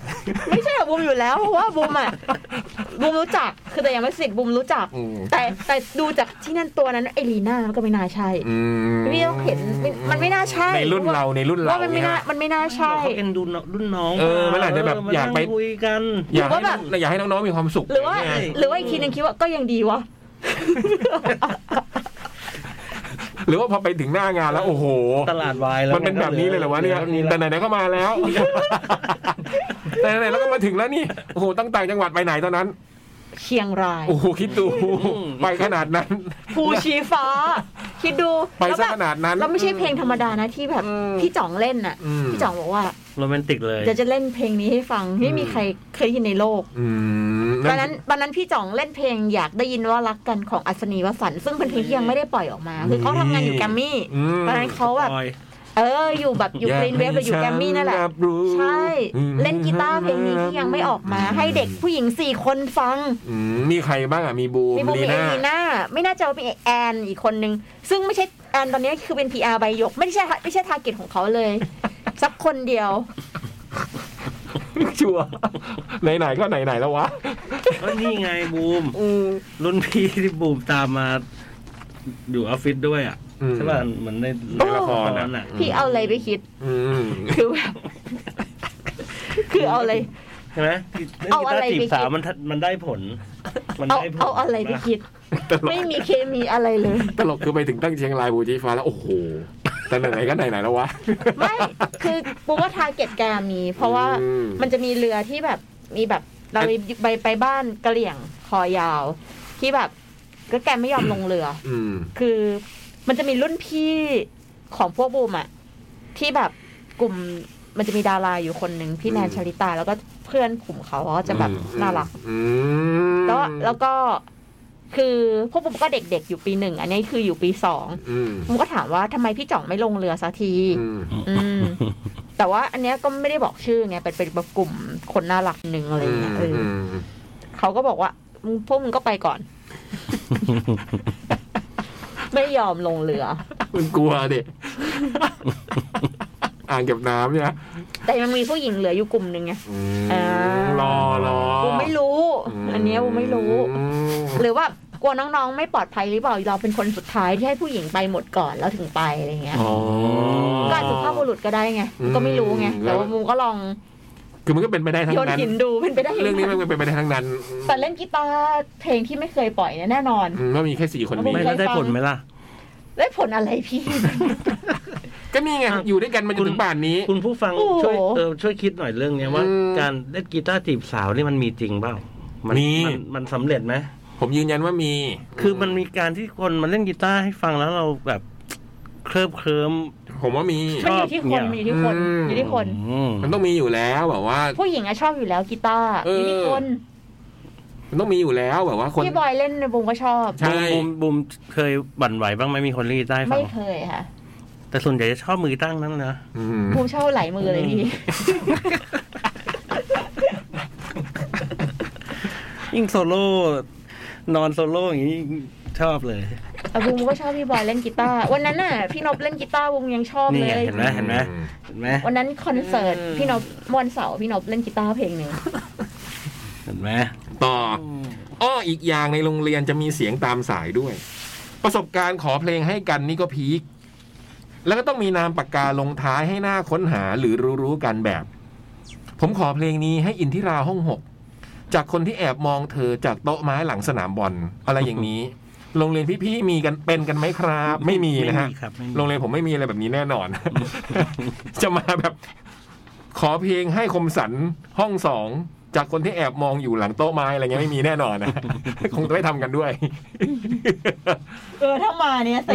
[SPEAKER 2] ไม่ใช่กับบุมอยู่แล้วเพราะว่าบุมอ่ะบุมรู้จักคือแต่ยังไม่สนิทบุมรู้จัก
[SPEAKER 1] อืม
[SPEAKER 2] แต่แต่ดูจากที่นั่นตัวนั้นไอลีน่ามันก็ไม่น่าใช่
[SPEAKER 1] อืม
[SPEAKER 2] พี่ต้องเห็นมันมันไม่น่าใช่
[SPEAKER 1] ในรุ่นเราในรุ่นเรา
[SPEAKER 2] ว่ามันไม่น่า
[SPEAKER 1] เย
[SPEAKER 2] มันไม่น่าใช่
[SPEAKER 3] เขาเอ็นดูน้องรุ่นน้อง
[SPEAKER 1] เออมันอาจจะแบบ
[SPEAKER 3] เม
[SPEAKER 1] อยากไป
[SPEAKER 3] นั่งคุยกัน
[SPEAKER 1] อยาก
[SPEAKER 2] หรือ
[SPEAKER 1] ให้
[SPEAKER 2] ว่าแบบ
[SPEAKER 1] อยากให้น้องๆมีความสุข
[SPEAKER 2] หรือว่า
[SPEAKER 1] เนี่ย
[SPEAKER 2] หรือว่าอีกทีนึงคิดว่าก็ยังดี วะ
[SPEAKER 1] หรือว่าพอไปถึงหน้างานแล้วโอ้โห
[SPEAKER 4] ตลาดวายแล้ว
[SPEAKER 1] มันเป็นแบบนี้เลยเหรอวะเนี่ย แต่ไหนๆก็มา แล้ว แต่ไหนๆแล้วก็มาถึงแล้วนี่โอ้โหตั้งต่างจังหวัดไปไหนตอนนั้น
[SPEAKER 2] เชียงราย
[SPEAKER 1] โอ้โหคิดดู
[SPEAKER 3] ม
[SPEAKER 1] ไปขนาดนั้น
[SPEAKER 2] ภูชีฟ้า คิดดู
[SPEAKER 1] ไป
[SPEAKER 2] แล้ว
[SPEAKER 1] ซะ
[SPEAKER 2] แบ
[SPEAKER 1] ข
[SPEAKER 2] บ
[SPEAKER 1] นาดนั้น
[SPEAKER 2] แล้วไม่ใช่เพลงธรรมดานะที่แบบ
[SPEAKER 1] อืม
[SPEAKER 2] พี่จ่องเล่นน่ะ
[SPEAKER 1] อืม
[SPEAKER 2] พี่จ่องบอกว่า
[SPEAKER 3] โรแมนติกเลย
[SPEAKER 2] เดี๋ยวจะเล่นเพลงนี้ให้ฟังไม่มีใครเคยได้ยินในโลก
[SPEAKER 1] อืม
[SPEAKER 2] ตอนนั้นตอนนั้นพี่จ่องเล่นเพลงอยากได้ยินว่ารักกันของอัศนีวสันต์ซึ่งเป็นเพลงที่ยังไม่ได้ปล่อยออกมา คือเขาทำงานอยู่แกรมมี่
[SPEAKER 1] อืม
[SPEAKER 2] ตอนนั้นเขาแบบ
[SPEAKER 3] ปอย
[SPEAKER 2] เอออยู่แบบอยู่กรีนเวฟหรืออยู่แกรมมี่นั่นแหละ
[SPEAKER 1] อยากให้ฉันรับรู้
[SPEAKER 2] ใช่
[SPEAKER 1] อืม
[SPEAKER 2] เล่นกีตาร์เพลงนี้ที่ยังไม่ออกมา ให้เด็กผู้หญิงสี่คนฟัง
[SPEAKER 1] อืมมีใครบ้างอ่ะ มีบูม
[SPEAKER 2] มีบูม
[SPEAKER 1] ลี
[SPEAKER 2] มีเอ
[SPEAKER 1] น่า
[SPEAKER 2] ลีน่า ไม่น่าจะมีแอนอีกคนนึง ซึ่งไม่ใช่แอนตอนนี้คือเป็น PR ใบหยก ไม่ใช่ไม่ใช่ทาร์เก็ตของเขาเลย สักคนเดียว
[SPEAKER 1] ชัวร์ ไหนๆก็ไหนๆแล้ววะ
[SPEAKER 3] เอ้ยนี่ไงบูมรุ่นพี่ที่บูมตามมา อยู่ออฟฟิศด้วยอ่ะ
[SPEAKER 1] อืม
[SPEAKER 3] ใช่ป่ะเหมือนใน
[SPEAKER 1] ในละครอะ
[SPEAKER 3] อ่ะ
[SPEAKER 2] พี่เอาอะไรไปคิด
[SPEAKER 1] อืม
[SPEAKER 2] คือแบบ คือเอาอะไร
[SPEAKER 3] ใช่ไหมที่ล่น
[SPEAKER 2] เอา
[SPEAKER 3] กี
[SPEAKER 2] อะ
[SPEAKER 3] ตา
[SPEAKER 2] ไร
[SPEAKER 3] ร์จี
[SPEAKER 2] ไป
[SPEAKER 3] บสาว
[SPEAKER 2] คิด
[SPEAKER 3] มันทัดมันได้ผล มัน
[SPEAKER 2] เอา
[SPEAKER 3] ได้ผล
[SPEAKER 2] เอาอะไรไปคิด
[SPEAKER 1] ตลก
[SPEAKER 2] ไม่มีเคมีอะไรเลย
[SPEAKER 1] ตลกคือไปถึงตั้งเชียงรายบูจีฟ้าแล้ว โอ้โห แต่ไหนๆก็ไหนๆแล้ววะ
[SPEAKER 2] ไม่คือปูว่าทาร์เก็ตแกมี เพราะว่า
[SPEAKER 1] อืม
[SPEAKER 2] มันจะมีเรือที่แบบมีแบบเราไปไปไปบ้านกะเหลี่ยงคอยาว ที่แบบก็แกไม่ยอมลงเรือ
[SPEAKER 1] อืม
[SPEAKER 2] คือมันจะมีรุ่นพี่ของพวกบูมอะที่แบบกลุ่มมันจะมีดาราอยู่คนหนึ่งพี่แนน
[SPEAKER 1] อืม
[SPEAKER 2] ชลิตา แล้วก็เพื่อนกลุ่มเขาก็จะแบบน่ารัก
[SPEAKER 1] อืม
[SPEAKER 2] แล้วแล้วก็คือพวกบูมก็เด็กๆอยู่ปีหนึ่งอันนี้คืออยู่ปีสอง
[SPEAKER 1] อืม
[SPEAKER 2] บูมก็ถามว่าทำไมพี่จ่องไม่ลงเรือสักที
[SPEAKER 1] อืม
[SPEAKER 2] อืม แต่ว่าอันเนี้ยก็ไม่ได้บอกชื่อไงเป็นเป็นแบบกลุ่มคนน่ารักหนึ่งอะไร
[SPEAKER 1] อื
[SPEAKER 2] เงี้ยเออ
[SPEAKER 1] ม
[SPEAKER 2] เขาก็บอกว่ามึงพวกมึงก็ไปก่อน ไม่ยอมลงเรือ
[SPEAKER 1] มันกลัวดิ อ่างเก็บน้ำเนี่ย
[SPEAKER 2] แต่ยังมีผู้หญิงเหลืออยู่กลุ่มหนึ่งไง
[SPEAKER 1] อืม
[SPEAKER 2] อ่า
[SPEAKER 1] รอรอ
[SPEAKER 2] กูไม่รู้ อันเนี้ยกูไม่รู้
[SPEAKER 1] อืม
[SPEAKER 2] หรือว่ากลัวน้องๆ ไม่ปลอดภัยหรือเปล่าเราเป็นคนสุดท้ายที่ให้ผู้หญิงไปหมดก่อนแล้วถึงไปอะไรเงี้ย
[SPEAKER 1] อ๋อ
[SPEAKER 2] ก็อาจจะสุภาพบุรุษก็ได้ไงก็ไม่รู้ไง
[SPEAKER 1] อืม
[SPEAKER 2] แต่ว่ามูก็ลอง
[SPEAKER 1] คือมันก็เป็นไปได้ทั้ง
[SPEAKER 2] โยน
[SPEAKER 1] นั้น
[SPEAKER 2] หินดูเป็นไปได้
[SPEAKER 1] เรื่องนี้มันเป็นไปได้ทั้งนั้น
[SPEAKER 2] แต่เล่นกีตาร์เพลงที่ไม่เคยปล่อยเนี่ยแน่นอน
[SPEAKER 1] อืมก็มีแค่สี่คน
[SPEAKER 2] ผ
[SPEAKER 1] นี้
[SPEAKER 2] ม
[SPEAKER 3] ไม่
[SPEAKER 2] เค
[SPEAKER 3] แล้
[SPEAKER 2] ย
[SPEAKER 3] วได้ผลไหมล่ะ
[SPEAKER 2] ได้ผลอะไรพี่
[SPEAKER 1] ก็นี่ไง
[SPEAKER 3] อ่ะ
[SPEAKER 1] อยู่ด้วยกันมาจนถึงป่านนี้
[SPEAKER 3] คุณผู้ฟัง
[SPEAKER 2] โอ้โห
[SPEAKER 3] ช่วยเออช่วยคิดหน่อยเรื่องเนี้ยว่า
[SPEAKER 1] อืม
[SPEAKER 3] การเล่นกีตาร์จีบสาวนี่มันมีจริงเปล่า มั
[SPEAKER 1] มี
[SPEAKER 3] มันมันสำเร็จไหม
[SPEAKER 1] ผมยืนยันว่ามี
[SPEAKER 3] คือมันมีการที่คนมาเล่นกีตาร์ให้ฟังแล้วเราแบบเคลิบเคลิม
[SPEAKER 1] ผมว่ามี
[SPEAKER 2] มันอยู่ที่คน
[SPEAKER 3] ชอบ
[SPEAKER 2] มั
[SPEAKER 3] เนี่ย
[SPEAKER 2] นอยู่ที่คน
[SPEAKER 1] อืม
[SPEAKER 2] อยู่ที่คน
[SPEAKER 3] อืม
[SPEAKER 1] มันต้องมีอยู่แล้วแบบว่า
[SPEAKER 2] ผู้หญิงอะชอบอยู่แล้วกีตาร์
[SPEAKER 1] เอออ
[SPEAKER 2] ยู่ที่คน
[SPEAKER 1] มันต้องมีอยู่แล้วแบบว่าคน
[SPEAKER 2] พี่บอยเล่นบุมก็ชอบ
[SPEAKER 1] ใช่
[SPEAKER 3] บูมบูมเคยบั่นไหวบ้างไหมมีคนเล่นกีตาร์ให้ฟั
[SPEAKER 2] ไม่
[SPEAKER 3] ง
[SPEAKER 2] เคยค่ะ
[SPEAKER 3] แต่ส่วนใหญ่จะชอบมือตั้งนั่นนะ
[SPEAKER 1] อืม
[SPEAKER 2] บูมชอบหลายมือเลยพี่
[SPEAKER 3] ยิ่งโซโล่นอนโซโล่อย่างนี้ยิ่งชอบเลย
[SPEAKER 2] แต่บูมก็ชอบพี่บอยเล่นกีตาร์วันนั้นน่ะพี่นบเล่นกีตาร์บูมยังชอบ
[SPEAKER 3] นี่
[SPEAKER 2] เลย
[SPEAKER 3] ไงเห็นไหมเห็นไหมเห็นไหม
[SPEAKER 2] วันนั้นคอนเสิร์ตพี่นบมวนเสาร์พี่นบเล่นกีตาร์เพลงหนึ่ง
[SPEAKER 3] เห็นไหม
[SPEAKER 1] ต่อ อ้ออีกอย่างในโรงเรียนจะมีเสียงตามสายด้วย ประสบการณ์ขอเพลงให้กันนี่ก็พีคแล้วก็ต้องมีนามปากกาลงท้ายให้หน้าค้นหาหรือรู้รู้ๆกันแบบ ผมขอเพลงนี้ให้อินทิราห้องหกจากคนที่แอบมองเธอจากโต๊ะไม้หลังสนามบอลอะไรอย่างนี้ โรงเรียนพี่ๆมีกันเป็นกันไหมครับ ไม่มีนะฮะ
[SPEAKER 3] ครับไม่มี
[SPEAKER 1] โรงเรียนผมไม่มีอะไรแบบนี้แน่นอน จะมาแบบ ขอเพลงให้คมสันห้องสองจากคนที่แอบมองอยู่หลังโต๊ะไม้อะไรเงี้ยไม่มีแน่นอนนะ คงจะไม่ทำกันด้วย
[SPEAKER 2] เออถ้ามาเนี่ยใส่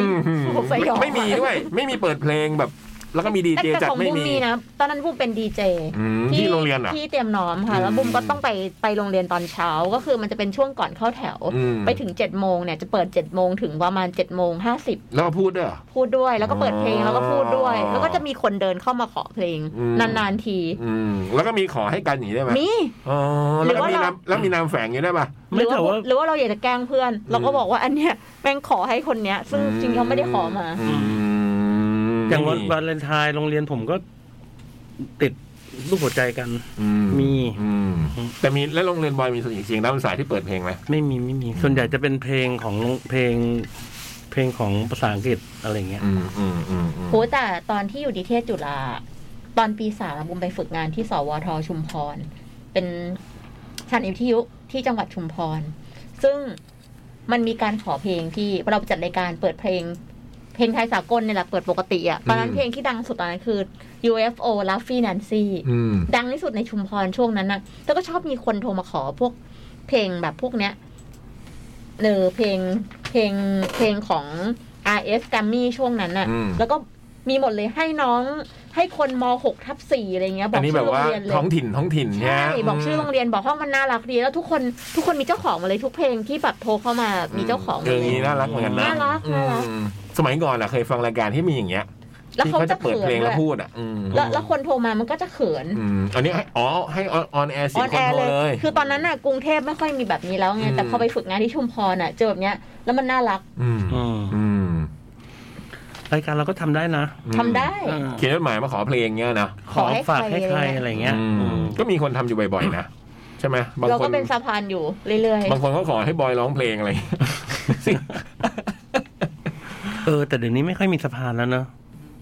[SPEAKER 2] หัวใส่ยอง
[SPEAKER 1] ไม่มีด้วย ไม่มีเปิดเพลงแบบ แล้วก็มีดี
[SPEAKER 2] แต่
[SPEAKER 1] เจ
[SPEAKER 2] แต่
[SPEAKER 1] จัด
[SPEAKER 2] ของ
[SPEAKER 1] ไม่
[SPEAKER 2] บูม
[SPEAKER 1] มี
[SPEAKER 2] มีนะตอนนั้นบูมเป็นดีเจ
[SPEAKER 1] อืมที่โรงเรียนเหรอ่ะ
[SPEAKER 2] ที่เตรียมน้อมค่ะ แล้ว
[SPEAKER 1] อืม
[SPEAKER 2] บุมก็ต้องไปไปโรงเรียนตอนเช้าก็คือมันจะเป็นช่วงก่อนเข้าแถว ไปถึง7จ็ดโมงเนี่ยจะเปิด7จ็ดโมงถึงประมาณ7จ็ดโมงห้าสิบ
[SPEAKER 1] แล้วก็พูดด้วยเหรอ
[SPEAKER 2] พูดด้วย แล้วก็เปิดเพลง
[SPEAKER 1] อ๋อ
[SPEAKER 2] แล้วก็พูดด้วย แล้วก็จะมีคนเดินเข้ามาขอเพลง
[SPEAKER 1] อืม
[SPEAKER 2] นานๆที
[SPEAKER 1] อืม แล้วก็มีขอให้กันอย่างนี้ได้ไหม
[SPEAKER 2] มี
[SPEAKER 1] อ๋อแล้วก็
[SPEAKER 2] หรือว่ามี
[SPEAKER 1] มีน้ำแล้วมีนามแฝงอยู่ได้ปะ
[SPEAKER 2] ห
[SPEAKER 3] ไม่
[SPEAKER 2] รือว่า
[SPEAKER 3] แต่ว่า
[SPEAKER 2] หรือว่าเราอยากจะแกล้งเพื่อน เราก็บอกว่าอันเนี้ยแม่งขอให้คนเนี้ย ซึ่งจริงๆเขาไม่ได้ขอมา
[SPEAKER 1] อืม
[SPEAKER 3] อย่างวันวาเลนไทน์โรงเรียนผมก็ ติดรูปหัวใจกัน
[SPEAKER 1] อื
[SPEAKER 3] มี
[SPEAKER 1] อืมแต่มีแล้วโรงเรียนบอยมีเสียงน้ำสายที่เปิดเพลงไหม
[SPEAKER 3] ไม่มีไม่มี ส่วนใหญ่จะเป็นเพลงของเพลง เพลงของภาษาอังกฤษอะไรเงี้ย
[SPEAKER 1] อืมอืมอืมอืม
[SPEAKER 2] โหแต่ตอนที่อยู่ดิเทศจุฬาตอนปีสามอะบุมไปฝึกงานที่สวทชุมพร เป็นสถานีวิทยุที่จังหวัดชุมพร ซึ่งมันมีการขอเพลงที่เราจัดรายการเปิดเพลง เพลงไทยสากลเนี่ยแหละเปิดปกติอะตอนนั้นเพลงที่ดังสุดตอนนั้นคือ UFO l u f f y Nancy
[SPEAKER 1] อืม
[SPEAKER 2] ดังที่สุดในชุมพรช่วงนั้นนะแต่ก็ชอบมีคนโทรมาขอพวกเพลงแบบพวกเนี้ยเออเพลงเพลงเพลงของ RS g r a m m y ช่วงนั้นน่ะ
[SPEAKER 1] อืม
[SPEAKER 2] แล้วก็มีหมดเลยให้น้องให้คนม .6 ทับ4อะไรเงี้ยบ
[SPEAKER 1] อั
[SPEAKER 2] อน ก
[SPEAKER 1] นี้
[SPEAKER 2] ชื่
[SPEAKER 1] แบ
[SPEAKER 2] อบ โรง
[SPEAKER 1] ว่า
[SPEAKER 2] เรียนเล
[SPEAKER 1] ท้อง
[SPEAKER 2] ย
[SPEAKER 1] ถิ่นท้องถิ่น
[SPEAKER 2] ใช่
[SPEAKER 1] เนี่ย
[SPEAKER 2] บอกชื่อโรงเรียนบอกห้องมันน่ารักดีแล้วทุกคนทุกคนมีเจ้าของหมดเลยทุกเพลงที่แบบโทรเข้ามามีเจ้าของหม
[SPEAKER 1] เอ
[SPEAKER 2] ด
[SPEAKER 1] อ
[SPEAKER 2] เล
[SPEAKER 1] นี้
[SPEAKER 2] ย
[SPEAKER 1] น่ารักเหมือนกันนะ
[SPEAKER 2] น่ารักน่ารัก
[SPEAKER 1] อืมสมัยก่อนอะเคยฟังรายการที่มีอย่างเงี้ย
[SPEAKER 2] แล้ว
[SPEAKER 1] ที่
[SPEAKER 2] เขาจะ
[SPEAKER 1] เปิด
[SPEAKER 2] เขิน
[SPEAKER 1] เพลง
[SPEAKER 2] ด้
[SPEAKER 1] แล้ว วย พูดอะอืม
[SPEAKER 2] แล้วแล้วคนโทรมามันก็จะเขิน
[SPEAKER 1] อืมอันนี้ให้อ๋อให้ออนแอร์
[SPEAKER 2] อ
[SPEAKER 1] เสีย
[SPEAKER 2] อง น
[SPEAKER 1] ค
[SPEAKER 2] แอนร์
[SPEAKER 1] โทร
[SPEAKER 2] เลย
[SPEAKER 1] เลย
[SPEAKER 2] คือตอนนั้นน่ะกรุงเทพไม่ค่อยมีแบบนี้แล้วไง
[SPEAKER 1] อืม
[SPEAKER 2] แต่พอไปฝึกงานที่ชุมพรน่ะ เจอแบบเนี้ย แล้วมันน่ารัก
[SPEAKER 1] อืม
[SPEAKER 3] อืม
[SPEAKER 1] อืม
[SPEAKER 3] รายการเราก็ทำได้นะ
[SPEAKER 2] ทำได้
[SPEAKER 3] เออ
[SPEAKER 1] เขียนจดหมายมาขอเพลงเงี้ยนะ
[SPEAKER 3] ขอฝากให้ใครอะไรเงี้ย
[SPEAKER 1] อืม
[SPEAKER 3] อืม
[SPEAKER 1] ก็มีคนทำอยู่บ่อยๆนะใช่ไหมบาง
[SPEAKER 2] เรา
[SPEAKER 1] ค
[SPEAKER 2] ก็
[SPEAKER 1] น
[SPEAKER 2] เป็นสะพานอยู่เรื่อย
[SPEAKER 1] บางคนก็ขอให้บอยร้องเพลงอะไรอย่างเงี้ย ซึ่ง
[SPEAKER 3] เออแต่เดี๋ยวนี้ไม่ค่อยมีสะพานแล้วเนอะ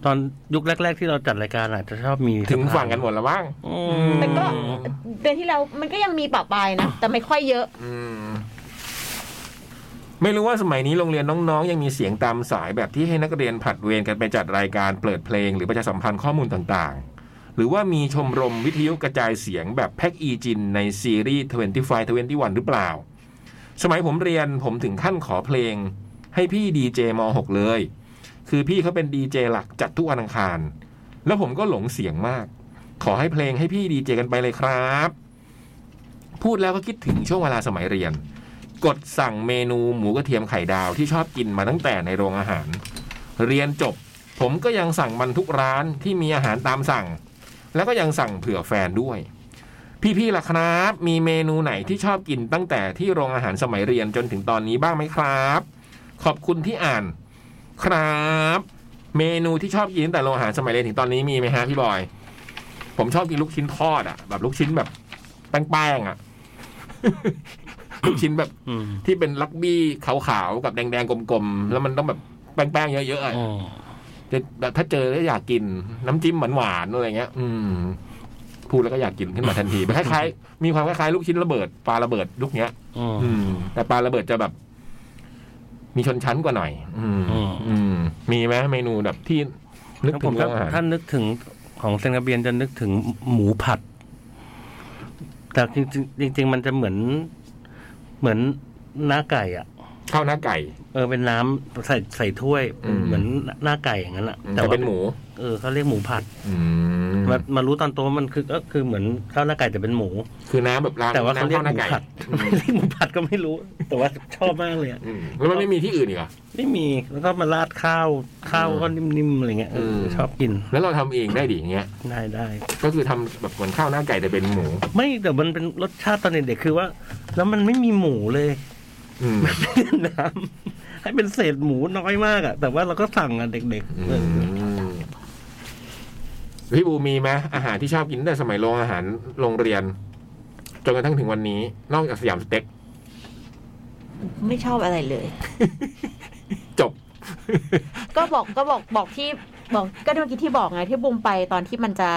[SPEAKER 3] ตอนยุคแรก ๆ ที่เราจัดรายการอาจจะชอบมี
[SPEAKER 1] ถึง
[SPEAKER 3] สะพา
[SPEAKER 1] ฝั่งกันหมดแล้วบ้าง
[SPEAKER 3] อื
[SPEAKER 2] ๆ แต่ก็
[SPEAKER 1] อืม
[SPEAKER 2] เดือนที่แล้วมันก็ยังมีปะปายนะ แต่ไม่ค่อยเยอะ
[SPEAKER 1] อืม ไม่รู้ว่าสมัยนี้โรงเรียนน้องๆ ยังมีเสียงตามสายแบบที่ให้นักเรียนผลัดเวรกันไปจัดรายการเปิดเพลงหรือประชาสัมพันธ์ข้อมูลต่างๆ หรือว่ามีชมรมวิทยุกระจายเสียงแบบแพ็กอีจินในซีรีส์25 21 หรือเปล่า สมัยผมเรียนผมถึงขั้นขอเพลง ให้พี่ดีเจม .6 เลย คือพี่เขาเป็นดีเจหลักจัดทุกวันอังคาร แล้วผมก็หลงเสียงมาก ขอให้เพลงให้พี่ดีเจกันไปเลยครับ พูดแล้วก็คิดถึงช่วงเวลาสมัยเรียน กดสั่งเมนูหมูกระเทียมไข่ดาวที่ชอบกินมาตั้งแต่ในโรงอาหาร เรียนจบ ผมก็ยังสั่งมันทุกร้านที่มีอาหารตามสั่ง แล้วก็ยังสั่งเผื่อแฟนด้วย พี่ๆล่ะครับ มีเมนูไหนที่ชอบกินตั้งแต่ที่โรงอาหารสมัยเรียนจนถึงตอนนี้บ้างไหมครับ ขอบคุณที่อ่าน ครับ เมนูที่ชอบกินตั้งแต่โรงอาหารสมัยเรียนถึงตอนนี้มีไหมฮะพี่บอย ผมชอบกินลูกชิ้นทอดอะแบบลูกชิ้นแบบแป้งๆอะ ลูกชิ้นแบบ
[SPEAKER 3] อืม
[SPEAKER 1] ที่เป็นลักบี้ขาวๆ กับแดงๆ กลมๆ แล้วมันต้องแบบแป้งๆ เยอะๆอะ
[SPEAKER 3] อ๋อ
[SPEAKER 1] แต่แต่ถ้าเจอแล้วอยากกินน้ำจิ้มหวานๆอะไรเงี้ย อืม พูดแล้วก็อยากกินขึ้นมา ทันที คล้ายๆ มีความคล้ายๆ ลูกชิ้นระเบิดปลาระเบิดลูกเนี้ย
[SPEAKER 3] อืม
[SPEAKER 1] อืม แต่ปลาระเบิดจะแบบ มีชนชั้นกว่าหน่อย อืม
[SPEAKER 3] อืม
[SPEAKER 1] อืม มีไหมเมนูแบบที่นึก
[SPEAKER 3] แล้วผ
[SPEAKER 1] ถึ
[SPEAKER 3] ม
[SPEAKER 1] ง
[SPEAKER 3] ก็
[SPEAKER 1] เรื่องอาหาร
[SPEAKER 3] ท่านนึกถึงของเซนกาเบียนจะนึกถึงหมูผัด แต่จริงๆจริง ๆ มันจะเหมือน เหมือนหน้าไก่อ่ะ
[SPEAKER 1] ข้าวหน้าไก่
[SPEAKER 3] เออเป็นน้ำใส่ใส่ถ้วย
[SPEAKER 1] อืม
[SPEAKER 3] เหมือนหน้าไก่อย่างนั้นแหละ
[SPEAKER 1] แต่เป็นหมู
[SPEAKER 3] เออเขาเรียกหมูผัด
[SPEAKER 1] อืม
[SPEAKER 3] มามารู้ตอนโตมันคือก็คือเหมือนข้าวหน้าไก่แต่เป็นหมู
[SPEAKER 1] คือน้ำแบบร้าน
[SPEAKER 3] แต่ว่าเขาเรียก
[SPEAKER 1] น้ำ
[SPEAKER 3] หมู
[SPEAKER 1] ข้วหน้
[SPEAKER 3] ผัดไม่ เรียกหมูผัดก็ไม่รู้ แต่ว่าชอบมากเลยอะ
[SPEAKER 1] อืมแล้วมันไม่มีที่อื่นอีกเหรอ
[SPEAKER 3] ไม่มีแล้วก็มาราดข้าวข้าวก็นิ่มๆอะไรเงี้ยเออ
[SPEAKER 1] เออ
[SPEAKER 3] ชอบกิน
[SPEAKER 1] แล้วเราทำเองได้ดิอย่างเงี้ย
[SPEAKER 3] ได้ได้
[SPEAKER 1] ก็คือทำแบบเหมือนข้าวหน้าไก่แต่เป็นหมู
[SPEAKER 3] ไม่แต่มันเป็นรสชาติตอนเด็กๆคือว่า แล้วมันไม่มีหมูเลย
[SPEAKER 1] อืม
[SPEAKER 3] น้ำให้เป็นเศษหมูน้อยมากอะแต่ว่าเราก็สั่งอะเด็กๆเออ
[SPEAKER 1] พี่บูมีไหมอาหารที่ชอบกินตั้งแต่สมัยโรงอาหารโรงเรียน จนกระทั่งถึงวันนี้ นอกจากสยามสเต็ก
[SPEAKER 2] ไม่ชอบอะไรเลย
[SPEAKER 1] จบ
[SPEAKER 2] ก็บอกก็บอกบอกที่บอกก็เมื่อกี้ที่บอกไงที่บุมไปตอนที่มันจะ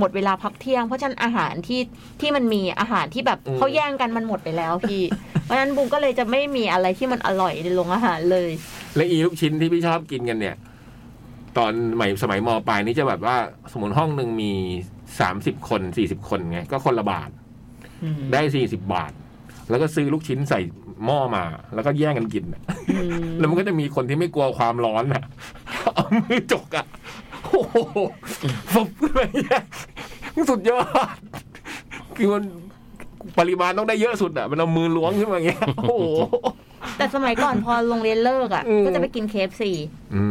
[SPEAKER 2] หมดเวลาพักเที่ยง เพราะฉะนั้นอาหารที่ที่มันมีอาหารที่แบบ
[SPEAKER 1] อืม
[SPEAKER 2] เขาแย่งกันมันหมดไปแล้วพี่ เพราะฉะนั้นบุมก็เลยจะไม่มีอะไรที่มันอร่อยในโรงอาหารเลย
[SPEAKER 1] และอีลูกชิ้นที่พี่ชอบกินกันเนี่ย ตอนใหม่สมัยมปลายนี่จะแบบว่า สมมติห้องหนึ่งมีสามสิบคนสี่สิบคนไง ก็คนละบาท ได้สี่สิบบาท แล้วก็ซื้อลูกชิ้นใส่หม้อมา แล้วก็แย่งกันกินน่ะ
[SPEAKER 2] อืม
[SPEAKER 1] แล้วมันก็จะมีคนที่ไม่กลัวความร้อนน่ะ เอามือจกอ่ะ โอ้โห ฟุบขึ้นไปเนี่ยมันสุดยอด คือมันปริมาณต้องได้เยอะสุดอ่ะ มันเอามือล้วงขึ้นมาอย่างเงี้ย โอ้โห
[SPEAKER 2] แต่สมัย ก่อนพอโรงเรียนเลิกอ่ะ
[SPEAKER 1] อืม
[SPEAKER 2] ก็จะไปกินเคฟซี
[SPEAKER 1] อื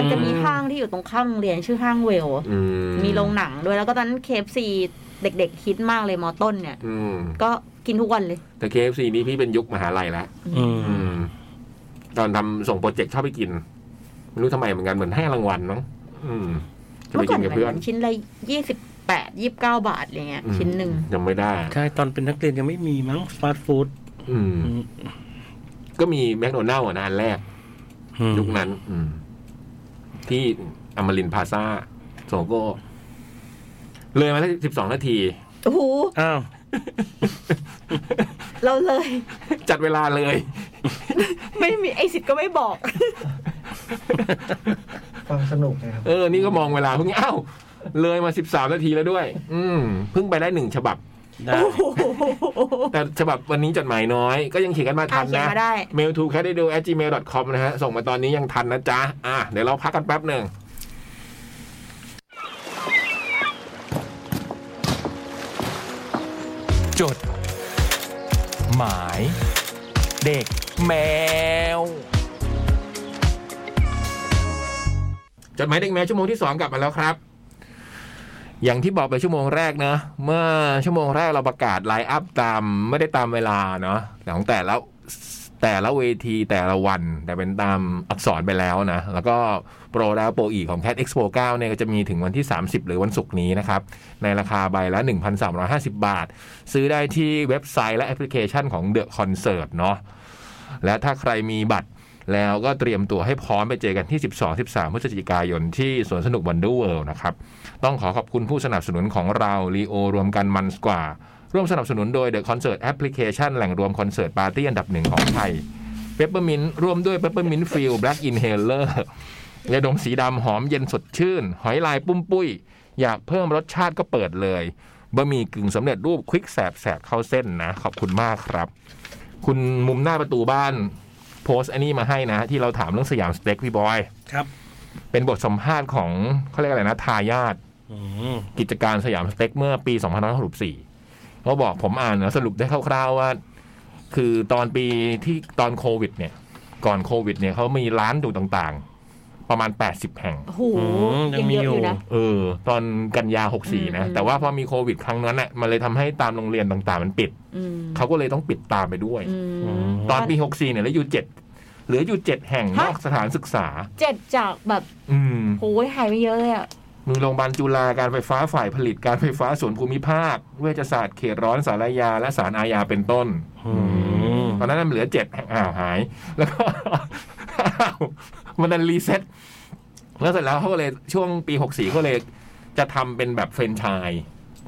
[SPEAKER 2] มันจะมีห้างที่อยู่ตรงข้ามโรงเรียนชื่อห้างเวล
[SPEAKER 1] อื
[SPEAKER 2] มีโรงหนังด้วยแล้วก็ตอนนั้นเคฟซีเด็กๆคิดมากเลยมอต้นเนี่ย
[SPEAKER 1] อืม
[SPEAKER 2] ก็กินทุกวันเลย
[SPEAKER 1] แต่ KFC นี้พี่เป็นยุคมหาลัยแล้ว
[SPEAKER 3] อืม
[SPEAKER 1] อืม ตอนทำส่งโปรเจกต์ชอบไปกิน ไม่รู้ทำไมเหมือนกัน เหมือนให้รางวัลมั้งอืม จะไป
[SPEAKER 2] เมื่อ
[SPEAKER 1] กิ
[SPEAKER 2] ก่อน
[SPEAKER 1] นกับเพื่อน
[SPEAKER 2] ชิ้นละยี่สิบแปดยี่บเก้าบาทอะไรเงี้ย ชิ้นหนึ่ง
[SPEAKER 1] อืมยังไม่ได้
[SPEAKER 3] ใช่ตอนเป็นนักเรียนยังไม่มีมั้งฟาสต์ฟู้ด
[SPEAKER 1] อืม ก็มีแมคโดนัลล์อ่ะนะอันแรก ยุคนั้น อืม ที่อมรินทร์พลาซาโสโก้ เลยมาแล้วสิบสองนาที
[SPEAKER 2] โอ้โห
[SPEAKER 3] อ้าว
[SPEAKER 2] เราเลย
[SPEAKER 1] จัดเวลาเลย
[SPEAKER 2] ไม่มีไอสิทธิ์ก็ไม่บอก
[SPEAKER 4] ฟังสนุกนะครับ
[SPEAKER 1] เออ นี่ก็มองเวลาเพิ่งอ้าวเลยมาสิบสามนาทีแล้วด้วย อืมเพิ่งไปได้หนึ่งฉบับ
[SPEAKER 3] ได้
[SPEAKER 2] โอ้โห
[SPEAKER 1] แต่ฉบับวันนี้จดหมายน้อย ก็ยังเขียนกันมา
[SPEAKER 2] อ่า
[SPEAKER 1] ทัน
[SPEAKER 2] เขียน
[SPEAKER 1] นะ
[SPEAKER 2] มาได้
[SPEAKER 1] mail to c a d i d o at gmail com นะฮะ ส่งมาตอนนี้ยังทันนะจ๊ะ อ่ะ เดี๋ยวเราพักกันแป๊บหนึ่ง
[SPEAKER 5] จด หมาย เด็กแมว
[SPEAKER 1] จดหมายเด็กแมวชั่วโมงที่ 2 กลับมาแล้วครับ อย่างที่บอกไปชั่วโมงแรกนะ เมื่อชั่วโมงแรกเราประกาศไลน์อัพตามไม่ได้ตามเวลาเนาะของแต่ละแต่ละเวทีแต่ละวัน แต่เป็นตามอักษรไปแล้วนะ แล้วก็โปรแล้วโปรอีกของ Cat Expo 9เนี่ยก็จะมีถึงวันที่ 30 หรือวันศุกร์นี้นะครับ ในราคาใบละ 1,350 บาท ซื้อได้ที่เว็บไซต์และแอปพลิเคชันของ The Concert เนาะและถ้าใครมีบัตร แล้วก็เตรียมตัวให้พร้อมไปเจอกันที่ 12 13 พฤศจิกายนที่สวนสนุกวันเดอร์เวิลด์นะครับ ต้องขอขอบคุณผู้สนับสนุนของเราลีโอรวมกันมันสกว่า ร่วมสนับสนุนโดย The Concert Application แหล่งรวมคอนเสิร์ตปาร์ตี้อันดับหนึ่งของไทย p e p p e r m i n t ร่วมด้วย p e p p e r m i n t Feel Black Inhaler ยาดมสีดำหอมเย็นสดชื่น หอยลายปุ้มปุ้ย อยากเพิ่มรสชาติก็เปิดเลยบะหมี่กึ่งสำเร็จรูปควิกแสบแสบเข้าเส้นนะขอบคุณมากครับ คุณมุมหน้าประตูบ้าน โพสต์ไอันนี้มาให้นะ ที่เราถามเรื่องสยามสเต็กพี่บอย
[SPEAKER 3] ครับ
[SPEAKER 1] เป็นบทสัมภาษณ์ของเขาเรียกอะไรนะ ทายาท
[SPEAKER 3] อืม
[SPEAKER 1] กิจการสยามสเต็กเมื่อปี 2564เขาบอกผมอ่านแล้วสรุปได้คร่าวๆว่า คือตอนปีที่ตอนโควิด เนี่ย ก่อนโควิด เนี่ยเขามีร้านดูต่างๆ ประมาณ 80 แห่ง
[SPEAKER 2] โอ้โห
[SPEAKER 3] อืมยังมี
[SPEAKER 2] เยอะ
[SPEAKER 3] อ
[SPEAKER 2] อยู่ ยู่นะ
[SPEAKER 1] เออ ตอนกันยา
[SPEAKER 2] ม
[SPEAKER 1] 64 นะ
[SPEAKER 2] อืม
[SPEAKER 1] แต่ว่าพอมีโควิด ครั้งนั้นน่ะมันเลยทำให้ตามโรงเรียนต่างๆ มันปิด
[SPEAKER 2] อืม
[SPEAKER 1] เขาก็เลยต้องปิดตามไปด้วย
[SPEAKER 2] อืม
[SPEAKER 1] ตอนปี 64 เนี่ยเหลืออยู่เจ็ดเหลืออยู่เจ็ดแห่งน
[SPEAKER 2] ฮะ
[SPEAKER 1] อกสถานศึกษา
[SPEAKER 2] เจ็ดจากแบบ
[SPEAKER 1] อืม
[SPEAKER 2] โอ้ยหายไปเยอะเลยอ่ะ
[SPEAKER 1] มีโรงพยาบาลจุฬาการไฟฟ้าฝ่ายผลิตการไฟฟ้าส่วนภูมิภาค เวชศาสตร์เขตร้อนสารยาและสารอาญาเป็นต้น
[SPEAKER 3] อืม
[SPEAKER 1] ตอนนั้นมันเหลือเจ็ดแห่งอ้าวหาย แล้วก็ อ้าวมันนั้นรีเซ็ตแล้วเสร็จแล้วเขาก็เลยช่วงปีหกสี่เขาเลยจะทำเป็นแบบเฟรนไชาย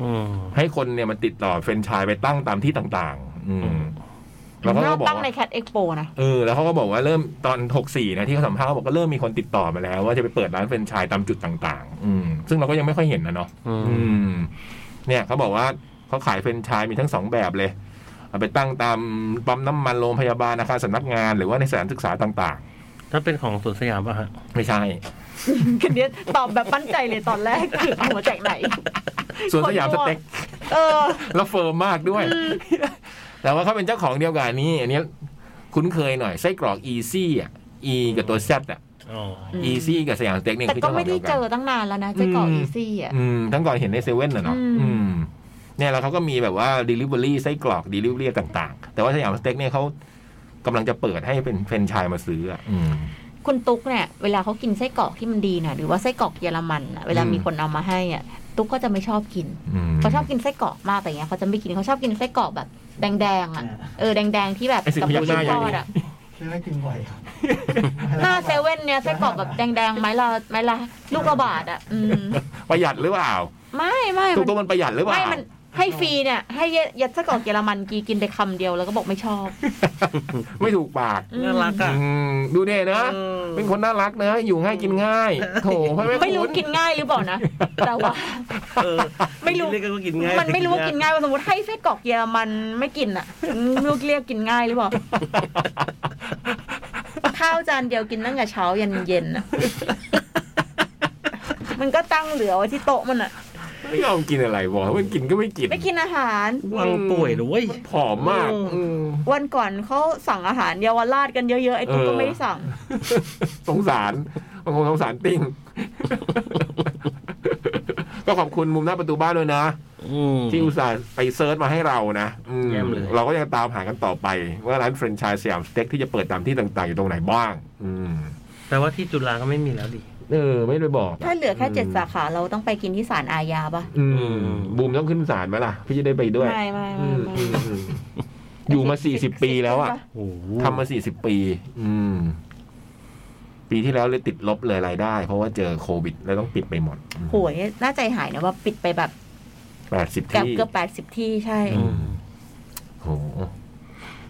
[SPEAKER 3] อืม
[SPEAKER 1] ให้คนเนี่ยมันติดต่อเฟรนไชายไปตั้งตามที่ต่าง ๆ อืมแล้วเขา
[SPEAKER 2] น่า
[SPEAKER 1] ก็บอก
[SPEAKER 2] ตั้ง
[SPEAKER 1] ว่า
[SPEAKER 2] ในแคดเอ็กโปนะ
[SPEAKER 1] เออแล้วเขาก็บอกว่าเริ่มตอนหกสี่นะที่เขาสัมภาษณ์เขาบอกก็เริ่มมีคนติดต่อมาแล้ว ว่าจะไปเปิดร้านเฟรนไชายตามจุดต่าง ๆ อืม ซึ่งเราก็ยังไม่ค่อยเห็นนะเนาะ
[SPEAKER 3] อืม
[SPEAKER 1] อืมเนี่ยเขาบอกว่าเขาขายเฟรนไชส์ชายมีทั้งสองแบบเลย เอาไปตั้งตามปั๊มน้ำมันโรงพยาบาลอาคารสำนักงาน หรือว่าในสถานศึกษาต่าง
[SPEAKER 3] ถ้าเป็นของสวนสยามป่ะฮะ
[SPEAKER 1] ๆ ไม่ใช่
[SPEAKER 2] คือเนี้ยตอบแบบปั้นใจเลยตอนแรก คือเอามาจากไหน
[SPEAKER 1] ส่วนสยามสเต็ก
[SPEAKER 2] เออ
[SPEAKER 1] แล้วเฟิร์มมากด้วย แต่ว่าเขาเป็นเจ้าของเดียวกันนี่อันเนี้ยคุ้นเคยหน่อยไส้กรอกอีซี่อ่ะอีกับตัวแซดอ่ะ
[SPEAKER 3] อ๋อ
[SPEAKER 2] ม
[SPEAKER 1] อีซี่กับสยามสเต็กเนี่ย
[SPEAKER 2] แต่
[SPEAKER 1] คือ
[SPEAKER 2] ก็
[SPEAKER 1] เจ้าขอ
[SPEAKER 2] ไม่
[SPEAKER 1] งเดี
[SPEAKER 2] ได้
[SPEAKER 1] ยว
[SPEAKER 2] เจ
[SPEAKER 1] กัน
[SPEAKER 2] อตั้งนานแล้วนะเจ๊กรอก
[SPEAKER 1] อืม
[SPEAKER 2] อีซี่อ่ะ
[SPEAKER 1] อืมทั้งก่อนเห็นในเซเว่นน่ะเนาะ
[SPEAKER 2] อืม
[SPEAKER 1] อืมเนี่ยแล้วเขาก็มีแบบว่า Delivery ไส้กรอก Delivery ต่างๆ แต่ว่าสยามสเต็กเนี่ยเขากำลังจะเปิดให้เป็นแฟรนไชส์มาซื้ออ่ะอืม
[SPEAKER 2] คุณตุ๊กเนี่ยเวลาเขากินไส้กรอกที่มันดีน่ะหรือว่าไส้กรอกเยอรมันน่ะเวลา
[SPEAKER 1] อืม
[SPEAKER 2] มีคนเอามาให้อ่ะตุ๊กก็จะไม่ชอบกิน
[SPEAKER 1] อืม
[SPEAKER 2] เขาชอบกินไส้กรอกมากแต่เงี้ยเขาจะไม่กินเขาชอบกินไส้กรอกแบบแดงๆอ่ะ
[SPEAKER 4] อ่า
[SPEAKER 2] เออแดงๆที่แบบ
[SPEAKER 1] ไอ้สิ่ง
[SPEAKER 2] กับ
[SPEAKER 1] พยั
[SPEAKER 2] ปู
[SPEAKER 1] กห
[SPEAKER 2] ชิ้
[SPEAKER 1] น้านอ
[SPEAKER 2] ท
[SPEAKER 1] ย่าง
[SPEAKER 2] อ
[SPEAKER 1] นี้
[SPEAKER 2] ดอ่ะ
[SPEAKER 4] ซื้อไม่กินบ่อยครับ
[SPEAKER 2] หน้าเซเว่นเนี่ยไส้กรอกแบบแดงๆไม้ละไม้ละลูกละบาทอ่ะ อืม
[SPEAKER 1] ประหยัดหรือเปล่า
[SPEAKER 2] ไม่ไม่
[SPEAKER 1] ถู
[SPEAKER 2] มั
[SPEAKER 1] กตัวมันประหยัดหรือน เป
[SPEAKER 2] ไม่
[SPEAKER 1] ล่า
[SPEAKER 2] มันให้ฟรีเนี่ย ให้เยยัดไส้กรอกเยอรมันกีกินไปคำเดียวแล้วก็บอกไม่ชอบ
[SPEAKER 1] ไม่ถูกปาก
[SPEAKER 2] อืม
[SPEAKER 3] น่ารักอ่ะ
[SPEAKER 1] อืมดูเน่นะ
[SPEAKER 3] อืม
[SPEAKER 1] เป็นคนน่ารักนะอยู่ง่ายกินง่ายโถพ่อแม่
[SPEAKER 2] ไม่รู้
[SPEAKER 1] คุณ
[SPEAKER 2] กินง่ายหรือเปล่านะแต่ว่า
[SPEAKER 3] เออ
[SPEAKER 2] ไม่รู้
[SPEAKER 3] เรียกกันว่ากินง่าย
[SPEAKER 2] มันไม่รู้ว่ากินง่ายว่าสมมติให้ไส้กรอกเยอรมันไม่กินอ่ะไม่รู้เรียกกินง่ายหรือเปล่าข้าวจานเดียวกินตั้งแต่เช้ายันเย็นอ่ะ มันก็ตั้งเหลือไว้ที่โต๊ะมันอ่ะ
[SPEAKER 1] ไม่ยอมกินอะไรบอกว่ามันกินก็ไม่กิน
[SPEAKER 2] ไม่กินอาหาร
[SPEAKER 3] วังป่วยด้วย
[SPEAKER 1] ผอมมาก
[SPEAKER 3] อื
[SPEAKER 1] ม
[SPEAKER 2] วันก่อนเขาสั่งอาหารเยาวราชกันเยอะๆไอ้ตุ๊กก็ไม่ได้สั่ง
[SPEAKER 1] สงสารบางคนสงสารติ้ง ก็ขอบคุณมุมหน้าประตูบ้านด้วยนะ
[SPEAKER 3] อืม
[SPEAKER 1] ที่อุตส่าห์ไปเซิร์ชมาให้เรานะอืม
[SPEAKER 3] เยี่ยมเลย
[SPEAKER 1] ก็ยังตามหากันต่อไป ว่าร้านแฟรนไชส์สยามสเต็กที่จะเปิดตามที่ต่างๆ อยู่ตรงไหนบ้าง อืม
[SPEAKER 3] แต่ว่าที่จุฬาก็ไม่มีแล้วดิ
[SPEAKER 1] เออ ไม่ได้บอกะ
[SPEAKER 2] ถ้าเหลือแค่เจ็ดสาขาเราต้องไปกินที่ศาลอาญาปะ
[SPEAKER 1] อืมบูมต้องขึ้นศาลไหมล่ะ พี่จะได้ไปด้วย
[SPEAKER 2] ไม่ไม่
[SPEAKER 1] อื
[SPEAKER 2] ไม่
[SPEAKER 1] ม
[SPEAKER 2] ไม่
[SPEAKER 1] อืมอืมอยู่มาสี่สิบปีแล้วอ่ะ
[SPEAKER 3] โอ้โห
[SPEAKER 1] ทำมาสี่สิบปี อืม ปีที่แล้วเลยติดลบเลยรายได้ เพราะว่าเจอโควิด แล้วต้องปิดไปหมด
[SPEAKER 2] โหยน่าใจหายนะว่าปิดไปแบบ
[SPEAKER 1] แปดสิบ
[SPEAKER 2] เกือบ
[SPEAKER 1] ที่
[SPEAKER 2] เกือบแปดสิบที่ใช่
[SPEAKER 1] อืมโห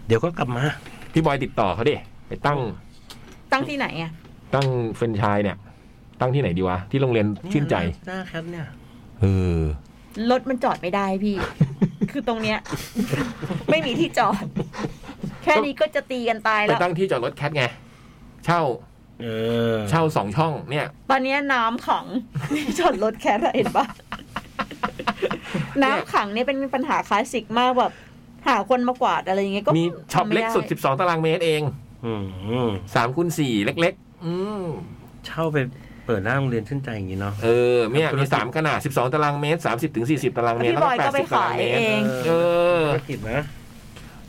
[SPEAKER 3] เดี๋ยวก็กลับมา
[SPEAKER 1] พี่บอยติดต่อเขาดิไปตั้ง
[SPEAKER 2] ตั้งที่ไหนอ่ะ
[SPEAKER 1] ตั้งเฟรนไชายเนี่ย ตั้งที่ไหนดีวะ ที่โรงเรียนชื่นใจ
[SPEAKER 3] หน้าแคทเนี่ย
[SPEAKER 1] เออ
[SPEAKER 2] รถมันจอดไม่ได้ พี่ คือตรงเนี้ย ไม่มีที่จอด แค่นี้ก็จะตีกันตาย
[SPEAKER 1] ไป
[SPEAKER 2] แล้ว
[SPEAKER 1] ตั้งที่จอดรถแคทไง เช่า
[SPEAKER 3] เออ
[SPEAKER 1] เช่าสองช่อง เนี่ย
[SPEAKER 2] ตอนเนี้ยน้ำขัง จอดรถแค่ไหนเห็น ปะน้ำขังเนี่ยเป็นปัญหาคลาสสิกมากแบบ หาคนมากวาดอะไรอย่างเงี้ยก็
[SPEAKER 1] มีช็อป
[SPEAKER 2] ทำไม่
[SPEAKER 1] เล็ก
[SPEAKER 2] ไ
[SPEAKER 1] สุดสิบสองตารางเมตรเอง
[SPEAKER 3] อืม
[SPEAKER 1] สามคูณสี่เล็ก ๆ อืม
[SPEAKER 3] เช่าไปเปิดหน้าโรงเรียนชื่นใจอย่างนี้เนาะ
[SPEAKER 1] เออเนี่ยมีสามขนาดสิบสองตารางเมตรสามสิบถึงสี่สิบตารางเมตร
[SPEAKER 2] พี่
[SPEAKER 1] แล้วก็
[SPEAKER 2] บอย
[SPEAKER 1] แป
[SPEAKER 2] ก็
[SPEAKER 1] ด
[SPEAKER 2] ไป
[SPEAKER 1] สิบ
[SPEAKER 2] ขาร
[SPEAKER 1] ตาาง
[SPEAKER 2] ย
[SPEAKER 1] เมตร
[SPEAKER 2] เอง
[SPEAKER 1] เออ
[SPEAKER 3] ธุรกิจนะ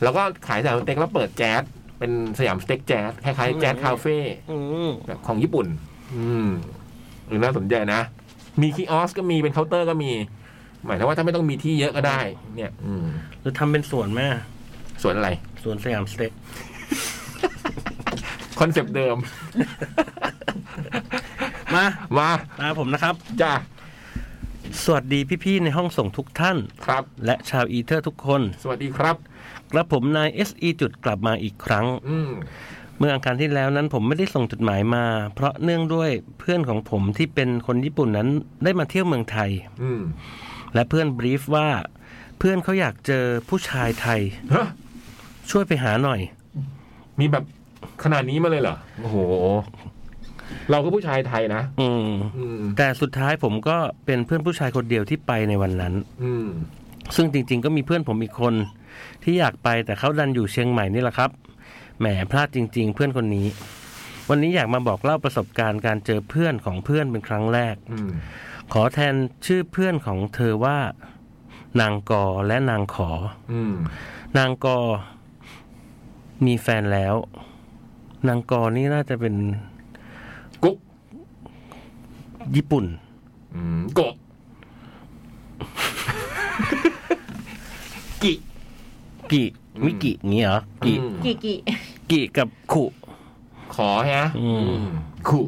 [SPEAKER 1] แล้วก็ขายสยามสเต็กแล้วเปิดแจ๊สเป็นสยามสเต็กแจ๊สคล้ายๆแจ๊สคาเฟ่
[SPEAKER 3] อืม
[SPEAKER 1] แบบของญี่ปุ่น อืมหรือน่าสนใจนะ มีคีออสก็มีเป็นเคาน์เตอร์ก็มี หมายถึงว่าถ้าไม่ต้องมีที่เยอะก็ได้ เนี่ย อืม
[SPEAKER 3] หรือทำเป็นสวนแม่
[SPEAKER 1] ส่วนอะไร
[SPEAKER 3] สวนสยามสเต็ก
[SPEAKER 1] คอนเซปต์เดิม
[SPEAKER 3] มา
[SPEAKER 1] มา
[SPEAKER 3] ตาผมนะครับ
[SPEAKER 1] จ้า
[SPEAKER 3] สวัสดีพี่ๆในห้องส่งทุกท่าน
[SPEAKER 1] ครับ
[SPEAKER 3] และชาวอีเทอร์ทุกคน
[SPEAKER 1] สวัสดีครับ
[SPEAKER 3] กระผมนาย SE จุดกลับมาอีกครั้ง
[SPEAKER 1] อืม
[SPEAKER 3] เมื่ออังคารที่แล้วนั้นผมไม่ได้ส่งจดหมายมา เพราะเนื่องด้วยเพื่อนของผมที่เป็นคนญี่ปุ่นนั้นได้มาเที่ยวเมืองไทย
[SPEAKER 1] อืม
[SPEAKER 3] และเพื่อนบรีฟว่า เพื่อนเขาอยากเจอผู้ชายไทย
[SPEAKER 1] ฮะ
[SPEAKER 3] ช่วยไปหาหน่อย
[SPEAKER 1] มีแบบขนาดนี้มาเลยเหรอโอ้โห เราก็ผู้ชายไทยนะ
[SPEAKER 3] อืม
[SPEAKER 1] อืม
[SPEAKER 3] แต่สุดท้ายผมก็เป็นเพื่อนผู้ชายคนเดียวที่ไปในวันนั้น
[SPEAKER 1] อืม
[SPEAKER 3] ซึ่งจริง ๆ ก็มีเพื่อนผมอีกคน ที่อยากไปแต่เขาดันอยู่เชียงใหม่นี่แหละครับแหมพลาดจริง ๆ เพื่อนคนนี้ วันนี้อยากมาบอกเล่าประสบการณ์การเจอเพื่อนของเพื่อนเป็นครั้งแรก
[SPEAKER 1] อืม
[SPEAKER 3] ขอแทนชื่อเพื่อนของเธอว่า นางกอและนางขอ
[SPEAKER 1] อืม
[SPEAKER 3] นางกอ มีแฟนแล้ว นางกอนี่น่าจะเป็น
[SPEAKER 1] กุ๊ก
[SPEAKER 3] ญี่ปุ่น
[SPEAKER 1] อืมกบกิ
[SPEAKER 3] กิ
[SPEAKER 1] อืม
[SPEAKER 3] มิกิอย่างงี้เหรอกิ
[SPEAKER 1] อืม
[SPEAKER 2] กี่กี่
[SPEAKER 3] กิกับขุ
[SPEAKER 1] ขอฮะ
[SPEAKER 3] อืม
[SPEAKER 1] ขู่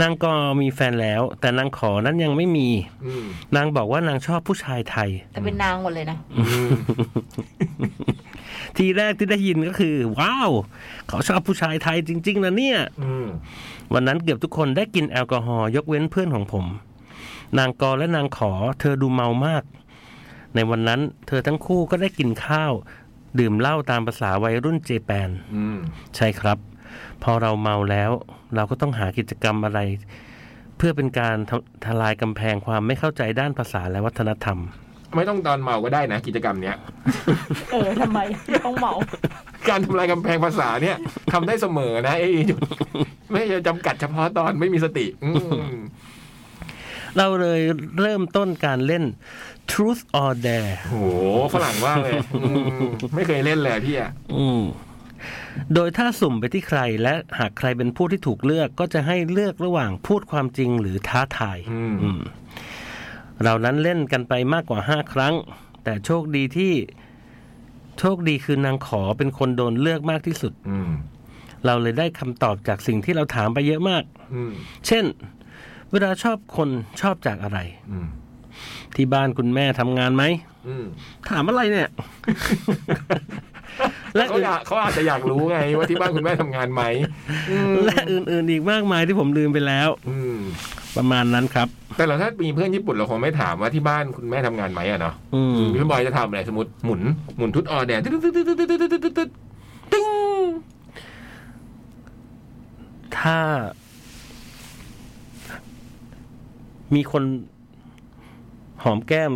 [SPEAKER 3] นางกอมีแฟนแล้ว แต่นางขอนั้นยังไม่มี
[SPEAKER 1] อืม
[SPEAKER 3] นางบอกว่านางชอบผู้ชายไทย
[SPEAKER 2] แต่เป็นนางหมดเลยนะ
[SPEAKER 1] อืม
[SPEAKER 3] ทีแรกที่ได้ยินก็คือ ว้าว เขาชอบผู้ชายไทยจริง ๆนะเนี่ย
[SPEAKER 1] อืม
[SPEAKER 3] วันนั้นเกือบทุกคนได้กินแอลกอฮอล์ยกเว้นเพื่อนของผม นางกอและนางขอ เธอดูเมามาก ในวันนั้นเธอทั้งคู่ก็ได้กินข้าว ดื่มเหล้าตามภาษาวัยรุ่นเจแปน
[SPEAKER 1] อืม
[SPEAKER 3] ใช่ครับ พอเราเมาแล้ว เราก็ต้องหากิจกรรมอะไร เพื่อเป็นการทำทลายกำแพงความไม่เข้าใจด้านภาษาและวัฒนธรรม
[SPEAKER 1] ไม่ต้องตอนเมาก็ได้นะ กิจกรรมเนี้ย
[SPEAKER 2] เออทำไมต้องเมา
[SPEAKER 1] การทำลายกำแพงภาษาเนี่ยทำได้เสมอนะไอ้จุดไม่ใช่จำกัดเฉพาะตอนไม่มีสติอืม
[SPEAKER 3] เราเลยเริ่มต้นการเล่น Truth or Dare
[SPEAKER 1] โหฝรั่งว่ากเลยอืมไม่เคยเล่นเลยพี่อะ
[SPEAKER 3] อืมโดยถ้าสุ่มไปที่ใครและหากใครเป็นผู้ที่ถูกเลือกก็จะให้เลือกระหว่างพูดความจริงหรือท้าทาย
[SPEAKER 1] อืม
[SPEAKER 3] อืมเรานั้นเล่นกันไปมากกว่าห้าครั้ง แต่โชคดีที่ โชคดีคือนางขอเป็นคนโดนเลือกมากที่สุด
[SPEAKER 1] อืม
[SPEAKER 3] เราเลยได้คำตอบจากสิ่งที่เราถามไปเยอะมาก
[SPEAKER 1] อืม
[SPEAKER 3] เช่น เวลาชอบคนชอบจากอะไร
[SPEAKER 1] อืม
[SPEAKER 3] ที่บ้านคุณแม่ทำงานไหม
[SPEAKER 1] อืม
[SPEAKER 3] ถามอะไรเนี่ย และ
[SPEAKER 1] เขา
[SPEAKER 3] อื่น
[SPEAKER 1] อยากเขาอาจจะอยากรู้ไงว่าที่บ้านคุณแม่ทำงานไหมอืม
[SPEAKER 3] และอื่นๆอีกมากมายที่ผมลืมไปแล้ว
[SPEAKER 1] อืม
[SPEAKER 3] ประมาณนั้นครับ
[SPEAKER 1] แต่เราถ้ามีเพื่อนญี่ปุ่นเราคงไม่ถามว่าที่บ้านคุณแม่ทำงานไหมอะเนาะ
[SPEAKER 3] อืม
[SPEAKER 1] พี่บอยจะทำอะไรสมมติหมุนหมุนทุดออแดดตึ๊ดตึ๊ดตึ๊ดตึ๊ดตึ๊ดตึ๊ดตึ๊ดตึ๊ดตึ๊ง
[SPEAKER 3] ถ้า มีคนหอมแก้ม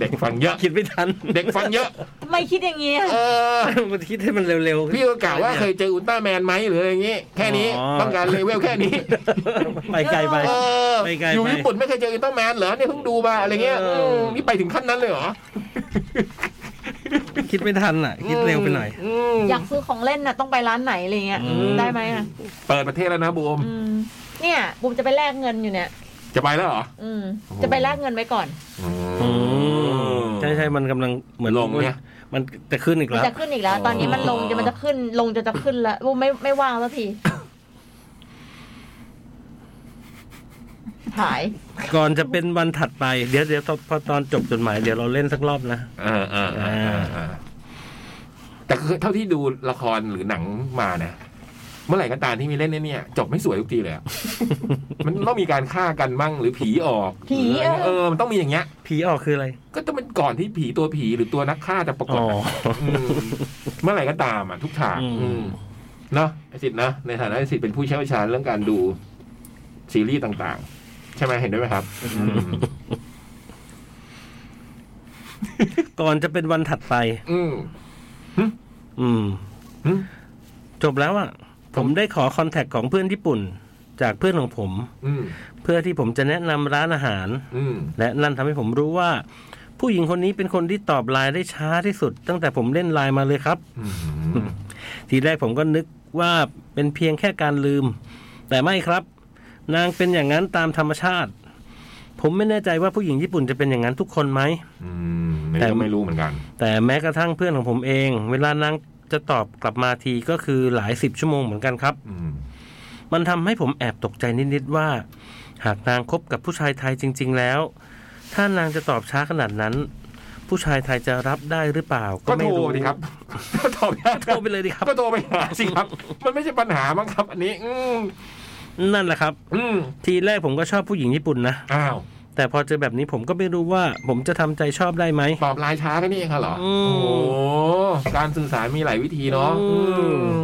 [SPEAKER 1] เด็กฟังเยอะ
[SPEAKER 3] คิดไม่ทัน
[SPEAKER 1] เด็กฟังเยอะ
[SPEAKER 2] ทำไมคิดอย่างเงี้ย
[SPEAKER 1] เออ
[SPEAKER 3] มัน คิดให้มันเร็วๆ
[SPEAKER 1] พี่ก็กล่าวว่าเคยเจออุลตร้าแมนไหมหรืออะไรอย่างงี้ แค่นี้ต้องการเลเวลแค่นี้
[SPEAKER 3] ไปไกลไป
[SPEAKER 1] เออ
[SPEAKER 3] ไปไกล
[SPEAKER 1] อยู่
[SPEAKER 3] ไป
[SPEAKER 1] ญี่ปุ่นไม่เคยเจออุลตร้าแมนเหรอเนี่ยเพิ่งดูมาอะไรเงี้ย
[SPEAKER 3] เอออื
[SPEAKER 1] มนี่ไปถึงขั้นนั้นเลยเหรอ
[SPEAKER 3] คิดไม่ทันอ่ะ คิดเร็วไปหน่อย
[SPEAKER 1] ม
[SPEAKER 2] อยากซื้อของเล่นน่ะต้องไปร้านไหนอะไรเงี้ย
[SPEAKER 3] อืม
[SPEAKER 2] ได้ไหมอ่ะ
[SPEAKER 1] เปิดประเทศแล้วนะบูม
[SPEAKER 2] อืมเนี่ยบุมจะไปแลกเงินอยู่เนี่ย
[SPEAKER 1] จะไปแล้วเหรอ
[SPEAKER 2] อืม จะไปแลกเงินไว้ก่อน
[SPEAKER 1] อืม
[SPEAKER 3] ใช่ใช่มันกำลังเหมือน
[SPEAKER 1] ลงเนี่ย
[SPEAKER 3] มันจะขึ้นอีก
[SPEAKER 2] มัน
[SPEAKER 3] แล้ว
[SPEAKER 2] จะขึ้นอีกแล้ว ตอนนี้มันลงจะมันจะขึ้นลงจะจะขึ้นแล้วไม่ไม่ว่างแล้วพี่ หาย
[SPEAKER 3] ก่อนจะเป็นวันถัดไป เดี๋ยวเดี๋ยวตอนพอตอนจบจดหมายเดี๋ยวเราเล่นสักรอบนะ
[SPEAKER 1] เออเออเออเออเออแต่คือเท่าที่ดูละครหรือหนังมานะ เมื่อไหร่ก็ตามที่มีเล่นเนี่ย จบไม่สวยทุกที เลยอะ มันต้องมีการฆ่ากันมั่งหรือผีออก
[SPEAKER 2] ผี
[SPEAKER 1] หรืออะไร
[SPEAKER 2] เออ
[SPEAKER 1] เออมันต้องมีอย่างเงี้ย
[SPEAKER 3] ผีออกคืออะไร
[SPEAKER 1] ก็ต้องเป็นก่อนที่ผีตัวผีหรือตัวนักฆ่าจะปรากฏ
[SPEAKER 3] อ๋อ
[SPEAKER 1] อะมเมื่อไหร่ก็ตามอ่ะทุกฉาก
[SPEAKER 3] อืม
[SPEAKER 1] อืมเนาะไอสิทธิ์นะในฐานะไอสิทธิ์เป็นผู้เชี่ยวชาญเรื่องการดูซีรีส์ต่างๆ ใช่ไหมเห็นด้วยไหมครับอืม
[SPEAKER 3] ก่อนจะเป็นวันถัดไป
[SPEAKER 1] อืม
[SPEAKER 3] อืม
[SPEAKER 1] หึ
[SPEAKER 3] จบแล้วอ่ะ ผมได้ขอคอนแทคของเพื่อนญี่ปุ่น จากเพื่อนของผม
[SPEAKER 1] อืม
[SPEAKER 3] เพื่อที่ผมจะแนะนำร้านอาหาร
[SPEAKER 1] อืม
[SPEAKER 3] และนั่นทำให้ผมรู้ว่า ผู้หญิงคนนี้เป็นคนที่ตอบไลน์ได้ช้าที่สุด ตั้งแต่ผมเล่นไลน์มาเลยครับ
[SPEAKER 1] อืม
[SPEAKER 3] ทีแรกผมก็นึกว่าเป็นเพียงแค่การลืม แต่ไม่ครับ นางเป็นอย่างนั้นตามธรรมชาติ ผมไม่แน่ใจว่าผู้หญิงญี่ปุ่นจะเป็นอย่างนั้นทุกคนไหม
[SPEAKER 1] อืมอันนี้ก็ไม่รู้เหมือนกัน
[SPEAKER 3] แต่แม้กระทั่งเพื่อนของผมเอง เวลานางจะตอบกลับมาทีก็คือหลายสิบชั่วโมงเหมือนกันครับ
[SPEAKER 1] อืม
[SPEAKER 3] มันทำให้ผมแอบตกใจนิด ๆ ว่า หากนางคบกับผู้ชายไทยจริง ๆ แล้ว ถ้านางจะตอบช้าขนาดนั้น ผู้ชายไทยจะรับได้หรือเปล่า ก็
[SPEAKER 1] ก็
[SPEAKER 3] ไม่
[SPEAKER 1] โทร
[SPEAKER 3] รู้
[SPEAKER 1] ดิครับ ก็โทรไป
[SPEAKER 3] โทรไปเลยดิครับ
[SPEAKER 1] ก็โทรไปหาสิครับ มันไม่ใช่ปัญหามั้งครับ อันนี้ อืม
[SPEAKER 3] นั่นแหละครับ
[SPEAKER 1] อืม
[SPEAKER 3] ทีแรกผมก็ชอบผู้หญิงญี่ปุ่นนะ
[SPEAKER 1] อ้าว
[SPEAKER 3] แต่พอเจอแบบนี้ผมก็ไม่รู้ว่า ผมจะทำใจชอบได้ไหม
[SPEAKER 1] ตอบไลน์ช้าก็นี่เองเหรอ
[SPEAKER 3] อื
[SPEAKER 1] โอ้
[SPEAKER 3] ม
[SPEAKER 1] โหการสื่อสารมีหลายวิธีเนาะ
[SPEAKER 3] อืม
[SPEAKER 1] อืม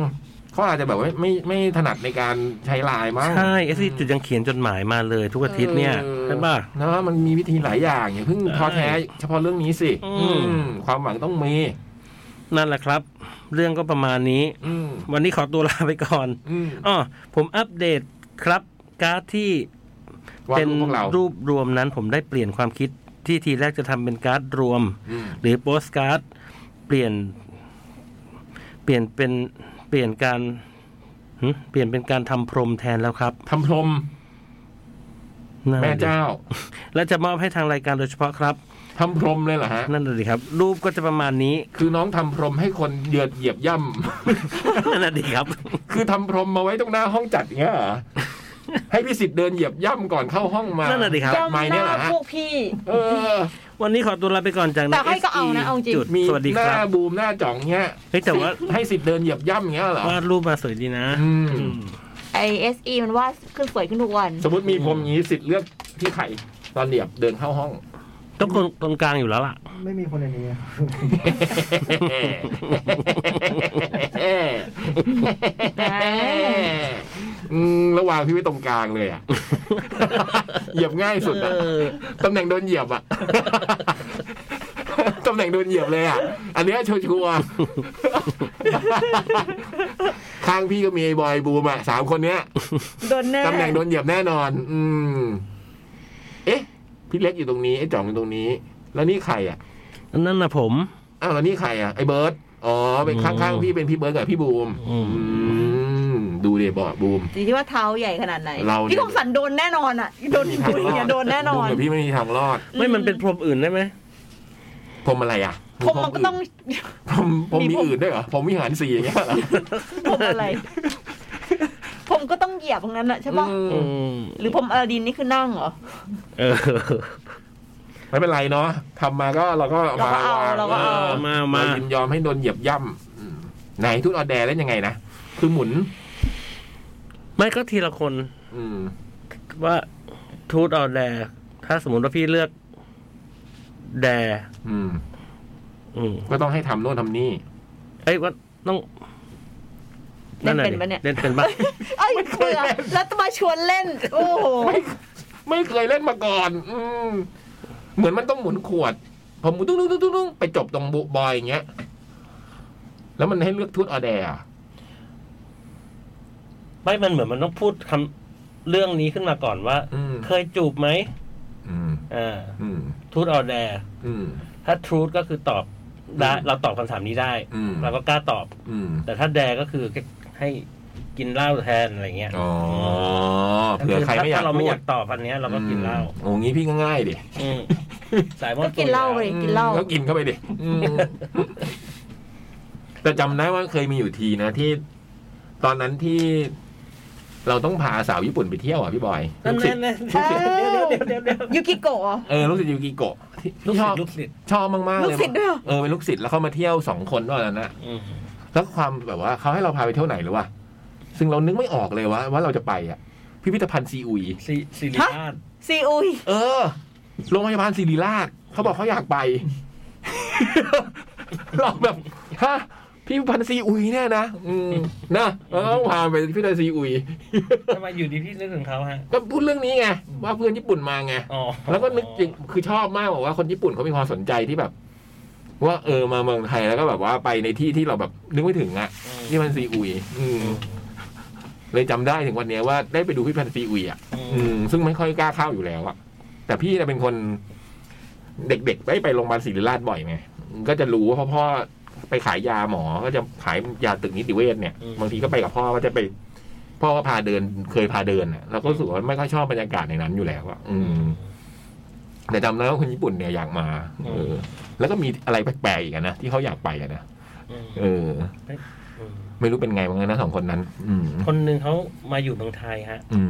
[SPEAKER 1] เขาอาจจะแบบว่าไม่ไม่ถนัดในการใช้ไลน์มั้ง
[SPEAKER 3] ใช่เอสซี่จุดยังเขียนจดหมายมาเลยทุกอาทิตย์เนี่ย
[SPEAKER 1] ออ
[SPEAKER 3] ใช่ป่ะ
[SPEAKER 1] เนาะมันมีวิธีหลายอย่างอย่าเพิ่ง
[SPEAKER 3] ใช่
[SPEAKER 1] ท้อแท้เฉพาะเรื่องนี้สิ
[SPEAKER 3] อืม
[SPEAKER 1] อืมความหวังต้องมี
[SPEAKER 3] นั่นแหละครับ เรื่องก็ประมาณนี้
[SPEAKER 1] อืม
[SPEAKER 3] วันนี้ขอตัวลาไปก่อน
[SPEAKER 1] อืม
[SPEAKER 3] อ๋อผมอัปเดตครับ การ์ดที่
[SPEAKER 1] ว่า
[SPEAKER 3] เป็น
[SPEAKER 1] พวกเรา
[SPEAKER 3] รูปรวมนั้นผมได้เปลี่ยนความคิดที่ทีแรกจะทำเป็นการ์ดรวม
[SPEAKER 1] อืม
[SPEAKER 3] หรือโปสการ์ดเปลี่ยน เปลี่ยนเป็นเปลี่ยนการหึเปลี่ยนเป็นการทำพรมแทนแล้วครับ
[SPEAKER 1] ทำพรม
[SPEAKER 3] นั่น
[SPEAKER 1] แม่
[SPEAKER 3] น่ะดิ
[SPEAKER 1] เจ้า
[SPEAKER 3] และจะมอบให้ทางรายการโดยเฉพาะครับ
[SPEAKER 1] ทำพรมเลยเหรอฮะ
[SPEAKER 3] นั่นน่ะดิครับ รูปก็จะประมาณนี้
[SPEAKER 1] คือน้องทำพรมให้คนเหยียดเหยียบย่ำ
[SPEAKER 3] นั่นน่ะดิครับ
[SPEAKER 1] คือทำ พรมมาไว้ตรงหน้าห้องจัดอย่างเงี้ยเหรอให้พี่สิทธิ์เดินเหยียบย่ำก่อนเข้าห้องมา
[SPEAKER 3] นั่นน่ะดิครับ
[SPEAKER 1] จัไม้
[SPEAKER 2] จำห
[SPEAKER 1] เนี่ย
[SPEAKER 2] น้า
[SPEAKER 1] เหรอฮะ
[SPEAKER 2] พวกพี่
[SPEAKER 1] เออ
[SPEAKER 3] วันนี้ขอตัวลาไปก่อนจาก
[SPEAKER 2] แต่ให้ก็เอานะเอาจริง
[SPEAKER 3] จุด
[SPEAKER 1] มี
[SPEAKER 3] สวัสดี
[SPEAKER 1] ห
[SPEAKER 3] ค
[SPEAKER 1] น้า
[SPEAKER 3] รับ
[SPEAKER 1] บูมหน้าจ่องเงี้ย
[SPEAKER 3] เฮ้ยแต่ว่า
[SPEAKER 1] ให้สิทธิ์เดินเหยียบย่ำอย่างเงี้ยเหรอ
[SPEAKER 3] วาดรูปมาสวยดีนะ
[SPEAKER 1] อืม
[SPEAKER 3] อืม
[SPEAKER 2] ไอเอสอีมันว่าขึ้นสวยขึ้นทุกวัน
[SPEAKER 1] สมมติมีพรมอย่างงี้สิทธิ์เลือกที่ไข่ตอนเหยียบเดินเข้าห้อง
[SPEAKER 3] ต้องคนตรงกลางอยู่แล้วล่ะ
[SPEAKER 4] ไม่มีคนในนี้ครับ
[SPEAKER 1] อืมระหว่างพี่ไว้ตรงกลางเลยอ่ะ เหยียบง่ายสุดอ่ะ
[SPEAKER 3] เออ
[SPEAKER 1] ตำแหน่งโดนเหยียบ อ่ะ ตำแหน่งโดนเหยียบเลยอ่ะ อันเนี้ยชัวร์ๆ ข้างพี่ก็มีไอ้บอยบูมอ่ะสามคนเนี้ย
[SPEAKER 2] โดนแน่
[SPEAKER 1] ตำแหน่งโดนเหยียบแน่นอน อืม เอ๊ะ พี่เล็กอยู่ตรงนี้ไอ้จ่องอยู่ตรงนี้ แล้วนี่ใครอ่ะ
[SPEAKER 3] นั่นนะผม
[SPEAKER 1] อ้าวแล้วนี่ใครอ่ะไอ้เบิร์ตอ๋อเป็นข้างๆพี่เป็นพี่เบิร์ตกับพี่บูม
[SPEAKER 3] อืม
[SPEAKER 1] อืม ดูเดบอบูม
[SPEAKER 2] ดีที่ว่าเท้าใหญ่ขนาดไหน
[SPEAKER 1] เราเนี่ย
[SPEAKER 2] พี่คมสันโดนแน่นอนอ่ะ โดนบุยเนี่ยโดนแน่นอ
[SPEAKER 1] บูม
[SPEAKER 2] น
[SPEAKER 1] กับพี่ไม่มีทางรอด
[SPEAKER 3] ไม่มันเป็นพรมอื่นได้ไหม
[SPEAKER 1] ผมอะไรอ่ะ
[SPEAKER 2] ผมมันก็ต้อง
[SPEAKER 1] ผมผม
[SPEAKER 2] มี
[SPEAKER 1] มี
[SPEAKER 2] ผม
[SPEAKER 1] อื่นด้วยเหรอ ผมวิหารสี่อย่างเงี้ยเหรอ
[SPEAKER 2] ผม อะไร ผมก็ต้องเหยียบตรงนั้นอ่ะใช่ปะ
[SPEAKER 1] อื
[SPEAKER 3] อื
[SPEAKER 1] ม
[SPEAKER 3] ม
[SPEAKER 2] หรือผมอลาดินนี่คือนั่งเหรอ
[SPEAKER 3] เออ
[SPEAKER 1] ไม่เป็นไรเนาะทำมาก็เราก็
[SPEAKER 2] เราก็เอา
[SPEAKER 1] วง
[SPEAKER 2] เราก็
[SPEAKER 1] อ
[SPEAKER 2] เอา
[SPEAKER 3] มา
[SPEAKER 1] อ
[SPEAKER 3] มา
[SPEAKER 1] เรยินยอมให้โดนเหยียบย่ำอืมไหนทุตออแดเล่นยังไงนะ คือหมุน
[SPEAKER 3] ไม่ก็ทีละคน
[SPEAKER 1] อืม
[SPEAKER 3] ว่าทูตออแดถ้าสมมติว่าพี่เลือก แด
[SPEAKER 1] อืม
[SPEAKER 3] อืม
[SPEAKER 1] ก็ต้องให้ทำโน่นทำนี่
[SPEAKER 3] เอ้ยว่าต้อง
[SPEAKER 2] เล่นเป็น
[SPEAKER 3] ดิ
[SPEAKER 2] ปะเนี่ย
[SPEAKER 3] เล่นเป็นปะ
[SPEAKER 2] เอ้ยเบื่อแล้วมาชวนเล่น โอ้โห
[SPEAKER 1] ไม่เคยเล่นมาก่อน อืม เหมือนมันต้องหมุนขวด ผมหมุนตุ้งตุ้งตุ้งตุ้งไปจบตรงบุบอยอย่างเงี้ย แล้วมันให้เลือกทุตออแดอะ
[SPEAKER 3] ไม่มันเหมือนมันต้องพูดคำเรื่องนี้ขึ้นมาก่อนว่า
[SPEAKER 1] อืม
[SPEAKER 3] เคยจูบไหม
[SPEAKER 1] อืม
[SPEAKER 3] อ่า
[SPEAKER 1] อืม
[SPEAKER 3] ทูตออแด
[SPEAKER 1] อืม
[SPEAKER 3] ถ้าทูตก็คือตอบได้เราตอบคำถามนี้ได้
[SPEAKER 1] อืม
[SPEAKER 3] เราก็กล้าตอบ
[SPEAKER 1] อืม
[SPEAKER 3] แต่ถ้าแดก็คือให้กินเหล้าแทนอะไรเงี้ย
[SPEAKER 1] อ๋อเผื่อใครไม่อยาก
[SPEAKER 3] ถ้เราไม่
[SPEAKER 1] พู
[SPEAKER 3] อ
[SPEAKER 1] ด
[SPEAKER 3] ยากตอบอันเนี้ยเราก็กินเหล้า
[SPEAKER 1] อืมโอ้งี้พี่ก็ง่ายดิ
[SPEAKER 3] อืมสายมอ
[SPEAKER 2] ก็กินเหล้าไป
[SPEAKER 3] ย
[SPEAKER 2] กินเหล้า
[SPEAKER 1] ก็กินเข้าไปดิอืมแต่จำได้ว่าเคยมีอยู่ทีนะที่ ตอนนั้นที่ เราต้องพาสาวญี่ปุ่นไปเที่ยวอ่ะพี่บอย
[SPEAKER 3] นั่น
[SPEAKER 1] ลูกศิ
[SPEAKER 3] แน่
[SPEAKER 1] ษย์
[SPEAKER 3] แน่เดี๋ยวเดี๋ยวเดี๋ยวเดี๋ยว
[SPEAKER 2] ยูกิโกะเหรอ
[SPEAKER 1] เออลูกศิษย์ยูกิโกะที่
[SPEAKER 3] ลูก
[SPEAKER 1] ชอ
[SPEAKER 3] ศิษ
[SPEAKER 1] บ
[SPEAKER 3] ย์ลูกศิษย์
[SPEAKER 1] ชอบมากๆ
[SPEAKER 2] ลู
[SPEAKER 1] เล
[SPEAKER 2] ก
[SPEAKER 1] ย
[SPEAKER 2] ศิษย์ด้วยเหรอ
[SPEAKER 1] เออเป็นลูกศิษย์แล้วเขามาเที่ยวสองคนตอนนั้นนะ
[SPEAKER 3] อืม
[SPEAKER 1] แล้วความแบบว่าเขาให้เราพาไปเที่ยวไหนหรือวะซึ่งเรานึกไม่ออกเลยว่าว่าเราจะไปอ่ะ พิพิธภัณฑ์ซีอุย
[SPEAKER 3] สิสิริราช
[SPEAKER 2] ซีอุย
[SPEAKER 1] เออ โรงพยาบาลศิริราชเขาบอกเขาอยากไป เราแบบฮะพี่พันธ์ซีอุยเนี่ยนะอืมนะเราต้องพาไปพี่พันธ์ซีอุย
[SPEAKER 3] ทำไมอยู่ดีพี่นึกถึงเขาฮะ
[SPEAKER 1] ก็พูดเรื่องนี้ไงว่าเพื่อนญี่ปุ่นมาไง
[SPEAKER 3] อ๋อ
[SPEAKER 1] แล้วก็นึกจริงคือชอบมากบอกว่าคนญี่ปุ่นเขามีความสนใจที่แบบ ว่าเออมาเมืองไทยแล้วก็แบบว่าไปในที่ที่เราแบบนึกไม่ถึงอะ
[SPEAKER 3] อืม
[SPEAKER 1] ที่พันธ์ซีอุย อืมเลยจำได้ถึงวันเนี้ยว่าได้ไปดูพี่พันธ์ซีอุยอะ
[SPEAKER 3] อื
[SPEAKER 1] อื
[SPEAKER 3] ม
[SPEAKER 1] มซึ่งไม่ค่อยกล้าเข้าอยู่แล้วอะแต่พี่เนี่ยเป็นคนเด็กๆได้ไปโรงพยาบาลศิริราชบ่อยไงก็จะรู้ว่าพ่อพ่อไปขายยาหมอก็จะขายยาตึกนิติเวชเนี่ยบางทีก็ไปกับพ่อก็จะไป พ่อก็พาเดินเคยพาเดินอะเราก็รู้สึกว่าไม่ค่อยชอบบรรยากาศในนั้นอยู่แล้วอะอืมแต่จำได้ว่าคนญี่ปุ่นเนี่ยอยากมาเออ แล้วก็มีอะไรแปลกๆอีกอะนะที่เขาอยากไปอะนะ
[SPEAKER 3] อืม
[SPEAKER 1] เออ
[SPEAKER 3] อืม
[SPEAKER 1] ไม่รู้เป็นไงบ้างนะสองคนนั้น อืม
[SPEAKER 3] คนหนึ่งเขามาอยู่เมืองไทยฮะ
[SPEAKER 1] อื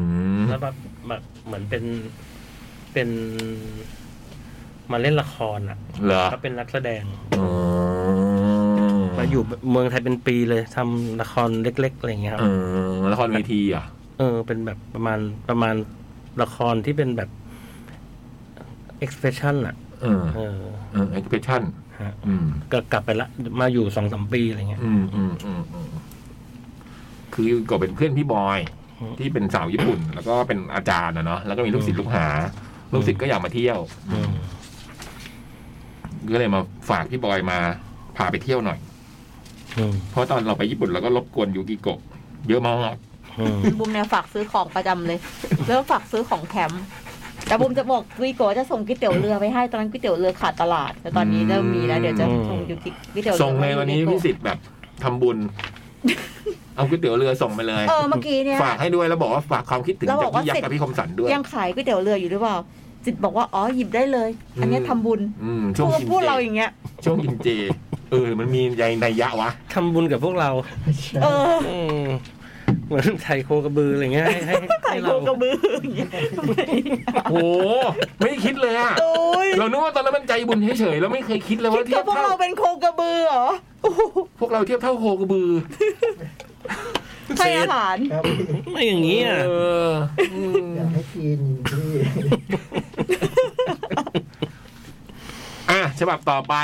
[SPEAKER 1] ม
[SPEAKER 3] แล้วแบบแบบเหมือนเป็นเป็นมาเล่นละครอ่ะ
[SPEAKER 1] เหรอ
[SPEAKER 3] ก็เป็นนักแสดง
[SPEAKER 1] อ๋อ
[SPEAKER 3] มาอยู่เมืองไทยเป็นปีเลยทำละครเล็กๆอะไรอย่างเงี้ยครับ
[SPEAKER 1] เออละครเวทีเหรอ่ะ
[SPEAKER 3] เออ เป็นแบบประมาณประมาณละครที่เป็นแบบ expression อ่ะ
[SPEAKER 1] เออ
[SPEAKER 3] เออ
[SPEAKER 1] เออ expression
[SPEAKER 3] ฮะ
[SPEAKER 1] อืม
[SPEAKER 3] ก็กลับไปละมาอยู่สองสามปีอะไรเงี้ย
[SPEAKER 1] อืมอืมอืมอืมคือก็เป็นเพื่อนพี่บอย
[SPEAKER 3] อืม
[SPEAKER 1] ที่เป็นสาวญี่ปุ่น แล้วก็เป็นอาจารย์นะเนาะแล้วก็มีลูกศิษย์ลูกหา ลูกศิษย์ก็อยากมาเที่ยว
[SPEAKER 3] อืม
[SPEAKER 1] ก็เลยมาฝากพี่บอยมาพาไปเที่ยวหน่อย
[SPEAKER 3] อืม
[SPEAKER 1] เพราะตอนเราไปญี่ปุ่นเราก็รบกวนยูกิโกะเยอะมาก
[SPEAKER 3] อืม
[SPEAKER 2] บุมเนี่ยฝากซื้อของประจำเลย เริ่มฝากซื้อของแคมป์แต่บุมจะบอกวีโกะจะส่งก๋วยเตี๋ยวเรือไปให้ตอนนั้นก๋วยเตี๋ยวเรือขาดตลาด แต่ตอนนี้เริ่มมีแล้วเดี๋ยวจะส่งยูกิก๋วยเตี๋ยวเรือ
[SPEAKER 1] ส่งเลยวันนี้
[SPEAKER 2] ให้
[SPEAKER 1] พี่
[SPEAKER 2] โกะ
[SPEAKER 1] สิทธิ์แบบทำบุญ เอาก๋วยเตี๋ยวเรือส่งไปเลย
[SPEAKER 2] เออเมื่อกี้เนี่ย
[SPEAKER 1] ฝากให้ด้วยแล้วบอกว่าฝากความคิดถึง
[SPEAKER 2] แล้วบ
[SPEAKER 1] จาก
[SPEAKER 2] อกว่า
[SPEAKER 1] พี่ยัก
[SPEAKER 2] สิทธิ์
[SPEAKER 1] ษ์กับพี่คมสันด้วย
[SPEAKER 2] ยังขายก๋วยเตี๋ยวเรืออยู่หรือเปล่าจิตบอกว่าอ๋อหยิบได้เลย อันเนี้ย
[SPEAKER 1] อืม
[SPEAKER 2] ทำบุญ
[SPEAKER 1] อืมช่
[SPEAKER 2] พู
[SPEAKER 1] วง
[SPEAKER 2] ด
[SPEAKER 1] กิน
[SPEAKER 2] พูด
[SPEAKER 1] เจ
[SPEAKER 2] เราอย่างเงี้ย
[SPEAKER 1] ช่วงกินเจเออ มันมีใยในยยะวะ
[SPEAKER 3] ทำบุญกับพวกเรา
[SPEAKER 2] เออ
[SPEAKER 3] อืมเหมือนไทยโคกระบืออะไรเงี้ยให้ให้
[SPEAKER 2] ใส่
[SPEAKER 3] ให้
[SPEAKER 2] โค
[SPEAKER 3] เรา
[SPEAKER 2] กระบืออย่างเงี้ย
[SPEAKER 1] โอ้โหไม่คิดเลยอะ
[SPEAKER 2] โอ้ย
[SPEAKER 1] เรานึกว่าตอนนั้นมันใจบุญเฉยๆแล้วไม่เคยคิดเลย
[SPEAKER 2] คิ
[SPEAKER 1] ว่า
[SPEAKER 2] ด
[SPEAKER 1] เทีย
[SPEAKER 2] ว่า
[SPEAKER 1] บ
[SPEAKER 2] พวก
[SPEAKER 1] เท่า
[SPEAKER 2] เราเป็นโคกระบือเหรอโอ้โห
[SPEAKER 1] พวกเราเทียบเท่าโคกระบือ
[SPEAKER 2] ให้อาหาร
[SPEAKER 4] ครับ
[SPEAKER 3] ไม่อย่างนี้อ่ะ
[SPEAKER 1] เอออืม
[SPEAKER 4] อยากให้กินพี่
[SPEAKER 1] อ่ะฉบับต่อไป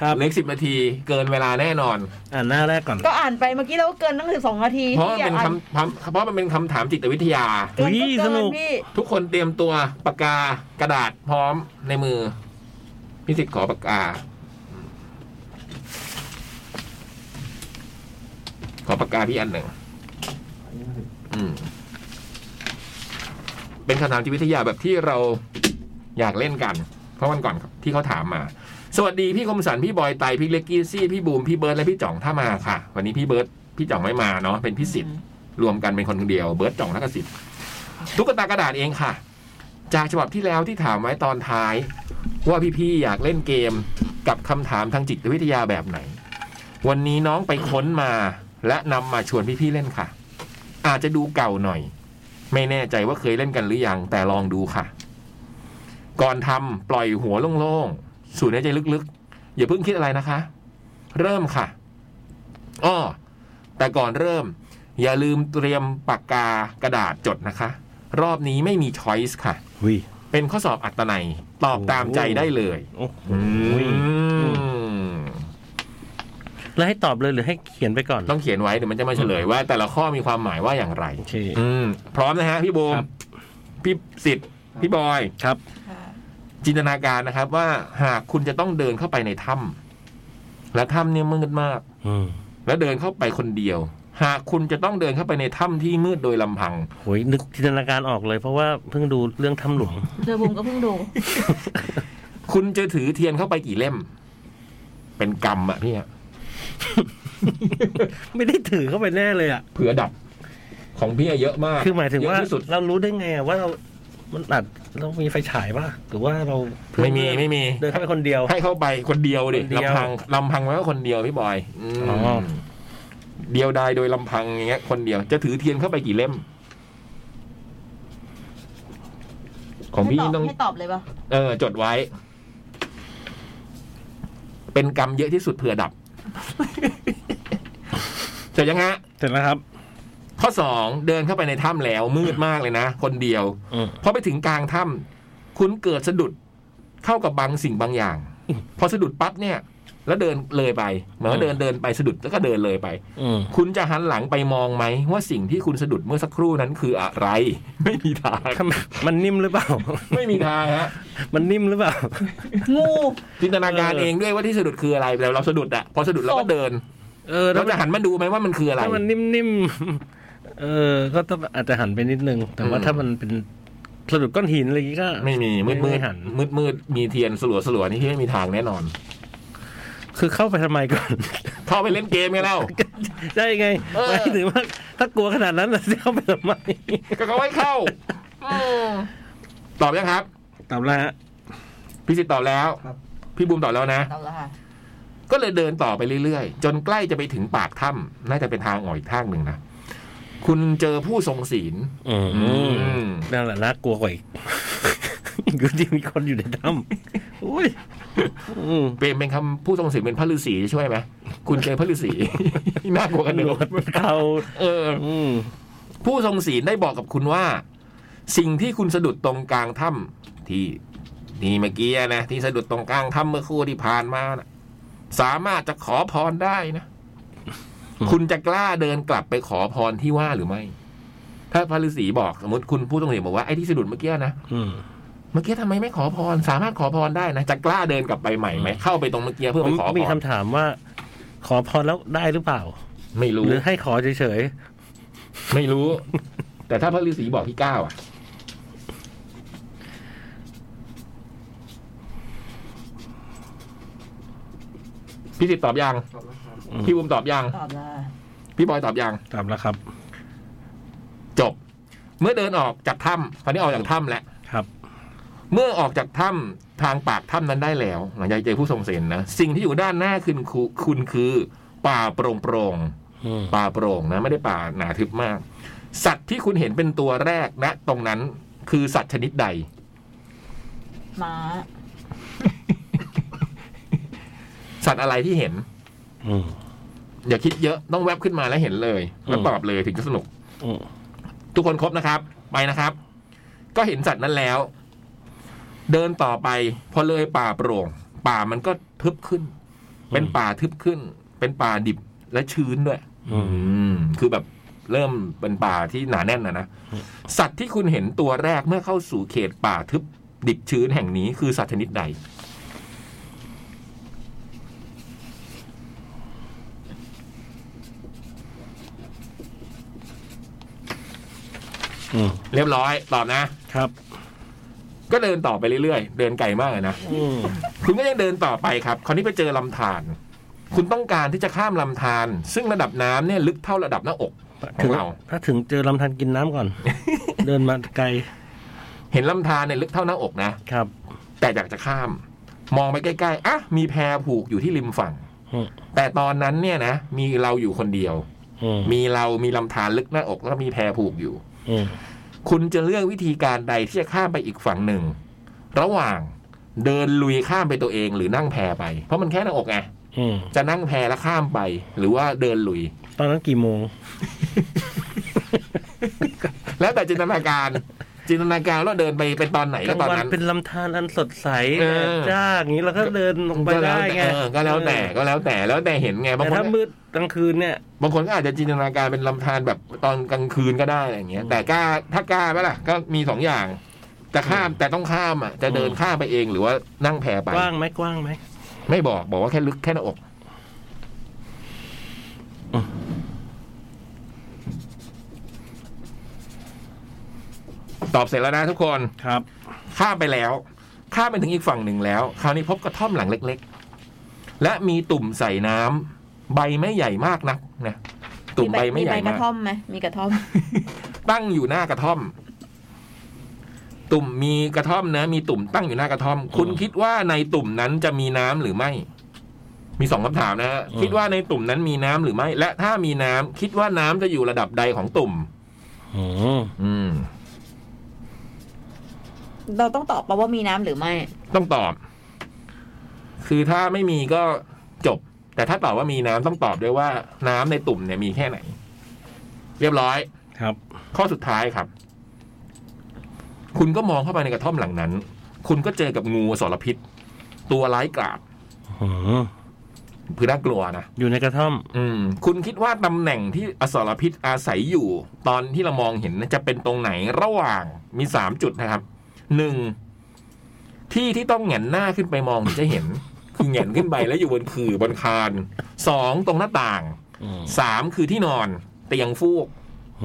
[SPEAKER 3] ครับ
[SPEAKER 1] เหล็กสิบนาทีเกินเวลาแน่นอน
[SPEAKER 3] อ่านหน้าแรกก่อน
[SPEAKER 2] ก็อ่านไปเมื่อกี้เราก็เกินตั้งสิบสองนาที
[SPEAKER 1] เพราะมัน
[SPEAKER 2] อย่า
[SPEAKER 1] เป็น
[SPEAKER 2] อ่า
[SPEAKER 1] คน ำคำเพราะมันเป็นคำถามจิตวิทยา
[SPEAKER 2] เกินก็
[SPEAKER 3] อุ๊ยส
[SPEAKER 2] เกิ
[SPEAKER 3] นุ
[SPEAKER 2] น
[SPEAKER 3] ก
[SPEAKER 2] พี่
[SPEAKER 1] ทุกคนเตรียมตัวปากกากระดาษพร้อมในมือพิสิทธิ์ขอปากกา ขอปากกาพี่อันหนึ่งอืม เป็นคำถามจิตวิทยาแบบที่เราอยากเล่นกัน เพราะวันก่อนที่เขาถามมา สวัสดีพี่คมสันพี่บอยไตพี่เล็กกี้ซี่พี่บูมพี่เบิร์ดและพี่จ่องถ้ามาค่ะ วันนี้พี่เบิร์ดพี่จ่องไม่มาเนาะเป็นพี่สิทธิ์ รวมกันเป็นคนเดียวเบิร์ตจ่องนักสิทธิ์ตุ๊กตากระดาษเองค่ะ จากฉบับที่แล้วที่ถามไว้ตอนท้าย ว่าพี่ๆอยากเล่นเกมกับคำถามทางจิตวิทยาแบบไหน วันนี้น้องไปค้นมา และนำมาชวนพี่ๆเล่นค่ะ อาจจะดูเก่าหน่อย ไม่แน่ใจว่าเคยเล่นกันหรือยัง แต่ลองดูค่ะ ก่อนทำปล่อยหัวโล่งๆสูดในใจลึกๆ อย่าเพิ่งคิดอะไรนะคะ เริ่มค่ะอ้อแต่ก่อนเริ่ม อย่าลืมเตรียมปากกากระดาษจดนะคะ รอบนี้ไม่มีช้อยส์ค่ะ
[SPEAKER 3] หุย
[SPEAKER 1] เป็นข้อสอบอัตนัย ตอบตามใจได้เลย
[SPEAKER 3] โอ้โห
[SPEAKER 1] อืม
[SPEAKER 3] แล้วให้ตอบเลยหรือให้เขียนไปก่อน
[SPEAKER 1] ต้องเขียนไว้เดี๋ยวมันจะมาเฉลยว่า แต่ละข้อมีความหมายว่าอย่างไร
[SPEAKER 3] โอเค
[SPEAKER 1] อืม พร้อมนะฮะ พี่บูม
[SPEAKER 3] ครับ
[SPEAKER 1] พี่สิทธิ์พี่บอย
[SPEAKER 3] ครับ
[SPEAKER 1] จินตนาการนะครับ ว่าหากคุณจะต้องเดินเข้าไปในถ้ำและถ้ำเนี่ยมืดมาก
[SPEAKER 3] อืม
[SPEAKER 1] และเดินเข้าไปคนเดียว หากคุณจะต้องเดินเข้าไปในถ้ำที่มืดโดยลำพัง
[SPEAKER 3] โหยนึกจินตนาการออกเลยเพราะว่าเพิ่งดูเรื่องถ้ำหลวง
[SPEAKER 2] เดอบุมก็เพิ่งดู
[SPEAKER 1] คุณจะถือเทียนเข้าไปกี่เล่ม เป็นกรรมอะพี่อะ
[SPEAKER 3] ไม่ได้ถือเข้าไปแน่เลยอ่ะ
[SPEAKER 1] เผื่อดับ ของพี่อะเยอะมาก
[SPEAKER 3] คือหมายถึงว่า
[SPEAKER 1] เะที่สุด
[SPEAKER 3] เรารู้ได้ไงอะว่าเรา มันอัดเรามีไฟฉายป่ะหรือว่าเรา
[SPEAKER 1] ไม่มีไม่มี
[SPEAKER 3] เดินเข้าไปคนเดียว
[SPEAKER 1] ให้เข้าไปคนเดียวดิ
[SPEAKER 3] คนเดียว
[SPEAKER 1] ลำพังลำพังไว้ว่าคนเดียวพี่บอยอืม
[SPEAKER 3] อ๋อ
[SPEAKER 1] เดียวดายโดยลำพังอย่างเงี้ยคนเดียวจะถือเทียนเข้าไปกี่เล่ม ของพี่
[SPEAKER 2] ให้ต
[SPEAKER 1] ต้
[SPEAKER 2] อ
[SPEAKER 1] อบง
[SPEAKER 2] ให้ตอบเลยป่ะ
[SPEAKER 1] เออ จดไว้ เป็นกรรมเยอะที่สุดเผื่อดับ เสร็จยัง ฮะ
[SPEAKER 3] เสร็จแล้วครับ
[SPEAKER 1] ข้อสองเดินเข้าไปในถ้ำแล้วมืดมากเลยนะ คนเดียว
[SPEAKER 3] อืม
[SPEAKER 1] พอไปถึงกลางถ้ำคุณเกิดสะดุดเข้ากับบางสิ่งบางอย่าง พอสะดุดปั๊บเนี่ย แล้วเดินเลยไปเหมือนว่าเดินเดินไปสะดุดแล้วก็เดินเลยไป
[SPEAKER 3] อืม
[SPEAKER 1] คุณจะหันหลังไปมองไหมว่าสิ่งที่คุณสะดุดเมื่อสักครู่นั้นคืออะไร ไม่มีทาง
[SPEAKER 3] ทำไมมันนิ่มหรือเปล่า
[SPEAKER 1] ไม่มีทางฮะ
[SPEAKER 3] มันนิ่มหรือเปล่า
[SPEAKER 2] งู
[SPEAKER 1] จินตนาการเองด้วยว่าที่สะดุดคืออะไรแต่เราสะดุดอะพอสะดุดเราก็เดิน
[SPEAKER 3] เออแล้
[SPEAKER 1] เรา
[SPEAKER 3] ว
[SPEAKER 1] จะหันมาดูไหมว่ามันคืออะไร
[SPEAKER 3] ถ้ามันนิ่มๆเออ ก็ต้องอาจจะหันไปนิดนึง แต่ว่า
[SPEAKER 1] อืม
[SPEAKER 3] ถ้ามันเป็นสะดุดก้อนหินอะไรอย่างงี้ก็
[SPEAKER 1] ไม่มีมืดมื
[SPEAKER 3] ไม่
[SPEAKER 1] ด
[SPEAKER 3] หัน
[SPEAKER 1] มืดมืดมีเทียนสลัวสลัวนี่ที่ไม่มีทางแน่นอน
[SPEAKER 3] คือเข้าไปทำไมก่อน
[SPEAKER 1] เข้าไปเล่นเกมกันแล้ว
[SPEAKER 3] ได้ไง
[SPEAKER 1] เออ
[SPEAKER 3] หมายถึงว่าถ้ากลัวขนาดนั้นน่ะจะเข้าไปทำไม
[SPEAKER 1] ก็เขาไม่เข้า ตอบยังครับ
[SPEAKER 3] ตามแล้วฮะ
[SPEAKER 1] พี่สิทธิ์ตอบแล้ว
[SPEAKER 4] ครับ
[SPEAKER 1] พี่บูมตอบแล้วนะ
[SPEAKER 2] ตอบแล้วค่ะ
[SPEAKER 1] ก็เลยเดินต่อไปเรื่อยๆ จนใกล้จะไปถึงปากถ้ำน่าจะเป็นทางออกอีกทางหนึ่งนะ คุณเจอผู้ทรงศีล
[SPEAKER 3] อืม
[SPEAKER 1] อืม
[SPEAKER 3] นั่นแหละน่ากลัวกว่าอี กอยู่ดีมีคนอยู่ในถ้ำโอ้ยอืม
[SPEAKER 1] เป็นเป็นคำผู้ทรงศีลเป็นพระฤาษีช่วยไหมคุณเจอพระฤาษี น่ากลัวกันหนึ่ง
[SPEAKER 3] ตำรวจมันเขา
[SPEAKER 1] เออ
[SPEAKER 3] อืม
[SPEAKER 1] ผู้ทรงศีลได้บอกกับคุณว่า สิ่งที่คุณสะดุดตรงกลางถ้ำที่ที่เมื่อกี้นะที่สะดุดตรงกลางถ้ำเมื่อครู่ที่ผ่านมานะสามารถจะขอพรได้นะ คุณจะกล้าเดินกลับไปขอพรที่ว่าหรือไม่ ถ้าพระฤาษีบอกสมมติคุณผู้ทรงศีลบอกว่าไอ้ที่สะดุดเมื่อกี้นะ
[SPEAKER 3] อืม
[SPEAKER 1] เมื่อกี้ทำไมไม่ขอพร สามารถขอพรได้นะจะกล้าเดินกลับไปใหม่ไหมเข้าไปตรงเมื่อกี้เพื่อไปขอ
[SPEAKER 3] ผม
[SPEAKER 1] พ
[SPEAKER 3] มี
[SPEAKER 1] ร
[SPEAKER 3] คำถามว่า ขอพรแล้วได้หรือเปล่า
[SPEAKER 1] ไม่รู้
[SPEAKER 3] หรือให้ขอเฉย
[SPEAKER 1] ไม่รู้ แต่ถ้าพระฤาษีบอกพี่ก้าวอะพี่ติดตอบยัง
[SPEAKER 4] ขอบคุณครับ
[SPEAKER 3] ๆอืม
[SPEAKER 1] พี่บุมตอบยัง
[SPEAKER 2] ตอบแล้วค่ะ
[SPEAKER 1] พี่บอยตอบยัง
[SPEAKER 3] ตามแล้วครับ
[SPEAKER 1] จบ เมื่อเดินออกจากถ้ำคราวนี้ออกจากถ้ำแล้ว
[SPEAKER 3] ครับ
[SPEAKER 1] เมื่อออกจากถ้ำทางปากถ้ำนั้นได้แล้วหลังจากเจอผู้ทรงเสนนะ สิ่งที่อยู่ด้านหน้าคือคุณคุณคือ ป่าโปร่งโปร่ง
[SPEAKER 3] อืม
[SPEAKER 1] ๆป่าโปร่งนะ ไม่ได้ป่าหนาทึบมาก สัตว์ที่คุณเห็นเป็นตัวแรกนะ ตรงนั้นคือสัตว์ชนิดใด
[SPEAKER 2] ม้า
[SPEAKER 1] สัตว์อะไรที่เห็น
[SPEAKER 3] อืม
[SPEAKER 1] อย่าคิดเยอะต้องแวบขึ้นมาแล้วเห็นเลยแล้วตอบเลยถึงจะสนุก
[SPEAKER 3] อืม
[SPEAKER 1] ทุกคนครบนะครับ ไปนะครับ ก็เห็นสัตว์นั้นแล้ว เดินต่อไป พอเลยป่าโปร่ง ป่ามันก็ทึบขึ้น เป็นป่าทึบขึ้น เป็นป่าดิบและชื้นด้วย
[SPEAKER 3] อืม
[SPEAKER 1] คือแบบเริ่มเป็นป่าที่หนาแน่นนะนะ สัตว์ที่คุณเห็นตัวแรกเมื่อเข้าสู่เขตป่าทึบดิบชื้นแห่งนี้คือสัตว์ชนิดใด
[SPEAKER 3] อืม
[SPEAKER 1] เรียบร้อย ตอบนะ
[SPEAKER 3] ครับ
[SPEAKER 1] ก็เดินต่อไปเรื่อยๆ เดินไกลมากเลยนะ
[SPEAKER 3] อืม
[SPEAKER 1] คุณก็ยังเดินต่อไปครับ คราวนี้ไปเจอลำธาร คุณต้องการที่จะข้ามลำธาร ซึ่งระดับน้ำเนี่ยลึกเท่าระดับหน้าอก ของเรา
[SPEAKER 3] ถ้าถึงเจอลำธารกินน้ำก่ อน เดินมาไกล
[SPEAKER 1] เห็นลำธารเนี่ยลึกเท่าหน้าอกนะ
[SPEAKER 3] ครับ
[SPEAKER 1] แต่อยากจะข้าม มองไปใกล้ๆ อ่ะ มีแพผูกอยู่ที่ริมฝั่ง
[SPEAKER 3] อืม
[SPEAKER 1] แต่ตอนนั้นเนี่ยนะ มีเราอยู่คนเดียว
[SPEAKER 3] อืม
[SPEAKER 1] มีเรามีลำธารลึกหน้าอกแล้วก็มีแพผูกอยู่
[SPEAKER 3] อืม
[SPEAKER 1] คุณจะเลือกวิธีการใดที่จะข้ามไปอีกฝั่งหนึ่ง ระหว่างเดินลุยข้ามไปตัวเองหรือนั่งแพไป เพราะมันแค่หน้าอกไง
[SPEAKER 3] อืม
[SPEAKER 1] จะนั่งแพแล้วข้ามไป หรือว่าเดินลุย
[SPEAKER 3] ตอนนั้นกี่โมง
[SPEAKER 1] แล้วแต่จินตนาการ จินตนาการว่าเดินไปเป็นตอนไหน
[SPEAKER 3] ก
[SPEAKER 1] ก็
[SPEAKER 3] ลาง
[SPEAKER 1] ตอน
[SPEAKER 3] วัน
[SPEAKER 1] นั้น
[SPEAKER 3] เป็นลำธารอันสดใส
[SPEAKER 1] เออ
[SPEAKER 3] แดดจ้าอย่างนี้เราก็เดินลงไป
[SPEAKER 1] ก็แล้ว
[SPEAKER 3] ได้ไง
[SPEAKER 1] แต่เออก็แล้วแต่ก็แล้วแต่แล้วแต่เห็น
[SPEAKER 3] เออบ
[SPEAKER 1] ไงาง
[SPEAKER 3] แต่
[SPEAKER 1] ค
[SPEAKER 3] ถ้าน มืดกลางคืนเนี่ย
[SPEAKER 1] บางคนก็อาจจะจินตนาการเป็นลำธารแบบตอนกลางคืนก็ได้อะไรอย่างเงี้ย แต่กล้าถ้ากล้าไหมล่ะ ก็มีสองอย่าง จะข้ามแต่ต้องข้ามอ่ะ จะเดิน
[SPEAKER 3] อืม
[SPEAKER 1] ข้ามไปเองหรือว่านั่งแพไป
[SPEAKER 3] กว้างไหมกว้างไหม
[SPEAKER 1] ไม่บอกบอกว่าแค่ลึกแค่หน้าอก
[SPEAKER 3] อืม
[SPEAKER 1] ตอบเสร็จแล้วนะทุกคน
[SPEAKER 3] ครับ
[SPEAKER 1] ข้ามไปแล้ว ข้ามไปถึงอีกฝั่งหนึ่งแล้ว คราวนี้พบกระท่อมหลังเล็ก ๆ และมีตุ่มใส่น้ำใบไม่ใหญ่มากนักนะตุ่มใบไม่ใหญ่
[SPEAKER 2] กระ
[SPEAKER 1] มาก
[SPEAKER 2] ท่อมไหมมีกระท่อม
[SPEAKER 1] ตั้งอยู่หน้ากระท่อม ตุ่มมีกระท่อมนะ มีตุ่มตั้งอยู่หน้ากระท่อม คุณคิดว่าในตุ่มนั้นจะมีน้ำหรือไม่ มีสองคำถามนะฮะ
[SPEAKER 3] อืม
[SPEAKER 1] คิดว่าในตุ่มนั้นมีน้ำหรือไม่ และถ้ามีน้ำคิดว่าน้ำจะอยู่ระดับใดของตุ่ม
[SPEAKER 3] อืม
[SPEAKER 1] อืม
[SPEAKER 2] เราต้องตอบปะว่ามีน้ำหรือไม่
[SPEAKER 1] ต้องตอบ คือถ้าไม่มีก็จบ แต่ถ้าตอบว่ามีน้ำต้องตอบด้วยว่า น้ำในตุ่มเนี่ยมีแค่ไหน เรียบร้อย
[SPEAKER 3] ครับ
[SPEAKER 1] ข้อสุดท้ายครับ คุณก็มองเข้าไปในกระท่อมหลังนั้น คุณก็เจอกับงูอสรพิษ ตัวร้ายกราบ
[SPEAKER 3] อืม
[SPEAKER 1] คือน่ากลัวนะ
[SPEAKER 3] อยู่ในกระท่อม
[SPEAKER 1] อืม คุณคิดว่าตำแหน่งที่อสรพิษอาศัยอยู่ ตอนที่เรามองเห็นน่ะจะเป็นตรงไหนระหว่างมีสามจุดนะครับหนึ่งที่ที่ต้องแหงนหน้าขึ้นไปมองถึงจะเห็น คือแหงนขึ้นไปแล้วอยู่บนคือบนคานสองตรงหน้าต่าง
[SPEAKER 3] อืม
[SPEAKER 1] สามคือที่นอนเตียงฟูก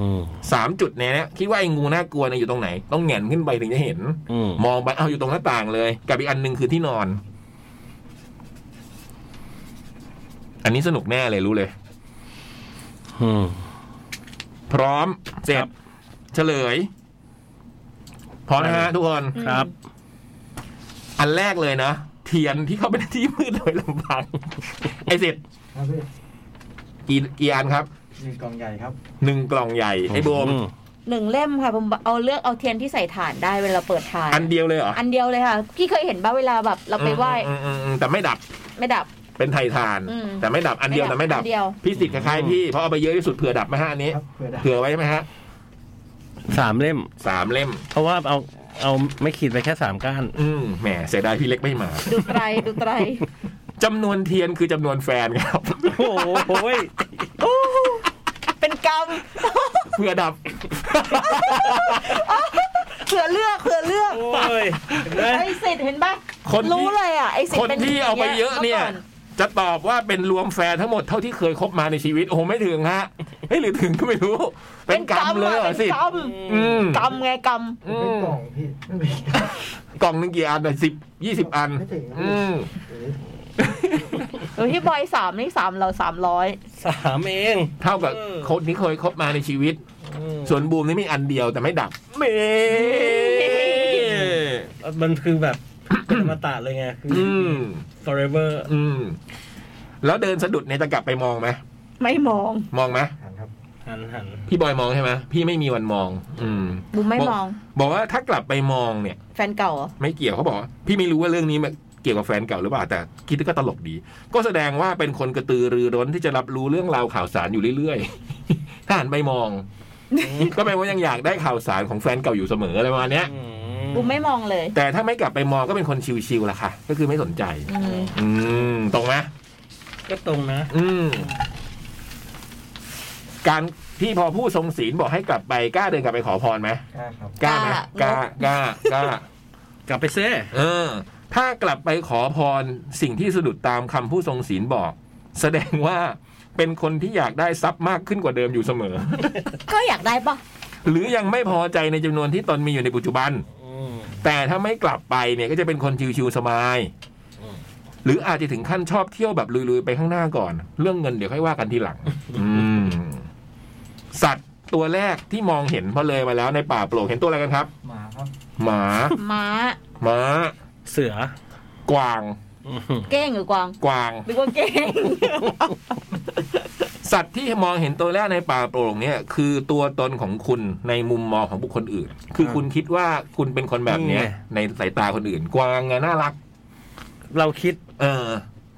[SPEAKER 3] อืม
[SPEAKER 1] สามจุดเนี้ยคิดว่าไอ้งูน่ากลัวเนี่ยอยู่ตรงไหน ต้องแหงนขึ้นไปถึงจะเห็น
[SPEAKER 3] อืม
[SPEAKER 1] มองไปเอาอยู่ตรงหน้าต่างเลย กับอีกอันหนึ่งคือที่นอน อันนี้สนุกแน่เลยรู้เลย
[SPEAKER 3] อืม
[SPEAKER 1] พร้อมเสร็จ
[SPEAKER 3] ครับ
[SPEAKER 1] เฉลย พร้อมนะฮะทุกคน
[SPEAKER 3] ครับ
[SPEAKER 1] อันแรกเลยนะเทียนที่เข้าไปใน ที่มืดโดยลำพัง ไอ้เสร็จ
[SPEAKER 4] ครับพี่
[SPEAKER 1] กี่กี่อันครับ
[SPEAKER 4] หนึ่งกล่องใหญ่ครับ
[SPEAKER 1] หนึ่งกล่องใหญ่ไอ้โบม
[SPEAKER 2] หนึ่งเล่มค่ะผมเอาเลือกเอาเทียนที่ใส่ถ่านได้เวลาเปิดถ่าน
[SPEAKER 1] อันเดียวเลยเหรอ
[SPEAKER 2] อันเดียวเลยค่ะ พี่เคยเห็นบ้าเวลาแบบ เราไปไหว้
[SPEAKER 1] อืมอืมอืมอืมแต่ไม่ดับ
[SPEAKER 2] ไม่ดับ
[SPEAKER 1] เป็นไทยทาน
[SPEAKER 2] อืม
[SPEAKER 1] แต่ไม่ดับอันเดียวแต่ไม่ดับ
[SPEAKER 2] อันเดียว
[SPEAKER 1] พี่สิทธิ์คล้ายๆพี่เพราะเอาไปเยอะที่สุดเผื่อดับไหมฮะอันนี้
[SPEAKER 4] ครับเผื่อได้
[SPEAKER 1] เผื่อไว้ไหมฮะ
[SPEAKER 3] สามเล่ม
[SPEAKER 1] สามเล่ม
[SPEAKER 3] เพราะว่าเอาเอาไม่ขีดไปแค่สามก้าน
[SPEAKER 1] อืมแหมเสียดายพี่เล็กไม่มา
[SPEAKER 2] ดูไตรดูไตร
[SPEAKER 1] จำนวนเทียนคือจำนวนแฟนครับ
[SPEAKER 3] โอ้โหย
[SPEAKER 2] เป็นกรรม
[SPEAKER 1] เพื่อดับ
[SPEAKER 2] เผื่อเลือกเผื่อเลือก
[SPEAKER 3] โอ้ยเห็นไหม
[SPEAKER 2] ไอสิทธิ์เห็นปะ
[SPEAKER 1] คนที่
[SPEAKER 2] รู้เลยอ่ะไอสิท
[SPEAKER 1] คน
[SPEAKER 2] ธิ์เป็น
[SPEAKER 1] ที่เอาไปเยอะเนี่ย
[SPEAKER 2] มื่ก่
[SPEAKER 1] จะตอบว่าเป็นรวมแฟนทั้งหมดเท่าที่เคยคบมาในชีวิต โอ้โหไม่ถึงฮะเฮ้ยหรือถึงก็ไม่รู้ เป็นกรรมเลยเหรอ
[SPEAKER 2] ป็น
[SPEAKER 1] สิ
[SPEAKER 2] กรรม
[SPEAKER 1] อืม
[SPEAKER 2] กรรมไงกรรม
[SPEAKER 1] อื
[SPEAKER 4] เป็
[SPEAKER 1] ม
[SPEAKER 4] นกล่องพี่ไม่เป็น
[SPEAKER 1] กล่องหนึงกี่อันอ่ะสิบยี่สิบอัน
[SPEAKER 4] ไม่ถึงครับ
[SPEAKER 1] อืม
[SPEAKER 4] พี่
[SPEAKER 2] หรือที่บอยสามนี่สามเราสามร้อย
[SPEAKER 3] สามเอง
[SPEAKER 1] เท่ากับคนที่เคยคบมาในชีวิต
[SPEAKER 3] อืม
[SPEAKER 1] ส่วนบูมนี่มีอันเดียวแต่ไม่ดับเม
[SPEAKER 3] มันคือแบบเป็นอมาตาเลยไงคือ
[SPEAKER 1] อื
[SPEAKER 3] อ
[SPEAKER 1] ม
[SPEAKER 3] forever
[SPEAKER 1] อืม แล้วเดินสะดุดเนี่ยจะกลับไปมองไหม
[SPEAKER 2] ไม่มอง
[SPEAKER 1] มองไหม
[SPEAKER 4] หันครับ
[SPEAKER 3] หันหัน
[SPEAKER 1] พี่บอยมองใช่ไหมพี่ไม่มีวันมอง อืม
[SPEAKER 2] บูมไม่
[SPEAKER 1] บอก
[SPEAKER 2] มอง
[SPEAKER 1] บอกว่าถ้ากลับไปมองเนี่ย
[SPEAKER 2] แฟนเก่าเหรอ
[SPEAKER 1] ไม่เกี่ยวเขาบอกว่าพี่ไม่รู้ว่าเรื่องนี้มันเกี่ยวกับแฟนเก่าหรือเปล่าแต่คิดก็ตลกดี ก็แสดงว่าเป็นคนกระตือรือร้นที่จะรับรู้เรื่องราวข่าวสารอยู่เรื่อยๆ ถ้าหันไปมอง ก็แปลว่ายังอยากได้ข่าวสารของแฟนเก่าอยู่เสมออะไรประมาณเนี้ย
[SPEAKER 3] อื
[SPEAKER 2] บูมไม่มองเลย
[SPEAKER 1] แต่ถ้าไม่กลับไปมองก็เป็นคนชิวๆละค่ะ ก็คือไม่สนใจ
[SPEAKER 2] อืม
[SPEAKER 1] อืม ตรงไหม
[SPEAKER 4] ก็ตรงนะ
[SPEAKER 1] อืม การพี่พอพูดทรงศีลบอกให้กลับไปกล้าเดินกลับไปขอพรไหม
[SPEAKER 4] กล้าครับ
[SPEAKER 1] กล้าไหม
[SPEAKER 2] ก
[SPEAKER 1] ก
[SPEAKER 2] ล้า
[SPEAKER 1] ล้ากล้ากล้า
[SPEAKER 3] กลับไปเซ่
[SPEAKER 1] เออ ถ้ากลับไปขอพรสิ่งที่สะดุดตามคำผู้ทรงศีลบอก แสดงว่าเป็นคนที่อยากได้ทรัพย์มากขึ้นกว่าเดิมอยู่เสมอ
[SPEAKER 2] ก็อยากได้ปะ
[SPEAKER 1] หรือยังไม่พอใจในจำนวนที่ตนมีอยู่ในปัจจุบัน แต่ถ้าไม่กลับไปเนี่ยก็จะเป็นคนชิวๆสบาย หรืออาจจะถึงขั้นชอบเที่ยวแบบลุยๆ ไปข้างหน้าก่อน เรื่องเงินเดี๋ยวค่อยว่ากันทีหลัง อืม สัตว์ตัวแรกที่มองเห็นพอเลยมาแล้วในป่าโปร่งเห็นตัวอะไรกันครับ
[SPEAKER 4] หมาครับ
[SPEAKER 1] หมา
[SPEAKER 2] ม้า
[SPEAKER 1] ม้า
[SPEAKER 3] เสือก
[SPEAKER 1] วาง
[SPEAKER 2] เก้งหรือกวาง
[SPEAKER 1] กวาง
[SPEAKER 2] หรือว่าเก้ง
[SPEAKER 1] สัตว์ที่มองเห็นตัวแรกในป่าโปร่งเนี่ย คือตัวตนของคุณในมุมมองของบุคคลอื่น คือคุณคิดว่าคุณเป็นคนแบบเนี้ยในสายตาคนอื่น กวางไงน่ารัก
[SPEAKER 3] เราคิด
[SPEAKER 1] เออ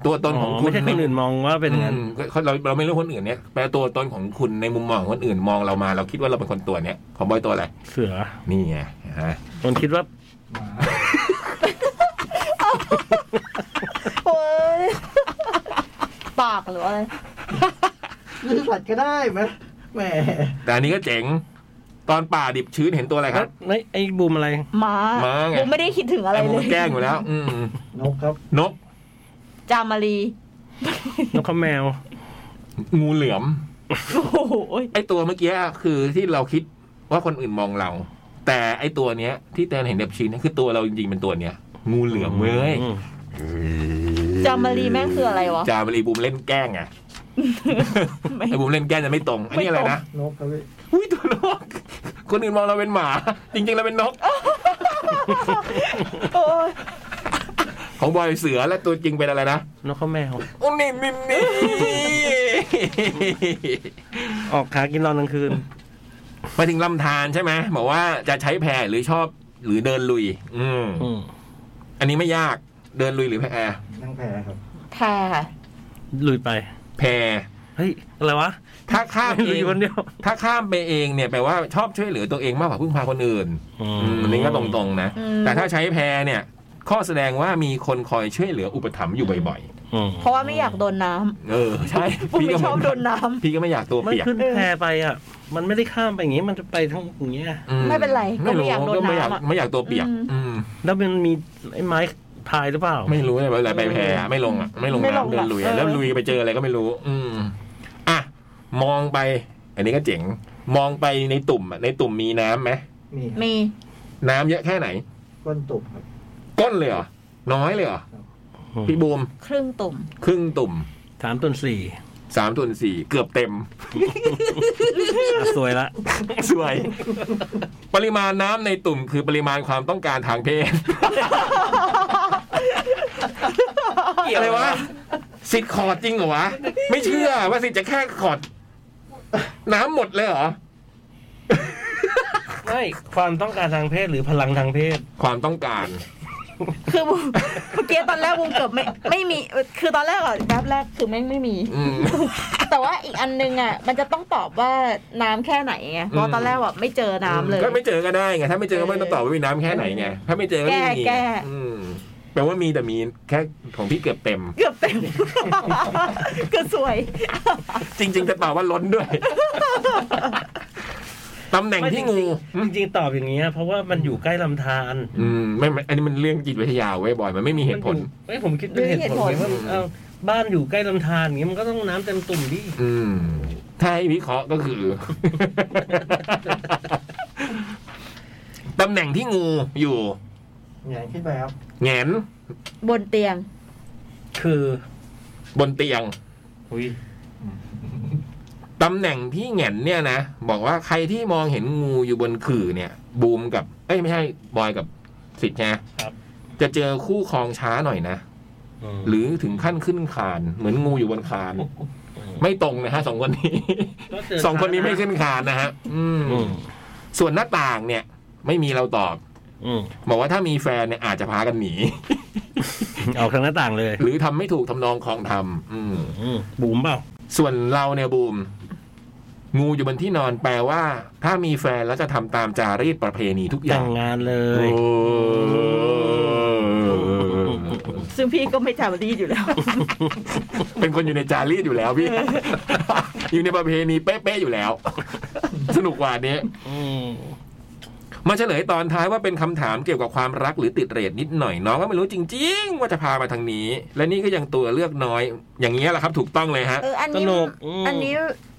[SPEAKER 1] ตัวตนของคุณ
[SPEAKER 3] ไม่ใช่คนอื่นมองว่าเป็นอย่างนั้น
[SPEAKER 1] อืมก็เราเราไม่รู้คนอื่นเนี่ยแปลตัวตนของคุณในมุมมองของคนอื่นมองเรามา เราคิดว่าเราเป็นคนตัวเนี้ยของบอยตัวอะไร
[SPEAKER 3] เสือ
[SPEAKER 1] นี่ไงฮะ
[SPEAKER 3] คนคิดว่า
[SPEAKER 4] หมา
[SPEAKER 2] โอ้ยปากหรืออะไร
[SPEAKER 4] ไม่ใช่สัตว์ก็ได้ไหมแหม
[SPEAKER 1] แต่อันนี้ก็เจ๋ง ตอนป่าดิบชื้นเห็นตัวอะไรครับ
[SPEAKER 3] ไอ้ไอ้บูมอะไร
[SPEAKER 2] ม้า
[SPEAKER 1] ม้าไง
[SPEAKER 2] ผมไม่ได้คิดถึงอะไร
[SPEAKER 1] ไอ้
[SPEAKER 2] เล
[SPEAKER 1] มู
[SPEAKER 2] ย
[SPEAKER 1] แกล้งอยู่แล้ว อืม
[SPEAKER 4] นกครับ
[SPEAKER 1] นก
[SPEAKER 2] จามารี
[SPEAKER 3] นกเขาแมว
[SPEAKER 1] งูเหลือม
[SPEAKER 2] โอ้โห
[SPEAKER 1] ไอ้ตัวเมื่อกี้คือที่เราคิดว่าคนอื่นมองเรา แต่ไอ้ตัวเนี้ย ที่แตนเห็นเด็บชื้นเนี่ยคือตัวเราจริงๆเป็นตัวเนี้ยงูเหลือมเว้ย
[SPEAKER 2] จามารีแม่งคืออะไรวะ
[SPEAKER 1] จามารีบูมเล่นแกล้งไง
[SPEAKER 2] ไม่
[SPEAKER 1] ไอ้บูมเล่นแกล้งจะไม่ตรงอันนี้อะไรนะ
[SPEAKER 4] นกครับพี่
[SPEAKER 1] อุ้ยตัวนก คนอื่นมองเราเป็นหมา จริงๆเราเป็นนก
[SPEAKER 2] โอ้ย
[SPEAKER 1] ของบอยเสือและตัวจริงเป็นอะไรนะ
[SPEAKER 3] นกเขาแมว
[SPEAKER 1] โอ้นี่นี่นี่
[SPEAKER 3] ออกหากินตอนกลางคืน
[SPEAKER 1] มาถึงลำธารใช่ไหมบอกว่าจะใช้แพรหรือชอบหรือเดินลุย อืม
[SPEAKER 3] อืม
[SPEAKER 1] อันนี้ไม่ยากเดินลุยหรือแพร
[SPEAKER 4] นั่งแพครับ
[SPEAKER 2] แท้ค่ะ
[SPEAKER 3] ลุยไป
[SPEAKER 1] แพร
[SPEAKER 3] เฮ้ย อะไรวะ
[SPEAKER 1] ถ้าข้ามเอ
[SPEAKER 3] ลุย
[SPEAKER 1] ง
[SPEAKER 3] คนเดียว
[SPEAKER 1] ถ้าข้ามไปเองเนี่ยแปลว่าชอบช่วยเหลือตัวเองมากกว่าพึ่งพาคนอื่น อืมอันนี้ก็ตรงๆนะ
[SPEAKER 2] อืม
[SPEAKER 1] แต่ถ้าใช้แพรเนี่ย ข้อแสดงว่ามีคนคอยช่วยเหลืออุปถัมภ์อยู่บ่อย
[SPEAKER 3] อืม
[SPEAKER 2] เพราะว่าไม่อยากโดนน้
[SPEAKER 1] ๆ เออ ใช่
[SPEAKER 2] ำผมไม่ชอบ
[SPEAKER 1] เห
[SPEAKER 2] โด
[SPEAKER 1] กั
[SPEAKER 2] นน้
[SPEAKER 1] พี่ก็ไม่อยากตัว
[SPEAKER 3] มัน
[SPEAKER 1] เปียก
[SPEAKER 3] ขึ้นแพไปอ่ะ มันไม่ได้ข้ามไปอย่างงี้ มันจะไปทั้งอย่างเงี้ย
[SPEAKER 1] อื
[SPEAKER 2] ำไม่เป็นไรก็ไม่อยากโดน
[SPEAKER 1] ไม่อยาก
[SPEAKER 2] น้ำอะ
[SPEAKER 1] ไม่อยากตัวเปียก
[SPEAKER 2] อืม
[SPEAKER 1] อืม
[SPEAKER 3] แล้วมันมีไอ้ไม้พายหรือเปล่า
[SPEAKER 1] ไม่รู้เลยว่าอะไรไปแพรไม่ลงอ่ะไม่ลง
[SPEAKER 2] ไม่ลง
[SPEAKER 1] น้ำเดินลุยอะ
[SPEAKER 2] เออ
[SPEAKER 1] แล้วลุยไปเจออะไรก็ไม่รู้ อืมอ่ะมองไป อันนี้ก็เจ๋ง มองไปในตุ่มอะในตุ่มมีน้ำไหม
[SPEAKER 4] มีครับ
[SPEAKER 2] มี
[SPEAKER 1] น้ำเยอะแค่ไหน
[SPEAKER 4] ก้นตุบครับ
[SPEAKER 1] ก้นเลยเหรอน้อยเลยเหรอ
[SPEAKER 3] อืม
[SPEAKER 1] พี่บูม
[SPEAKER 2] ครึ่งตุ่ม
[SPEAKER 1] ครึ่งตุ่ม
[SPEAKER 3] สามต่วนสี่
[SPEAKER 1] สามส่วนสี่เกือบเต็ม
[SPEAKER 3] อ่ะสวยละ
[SPEAKER 1] สวย ปริมาณน้ำในตุ่มคือปริมาณความต้องการทางเพศ อะไรวะสิทธิ์ขอดจริงเหรอวะ ไม่เชื่อว่าสิทธิ์จะแค่ขอด น้ำหมดเลยเหรอ
[SPEAKER 3] ไม่ ความต้องการทางเพศหรือพลังทางเพศ
[SPEAKER 1] ความต้องการ
[SPEAKER 2] คือบูมเมื่อกี้ตอนแรกบูมเกือบไม่ไม่มี คือตอนแรกอ่ะแบบแรกคือแม่งไม่มี
[SPEAKER 1] อืม
[SPEAKER 2] แต่ว่าอีกอันนึงอ่ะ มันจะต้องตอบว่าน้ำแค่ไหนไงเพ
[SPEAKER 1] อื
[SPEAKER 2] ราะ
[SPEAKER 1] ม
[SPEAKER 2] ตอนแรกแบบไม่เจอน้ำเลย
[SPEAKER 1] ก็ไม่เจอก็ได้ไงถ้าไม่เจอก็ไม่ต้องตอบว่ามีน้ำแค่ไหนไงถ้าไม่เจอก็ไม่มี
[SPEAKER 2] แก้แก้
[SPEAKER 1] อืมแปลว่ามีแต่มีแค่ของพี่เกือบเต็ม
[SPEAKER 2] เกือบเต็ม ก็สวย
[SPEAKER 1] จริง ๆ จะตอบว่าล้น ด้วยตำแหน่งที่งู
[SPEAKER 3] จริงๆตอบอย่างเงี้ยเพราะว่ามันอยู่ใกล้ลำธาร
[SPEAKER 1] อืมไม่ไม่อันนี้มันเรื่องจิตวิทยาเว้ยบอย มันไม่มีเหตุผล
[SPEAKER 3] มันอยู่ไม่ผมคิดเป็นเหตุผล
[SPEAKER 2] ไม่
[SPEAKER 3] ไง
[SPEAKER 2] มีเหตุผล
[SPEAKER 3] ว่าเอ้าบ้านอยู่ใกล้ลำธารอย่างเงี้ยมันก็ต้องน้ำเต็มตุ่มดิ
[SPEAKER 1] อืม ถ้าให้วิเคราะห์ก็ คือ ตำแหน่งที่งูอยู่
[SPEAKER 4] แหงนขึ้นไปครับ
[SPEAKER 1] แหงน
[SPEAKER 2] บนเตียง
[SPEAKER 3] คือบ
[SPEAKER 1] นเตียง
[SPEAKER 3] อุย
[SPEAKER 1] ตำแหน่งที่แหงนเนี่ยนะ บอกว่าใครที่มองเห็นงูอยู่บนขื่อเนี่ย บูมกับ เอ้ยไม่ใช่บอยกับสิทธิ์นะครับจะเจอคู่ครองช้าหน่อยนะ หรือถึงขั้นขึ้นคาน เหมือนงูอยู่บน คาน ไม่ตรงนะฮะสองคนนี้
[SPEAKER 3] ก็เจ
[SPEAKER 1] สองคนนี้ไม่ขึ้นคานนะฮะ อืม
[SPEAKER 3] อืม
[SPEAKER 1] ส่วนหน้าต่างเนี่ย ไม่มีเราตอบ
[SPEAKER 3] อืม
[SPEAKER 1] บอกว่าถ้ามีแฟนเนี่ยอาจจะพากันหนี
[SPEAKER 3] ออกทางหน้าต่างเลย
[SPEAKER 1] หรือทำไม่ถูกทำนองคลองทำอืม
[SPEAKER 3] อืมบูมเปล่า
[SPEAKER 1] ส่วนเราเนี่ยบูม งูอยู่บนที่นอนแปลว่า ถ้ามีแฟนแล้วจะทำตามจารีตประเพณีทุกอ
[SPEAKER 3] แต่
[SPEAKER 1] ย่าง
[SPEAKER 3] งงานเล
[SPEAKER 1] โอ้
[SPEAKER 3] ย
[SPEAKER 1] ย
[SPEAKER 2] ส ซึ่งพี่ก็ไม่จำดีอยู่ แล้ว
[SPEAKER 1] เป็นคนอยู่ในจารีตอยู่แล้วพี่ อยู่ในประเพณีเป๊ะๆอยู่แล้ว สนุกกว่านี้
[SPEAKER 3] อืม
[SPEAKER 1] มาเฉลยตอนท้ายว่าเป็นคำถามเกี่ยวกับความรักหรือติดเรทนิดหน่อยน้องก็ไม่รู้จริง ๆ ว่าจะพามาทางนี้ และนี่ก็ยังตัวเลือกน้อย อย่างนี้ยแหละครับ ถูกต้องเลยฮะ
[SPEAKER 2] เอออัน
[SPEAKER 3] ส
[SPEAKER 2] นี้
[SPEAKER 3] นุก
[SPEAKER 2] อันนี้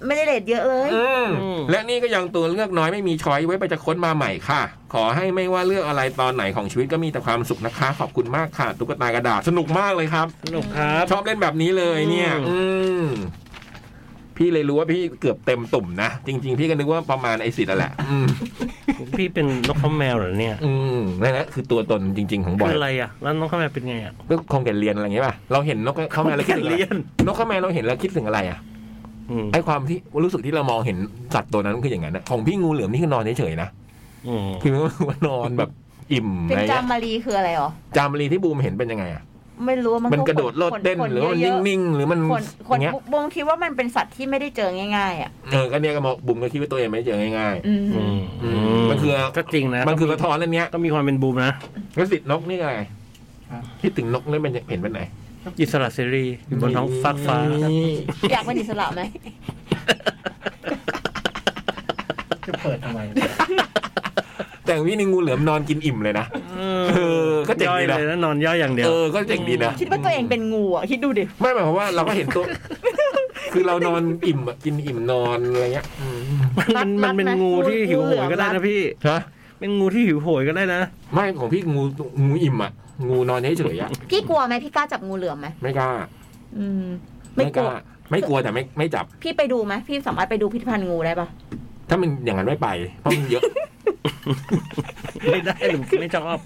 [SPEAKER 2] ไม่ได้เลทเยอะเลย
[SPEAKER 1] อืมและนี่ก็ยังตัวเลือกน้อยไม่มีช้อยไว้ไปจะค้นมาใหม่ค่ะ ขอให้ไม่ว่าเลือกอะไรตอนไหนของชีวิตก็มีแต่ความสุขนะคะ ขอบคุณมากค่ะ ตุ๊กตากระดาษสนุกมากเลยครับ
[SPEAKER 3] สนุกครับ
[SPEAKER 1] ชอบเล่นแบบนี้เลยเนี่ย
[SPEAKER 3] อื
[SPEAKER 1] อื
[SPEAKER 3] ม
[SPEAKER 1] มพี่เลยรู้ว่าพี่เกือบเต็มตุ่มนะ จริง ๆ พี่ก็นึกว่าประมาณไอสิทธิ์นั่นแหละ อืม
[SPEAKER 3] พี่เป็นนกข้าวแมวเหรอเนี่ย
[SPEAKER 1] อืมนั่นแหละคือตัวตนจริง ๆ ของบอ
[SPEAKER 3] คื
[SPEAKER 1] ย
[SPEAKER 3] ออะไรอ่ะแล้วนกข้าวแมวเป็นไงอ่ะ
[SPEAKER 1] ก็คงแก่เรียนอะไรอย่างเงี้ยป่ะเราเห็นนกเข้ามาแล้วคิดถึงอะไร
[SPEAKER 3] เรียน
[SPEAKER 1] นกเข้ามาเราเห็นแล้วคิดถึงอะไรอ่ะ
[SPEAKER 3] อืม
[SPEAKER 1] ไอความที่รู้สึกที่เรามองเห็นสัตว์ตัวนั้นคืออย่างนั้นนะของพี่งูเหลือมนี่คือนอนเฉยๆนะ
[SPEAKER 3] อืม
[SPEAKER 1] คือมันก็นอนแบบอิ่ม
[SPEAKER 2] เป็
[SPEAKER 1] อะ
[SPEAKER 2] น
[SPEAKER 1] ไร
[SPEAKER 2] จา
[SPEAKER 1] เงี้ย
[SPEAKER 2] มารีคืออะไรอ๋อ
[SPEAKER 1] จามรีที่บูมเห็นเป็นยังไงอ่ะ
[SPEAKER 2] ไม่รู้มัน
[SPEAKER 1] มันกระโดดโลด
[SPEAKER 2] ค
[SPEAKER 1] เต้น
[SPEAKER 2] ค
[SPEAKER 1] หรือว่ามัน
[SPEAKER 2] เยะๆ
[SPEAKER 1] นิ่งๆหรือมัน
[SPEAKER 2] คนค
[SPEAKER 1] อน ย่างเงี้ย
[SPEAKER 2] บงคิดว่ามันเป็นสัตว์ที่ไม่ได้เจอง่าย ๆ อ่ะ
[SPEAKER 1] เออก็เนี่ยก็บอกบุมก็คิดว่าตัวเองไม่เจอง่าย
[SPEAKER 2] อืม
[SPEAKER 3] อืม
[SPEAKER 1] อืมมันคือ
[SPEAKER 3] ก็จริงนะ
[SPEAKER 1] ๆ มันคือสะท้อนอันเนี้ย
[SPEAKER 3] ต้องมีความเป็นบูมนะ
[SPEAKER 1] แล้วสิทธิ์นกนี่อะไร
[SPEAKER 4] ฮะ
[SPEAKER 1] คิดถึงนกนี่เป็นเห็นเป็นไหน
[SPEAKER 3] อิสระเสรีอยู่บนท้องฟากฟ้า
[SPEAKER 2] อยากเป็นอิสระไหม
[SPEAKER 4] จะเปิดทำไม
[SPEAKER 1] แต่วินิงูเหลือมนอนกินอิ่มเลยนะ เออก็เจ๋ง
[SPEAKER 3] ย่อย
[SPEAKER 1] ดีนะ
[SPEAKER 3] เลยนะนอนย่อยอย่างเดียว
[SPEAKER 1] เออก็เจ๋งดีนะ
[SPEAKER 2] คิดว่าตัวเองเป็นงูอ่ะคิดดูดิ
[SPEAKER 1] ไม่หมายความว่าเราก็เห็น ตัว คือเรานอนอิ่มอะกินอิ่มนอนอะไรเงี้ยอืม
[SPEAKER 3] มันมันเป็นงูที่หิวโหยก็ได้นะพี่
[SPEAKER 1] ฮะ
[SPEAKER 3] เป็นงูที่หิวโหยก็ได้นะ
[SPEAKER 1] ไม่ของพี่งูงูอิ่มอ่ะงูนอนเฉยๆอ่ะ
[SPEAKER 2] พี่กลัวไหมพี่กล้าจับงูเหลือมไหม
[SPEAKER 1] ไม่กล้า
[SPEAKER 2] อืม ไม่
[SPEAKER 1] ไม่
[SPEAKER 2] ก
[SPEAKER 1] ก
[SPEAKER 2] ลั
[SPEAKER 1] ล้าว ไม่กลัวแต่ไม่ไม่จับ
[SPEAKER 2] พี่ไปดูไหมพี่สามารถไปดูพิพิธภัณฑ์งูได้ปะ
[SPEAKER 1] ถ้ามันอย่างนั้นไม่ไป เพราะมันเยอะ
[SPEAKER 3] ไม่ได้หรือไม่ชอบ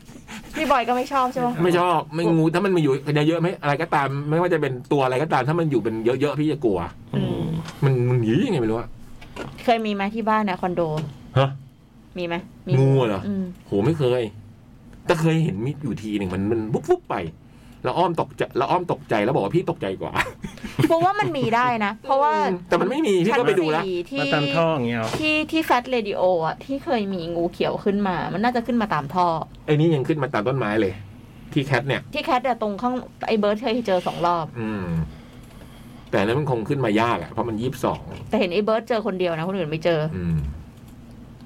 [SPEAKER 2] พี่บอยก็ไม่ชอบใช่ปะ
[SPEAKER 1] ไม่ชอบไม่งูถ้ามันมาอยู่เยอะๆไหมอะไรก็ตาม ไม่ว่าจะเป็นตัวอะไรก็ตาม ถ้ามันอยู่เป็นเยอะๆพี่จะกลัว
[SPEAKER 2] อืม
[SPEAKER 1] มันมันหยียังไงไม่รู้อะ
[SPEAKER 2] เคยมีไหมที่บ้านนะคอนโด
[SPEAKER 1] ฮะ
[SPEAKER 2] มีไหมมี
[SPEAKER 1] งูเหรออื
[SPEAKER 2] ม
[SPEAKER 1] โหไม่เคย แต่เคยเห็นมีอยู่ทีหนึ่งมันมันวุบวุบไป แล้วอ้อมตกใจแล้วอ้อมตกใจแล้วบอกว่าพี่ตกใจกว่า
[SPEAKER 2] ผมว่ามันมีได้นะ เพราะว่า
[SPEAKER 1] แต่มันไม่มีพี่ก็ไปดูแล้ว
[SPEAKER 2] ชั้นสี่ที่
[SPEAKER 3] มาตามท่ออย่างเงี้ยหรอ
[SPEAKER 2] ที่ที่แฟตเรดิโออ่ะ ที่เคยมีงูเขียวขึ้นมา มันน่าจะขึ้นมาตามท่อ
[SPEAKER 1] ไอ้นี่ยังขึ้นมาตามต้นไม้เลย ที่แคทเนี่ย
[SPEAKER 2] ที่แคทอะตรงข้างไอ้เบิร์ดเคยเจอสองรอบ
[SPEAKER 1] อืม แต่อันนั้นมันคงขึ้นมายากอะเพราะมันยี่สิบสอง
[SPEAKER 2] แต่เห็นไอ้เบิร์ดเจอคนเดียวนะ คนอื่นไม่เจอ
[SPEAKER 1] อืม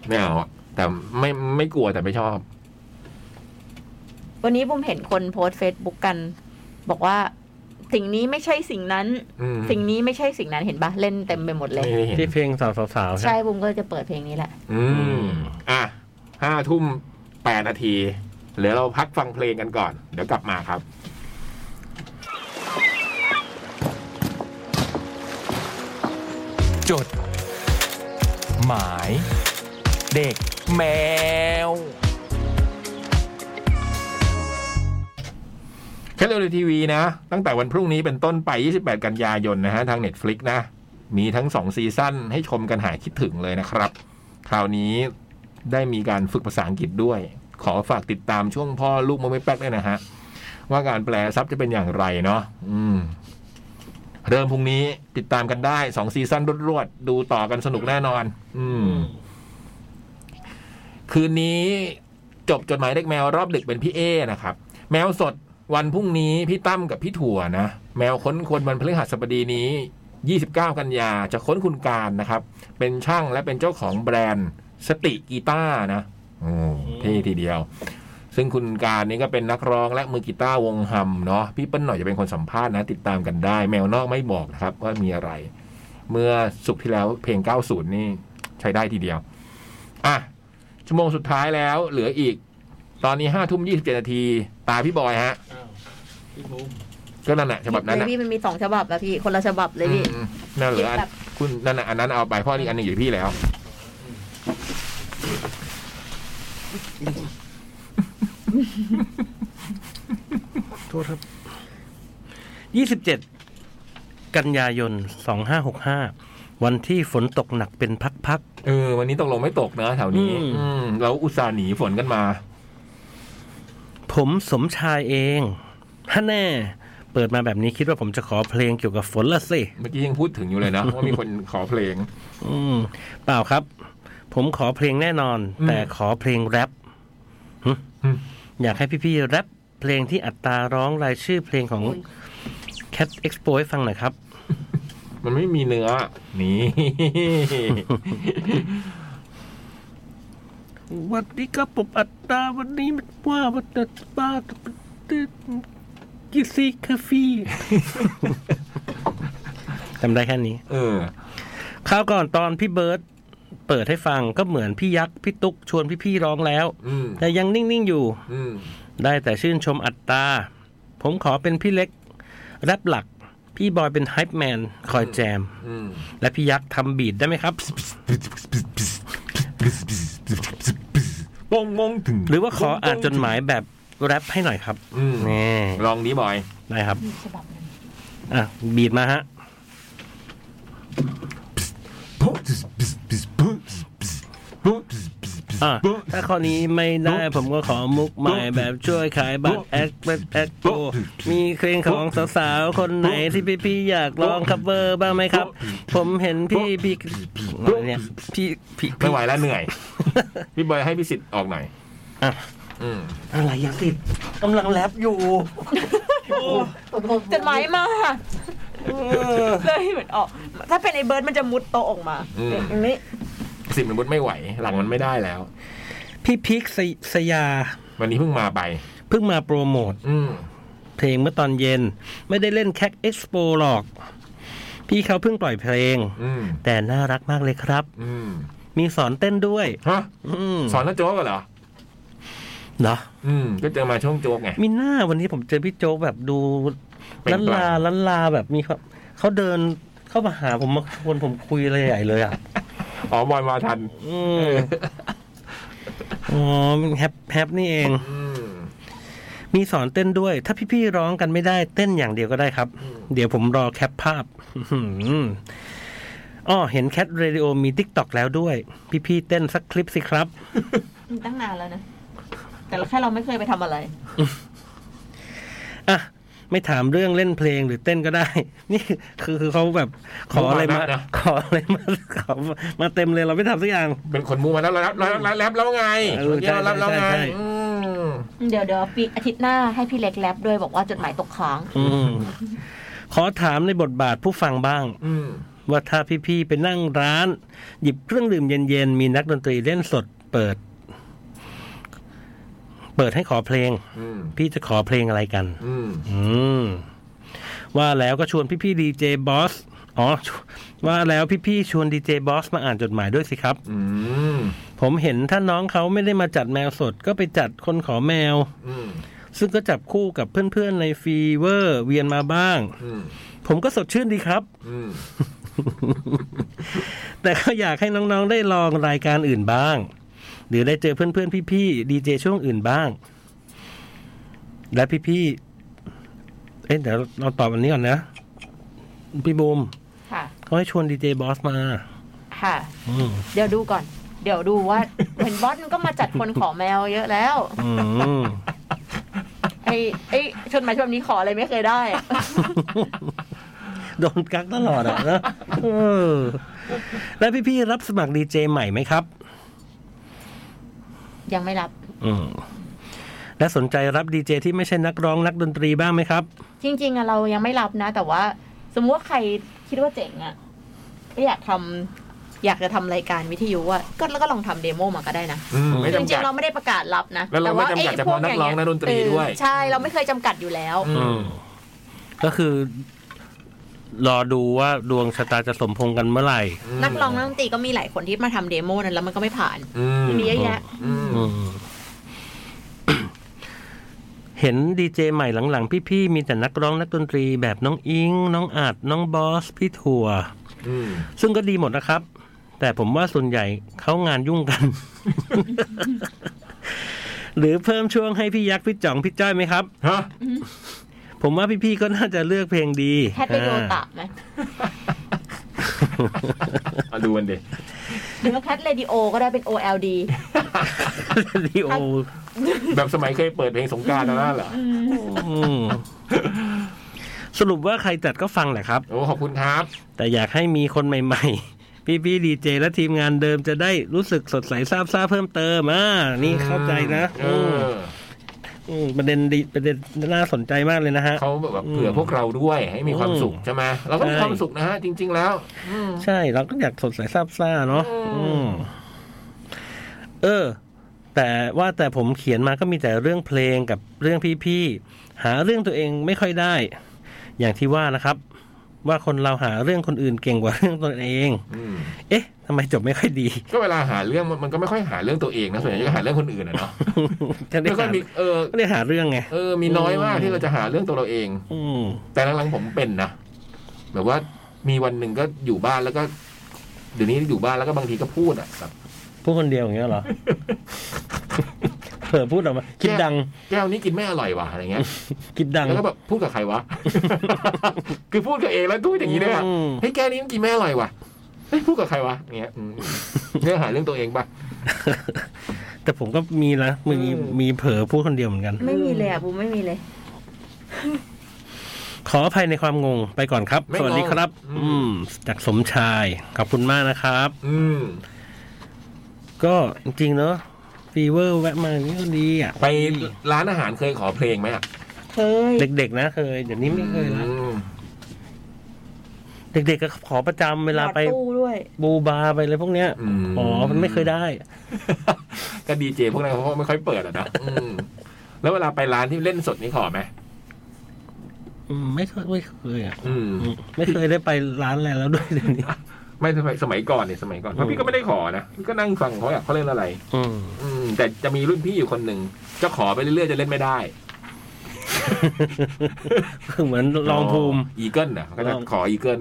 [SPEAKER 1] ไม่เอาอะแต่ไม่ไม่กลัวแต่ไม่ชอบ
[SPEAKER 2] วันนี้บุมเห็นคนโพสต์เฟซบุ๊กกัน บอกว่า สิ่งนี้ไม่ใช่สิ่งนั้น
[SPEAKER 1] อืม
[SPEAKER 2] สิ่งนี้ไม่ใช่สิ่งนั้นเห็นปะเล่นเต็มไปหมดเล
[SPEAKER 1] ไม่
[SPEAKER 2] ย
[SPEAKER 1] ได้เห็น
[SPEAKER 3] ที่เพลงสาวสาวๆ
[SPEAKER 2] ใช่
[SPEAKER 3] ใช่
[SPEAKER 2] บุมก็จะเปิดเพลงนี้แหละ
[SPEAKER 1] อืม อ่ะห้าทุ่มแปดนาทีเดี๋ยวเราพักฟังเพลงกันก่อน เดี๋ยวกลับมาครับ
[SPEAKER 5] จด หมาย เด็กแมว
[SPEAKER 1] แคทเรียทีวีนะ ตั้งแต่วันพรุ่งนี้เป็นต้นไป 28 กันยายนนะฮะ ทาง Netflix นะ มีทั้ง 2 ซีซั่นให้ชมกันหายคิดถึงเลยนะครับ คราวนี้ได้มีการฝึกภาษาอังกฤษด้วย ขอฝากติดตามช่วงพ่อลูกมะไม่แป๊กด้วยนะฮะ ว่าการแปลซับจะเป็นอย่างไรเนาะอืม เริ่มพรุ่งนี้ติดตามกันได้ 2 ซีซั่นรวดๆดูต่อกันสนุกแน่นอน อืม คืนนี้จบจดหมายเด็กแมวรอบดึกเป็นพี่เอนะครับ แมวสดวันพรุ่งนี้พี่ตั้มกับพี่ถั่วนะ แมวค้นควรวันพฤหัสบดีนี้ 29 กันยาจะค้นคุณการนะครับ เป็นช่างและเป็นเจ้าของแบรนด์สติกีตาร์นะโอ้เท่ทีเดียว ซึ่งคุณการนี่ก็เป็นนักร้องและมือกีตาร์วงฮัมเนาะพี่เปิ้ลหน่อยจะเป็นคนสัมภาษณ์นะ ติดตามกันได้ แมวนอกไม่บอกนะครับว่ามีอะไร เมื่อสุกร์ที่แล้วเพลง 90 นี่ใช้ได้ทีเดียวอ่ะ ชั่วโมงสุดท้ายแล้วเหลืออีก ตอนนี้ห้าทุ่มยี่สิบเจ็ดนาที ตาพี่บอยฮะ ก็นั่นแหละฉบับนั้น
[SPEAKER 2] เล
[SPEAKER 1] นะ
[SPEAKER 2] ยพี่มันมีสองฉบับแล้วพี่ คนละฉบับเลยพี่
[SPEAKER 1] อืมนั่นเหลืออัน
[SPEAKER 2] แบบ
[SPEAKER 1] คุณนั่นน่ะอันนั้นเอาไปเพราะอีกอันหนึงอยู่ที่พี่แล้ว
[SPEAKER 3] โทษครับยี่สิบเจ็ดกันยายนสองห้าหกห้าวันที่ฝนตกหนักเป็นพัก
[SPEAKER 1] เออ วันนี้ตกลงไม่ตกเนอะแถวนี้
[SPEAKER 3] อืม
[SPEAKER 1] อืมเราอุตส่าห์หนีฝนกันมา
[SPEAKER 3] ๆ ผมสมชายเองฮะแน่ เปิดมาแบบนี้คิดว่าผมจะขอเพลงเกี่ยวกับฝนละสิ
[SPEAKER 1] เมื่อกี้ยังพูดถึงอยู่เลยนะ ว่ามีคนขอเพลง
[SPEAKER 3] อืมเปล่าครับ ผมขอเพลงแน่นอน
[SPEAKER 1] อืม
[SPEAKER 3] แต่ขอเพลงแรปหึ
[SPEAKER 1] อืม
[SPEAKER 3] อยากให้พี่ๆแรป เพลงที่อัตราร้องรายชื่อเพลงของ
[SPEAKER 2] อุ๊ย
[SPEAKER 3] Cat Expo ให้ฟังหน่อยครับ
[SPEAKER 1] มันไม่มีเนื้อ นี่
[SPEAKER 3] วันนี้ครับผมอัตตาวันนี้มันว่าวันนี้บ้ากิซี่คาฟี จำได้แค่นี้
[SPEAKER 1] เออ
[SPEAKER 3] คราวก่อนตอนพี่เบิร์ตเปิดให้ฟังก็เหมือนพี่ยักษ์พี่ตุ๊กชวนพี่ๆร้องแล้ว
[SPEAKER 1] อืม
[SPEAKER 3] แต่ยังนิ่ง ๆ อยู่
[SPEAKER 1] อืม
[SPEAKER 3] ได้แต่ชื่นชมอัตตา ผมขอเป็นพี่เล็ก แรปหลัก พี่บอยเป็นไฮป์แมน คอยแจม
[SPEAKER 1] อืม
[SPEAKER 3] และพี่ยักษ์ทำบีดได้ไหมครับ
[SPEAKER 1] มงมงถึง
[SPEAKER 3] หรือว่าขออ่านจดหมายแบบแรปให้หน่อยครับ
[SPEAKER 1] อืม
[SPEAKER 3] นี่
[SPEAKER 1] ลองนี้บอย
[SPEAKER 3] ได้ครับ
[SPEAKER 2] มีฉบับหนึ่ง
[SPEAKER 3] อ่ะ บีดมาฮะ อ่ะ ถ้าข้อนี้ไม่ได้ผมก็ขอมุกใหม่แบบช่วยขายบัตรแอคแอคโปมีเพลงของสาวๆ คนไหนที่พี่ๆอยากลองคัฟเวอร์บ้างไหมครับ ผมเห็นพี่พี่อะไรเนี่ยพี่พี่
[SPEAKER 1] ไม่
[SPEAKER 3] พี่
[SPEAKER 1] ไหวแล้วเหนื่อย พี่บอยให้พี่สิทธิ์ออกหน่อย
[SPEAKER 3] อ่ะ
[SPEAKER 1] อืม
[SPEAKER 3] อะไรอย่างติดกำลังแรปอยู่
[SPEAKER 2] จดหมายมาเลยเหมือนออก ถ้าเป็นไอ้เบิร์ดมันจะมุดโตะออกมา
[SPEAKER 1] อืม
[SPEAKER 2] อย่างนี้
[SPEAKER 1] สิทธิ์มันมุดไม่ไหว หลังมันไม่ได้แล้ว
[SPEAKER 3] พี่พิกสยสยา
[SPEAKER 1] วันนี้เพิ่งมาไป
[SPEAKER 3] เพิ่งมาโปรโมท
[SPEAKER 1] อืม
[SPEAKER 3] เพลงเมื่อตอนเย็น ไม่ได้เล่นแคคเอ็กซ์โปหรอก พี่เขาเพิ่งปล่อยเพลง
[SPEAKER 1] อืม
[SPEAKER 3] แต่น่ารักมากเลยครับ
[SPEAKER 1] อืม
[SPEAKER 3] มีสอนเต้นด้วย
[SPEAKER 1] ฮะ
[SPEAKER 3] อืม
[SPEAKER 1] สอนน้าโจ๊กเหรอ
[SPEAKER 3] เหรอ
[SPEAKER 1] อืม ก็เจอมาช่วงโจ๊กไง
[SPEAKER 3] มีหน้าวันนี้ผมเจอพี่โจ๊กแบบดู
[SPEAKER 1] เป็น
[SPEAKER 3] ลัน
[SPEAKER 1] ปลา
[SPEAKER 3] ลาลันลาแบบมีความเขาเดินเข้ามาหาผมมาชวนผมคุยอะไรใหญ่เลยอ่ะ
[SPEAKER 1] อ๋อบอยมาทัน
[SPEAKER 3] อื มอ๋อมันแฮปแฮปนี่เอง
[SPEAKER 1] อืม
[SPEAKER 3] มีสอนเต้นด้วย ถ้าพี่ๆร้องกันไม่ได้เต้นอย่างเดียวก็ได้ครับ เดี๋ยวผมรอแคปภาพอื้อหืออ๋อเห็นแคทเรดิโอมีทิกตอกแล้วด้วย พี่ๆเต้นสักคลิปสิครับ
[SPEAKER 2] ตั้งนานแล้วนะ แต่แค่เราไม่เคยไปทำอะไร
[SPEAKER 3] อ่ะ ไม่ถามเรื่องเล่นเพลงหรือเต้นก็ได้ นี่คือคือเขาแบบขออะไร
[SPEAKER 1] มุ
[SPEAKER 3] มา
[SPEAKER 1] กมานะ
[SPEAKER 3] ขออะไรมา ขอมาเต็มเลยเราไม่ทำสักอย่าง
[SPEAKER 1] เป็นคนมูมาแล้วแล้วแล้วแล้วแล้วแล้วไง
[SPEAKER 3] เออใช่
[SPEAKER 1] แล้วแล้วแล้วไง
[SPEAKER 3] ใช่ใช่
[SPEAKER 1] อืม
[SPEAKER 2] เดี๋ยวเดี๋ยวปีอาทิตย์หน้าให้พี่เล็กแรปด้วยบอกว่าจดหมายตกค้าง
[SPEAKER 3] อืมขอถามในบทบาทผู้ฟังบ้าง
[SPEAKER 1] อืม
[SPEAKER 3] ว่าถ้าพี่ๆไปนั่งร้าน หยิบเครื่องดื่มเย็นๆ มีนักดนตรีเล่นสดเปิด เปิดให้ขอเพลง
[SPEAKER 1] อืม
[SPEAKER 3] พี่จะขอเพลงอะไรกัน
[SPEAKER 1] อืม
[SPEAKER 3] อืม ว่าแล้วก็ชวนพี่ๆดีเจบอสอ๋อชวว่าแล้วพี่ๆชวนดีเจบอสมาอ่านจดหมายด้วยสิครับ
[SPEAKER 1] อืม
[SPEAKER 3] ผมเห็นถ้าน้องเขาไม่ได้มาจัดแมวสด ก็ไปจัดคนขอแมว
[SPEAKER 1] อืม
[SPEAKER 3] ซึ่งก็จับคู่กับเพื่อนๆในฟีเวอร์เวียนมาบ้าง
[SPEAKER 1] อืม
[SPEAKER 3] ผมก็สดชื่นดีครับ
[SPEAKER 1] อืม
[SPEAKER 3] แต่ก็อยากให้น้องๆ ได้ลองรายการอื่นบ้าง หรือได้เจอเพื่อนๆ พี่ๆ ดีเจช่วงอื่นบ้าง และพี่ๆ เอ๊ะเดี๋ยวเราตอบอันนี้ก่อนนะ พี่บูม
[SPEAKER 2] ค่ะ
[SPEAKER 3] เขาให้ชวนดีเจบอสมา
[SPEAKER 2] ค่ะ
[SPEAKER 3] อืม
[SPEAKER 2] เดี๋ยวดูก่อน เดี๋ยวดูว่า เห็นบอสมันก็มาจัดคนขอแมวเยอะแล้ว
[SPEAKER 3] อืม
[SPEAKER 2] ไอ้ไอ้ชนหมายชนนี้ขออะไรไม่เคยได้
[SPEAKER 3] โดนกักตลอดอ่ะนะเออและพี่ๆ รับสมัครดีเจใหม่ไหมครับ
[SPEAKER 2] ยังไม่รับ
[SPEAKER 3] อืมและสนใจรับดีเจที่ไม่ใช่นักร้องนักดนตรีบ้างไหมครับ
[SPEAKER 2] จริง ๆอะเรายังไม่รับนะ แต่ว่า สมมติว่าใครคิดว่าเจ๋งอะก็อยากทำอยากจะทำรายการวิทยุอะก็แล้วก็ลองทำเดโมมาก็ได้นะ
[SPEAKER 1] อืม ไม่
[SPEAKER 2] จ
[SPEAKER 1] จำ
[SPEAKER 2] ริ
[SPEAKER 1] กั
[SPEAKER 2] ง
[SPEAKER 1] ด
[SPEAKER 2] ๆเราไม่ได้ประกาศรับนะ
[SPEAKER 1] แล้วเราไม่จำกัด
[SPEAKER 2] ไอ้
[SPEAKER 1] เฉพาะนักร้อง
[SPEAKER 2] พว
[SPEAKER 1] นักดนตรี
[SPEAKER 2] เออ
[SPEAKER 1] ด้วย
[SPEAKER 2] ใช่เราไม่เคยจำกัดอยู่แล้ว
[SPEAKER 1] อืม
[SPEAKER 3] ก็คือ รอดูว่าดวงชะตาจะสมพงกันเมื่อไหร่
[SPEAKER 2] นักร้องนักดนตรีก็มีหลายคนที่มาทำเดโมนั้นแล้วมันก็ไม่ผ่าน
[SPEAKER 1] อืม
[SPEAKER 2] มีเยอะแยะ
[SPEAKER 1] อืม
[SPEAKER 3] อืม เห็นดีเจใหม่หลังๆ พี่ๆ มีแต่นักร้องนักดนตรีแบบน้องอิง น้องอาจน้องบอส พี่ถั่ว
[SPEAKER 1] อืม
[SPEAKER 3] ซึ่งก็ดีหมดนะครับ แต่ผมว่าส่วนใหญ่เขางานยุ่งกัน หรือเพิ่มช่วงให้พี่ยักษ์ พี่จ่อง พี่จ้อยไหมครับ
[SPEAKER 1] ฮะ
[SPEAKER 3] ผมว่าพี่ๆ ก็น่าจะเลือกเพลงดี
[SPEAKER 2] แค่ไปโยตะไหม
[SPEAKER 1] มาดูมันดิ
[SPEAKER 2] หรือว่าแคทเรดิโอก็ได้เป็น OLD
[SPEAKER 3] ดีโอ
[SPEAKER 1] แบบสมัยเคยเปิดเพลงสงกรารนะนั่นเหรอ
[SPEAKER 3] อืมสรุปว่าใครจัดก็ฟังแหละครับ
[SPEAKER 1] โอ้ ขอบคุณครับ
[SPEAKER 3] แต่อยากให้มีคนใหม่ ๆ พี่พี่ดีเจและทีมงานเดิมจะได้รู้สึกสดใสซาบซ่าเพิ่มเติมอ่านี่เข้าใจนะ
[SPEAKER 1] เอ
[SPEAKER 3] อืม
[SPEAKER 1] อ
[SPEAKER 3] อืมประเด็นดีประเด็นน่าสนใจมากเลยนะฮะ
[SPEAKER 1] เขาแบบ
[SPEAKER 3] อืม
[SPEAKER 1] เผื่อพวกเราด้วยให้มีความ
[SPEAKER 3] อืม
[SPEAKER 1] สุขใช่ไหมเราก็มี
[SPEAKER 3] ใช่
[SPEAKER 1] ความสุขนะฮะจริง ๆ แล้ว
[SPEAKER 3] ใช่เราก็อยากสดใสซาบซ่าเนาะอืมเออ แต่ว่าแต่ผมเขียนมาก็มีแต่เรื่องเพลงกับเรื่องพี่ๆหาเรื่องตัวเองไม่ค่อยได้ อย่างที่ว่านะครับ ว่าคนเราหาเรื่องคนอื่นเก่งกว่าเรื่องตนเอง
[SPEAKER 1] อืม
[SPEAKER 3] เอ๊ะทำไมจบไม่ค่อยดี
[SPEAKER 1] ก็เวลาหาเรื่องมันมันก็ไม่ค่อยหาเรื่องตัวเองนะส่วนใหญ่ก็หาเรื่องคนอื่นอะเนาะ
[SPEAKER 3] จะได้
[SPEAKER 1] ไม่ค่อ
[SPEAKER 3] หาย
[SPEAKER 1] มีเออ
[SPEAKER 3] ก็ได้หาเรื่องไง
[SPEAKER 1] เออมีน้อยมากที่เราจะหาเรื่องตัวเราเอง
[SPEAKER 3] อืม
[SPEAKER 1] แต่หลังๆผมเป็นนะแบบว่ามีวันหนึ่งก็อยู่บ้านแล้วก็เดี๋ยวนี้อยู่บ้านแล้วก็บางทีก็พูดอ่ะแบบ
[SPEAKER 3] พูดคนเดียวอย่างเงี้ยเหรอ เผลอพูดออกมา คิดดัง
[SPEAKER 1] แก้วนี้กินไม่อร่อยว่ะอะไรเงี้ย
[SPEAKER 3] คิดดัง
[SPEAKER 1] แล้วก็แบบพูดกับใครวะ คือพูดกับเองแล้วพูดอย่างนี้ด้วยว่ะ
[SPEAKER 3] อืม
[SPEAKER 1] เฮ้ยแก้วนี้มันกินไม่อร่อยว่ะเฮ้ยพูดกับใครวะเงี้ยอืมเนื้อหาเรื่องตัวเองปะ
[SPEAKER 3] แต่ผมก็มีนะมีมีเผลอพูดคนเดียวเหมือนกัน
[SPEAKER 2] ไม่มีเลยอ่ะบูมไม่มีเลย
[SPEAKER 3] ขออภัยในความงงไปก่อนครับ
[SPEAKER 1] ไม่งง
[SPEAKER 3] สวัสดีครับ
[SPEAKER 1] อืม
[SPEAKER 3] อืม จากสมชาย ขอบคุณมากนะครับ
[SPEAKER 1] อืม
[SPEAKER 3] ก็จริงๆเนอะฟีเวอร์แวะมานี่ก็ดีอ่ะ
[SPEAKER 1] ไปร้านอาหารเคยขอเพลงไหมอะ
[SPEAKER 2] เคย
[SPEAKER 3] เด็กๆนะเคย เดี๋ยวนี้ไม่เคยละ
[SPEAKER 1] อืม
[SPEAKER 3] เด็กๆก็ขอประจำเวลาไป
[SPEAKER 2] หยอดตู้ด้วย
[SPEAKER 3] บูบาร์ไปอะไรพวกเนี้ย
[SPEAKER 1] ม
[SPEAKER 3] อ๋อมันไม่เคยได้
[SPEAKER 1] ก็ดีเจพวกนั้นเขาก็ไม่ค่อยเปิดอ่ะนะอืมแล้วเวลาไปร้านที่เล่นสดนี่ขอไหม
[SPEAKER 3] อืมไม่เคยไม่เคยอ่ะ
[SPEAKER 1] อืม
[SPEAKER 3] อืมไม่เคยได้ไปร้านอะไรแล้วด้วยเดี๋ยวนี้
[SPEAKER 1] ไม่สมัยสมัยก่อนเนี่ยสมัยก่อนเพราะพี่ก็ไม่ได้ขอนะพี่ก็นั่งฟังเขาอยากเขาเล่นอะไร
[SPEAKER 3] อืม
[SPEAKER 1] อืม แต่จะมีรุ่นพี่อยู่คนหนึ่งจะขอไปเรื่อยๆจะเล่นไม่ได้
[SPEAKER 3] เหมื อนลองภูมิ
[SPEAKER 1] อีเกิลน่ะก็จะ
[SPEAKER 3] ลอง
[SPEAKER 1] ขออีเกิล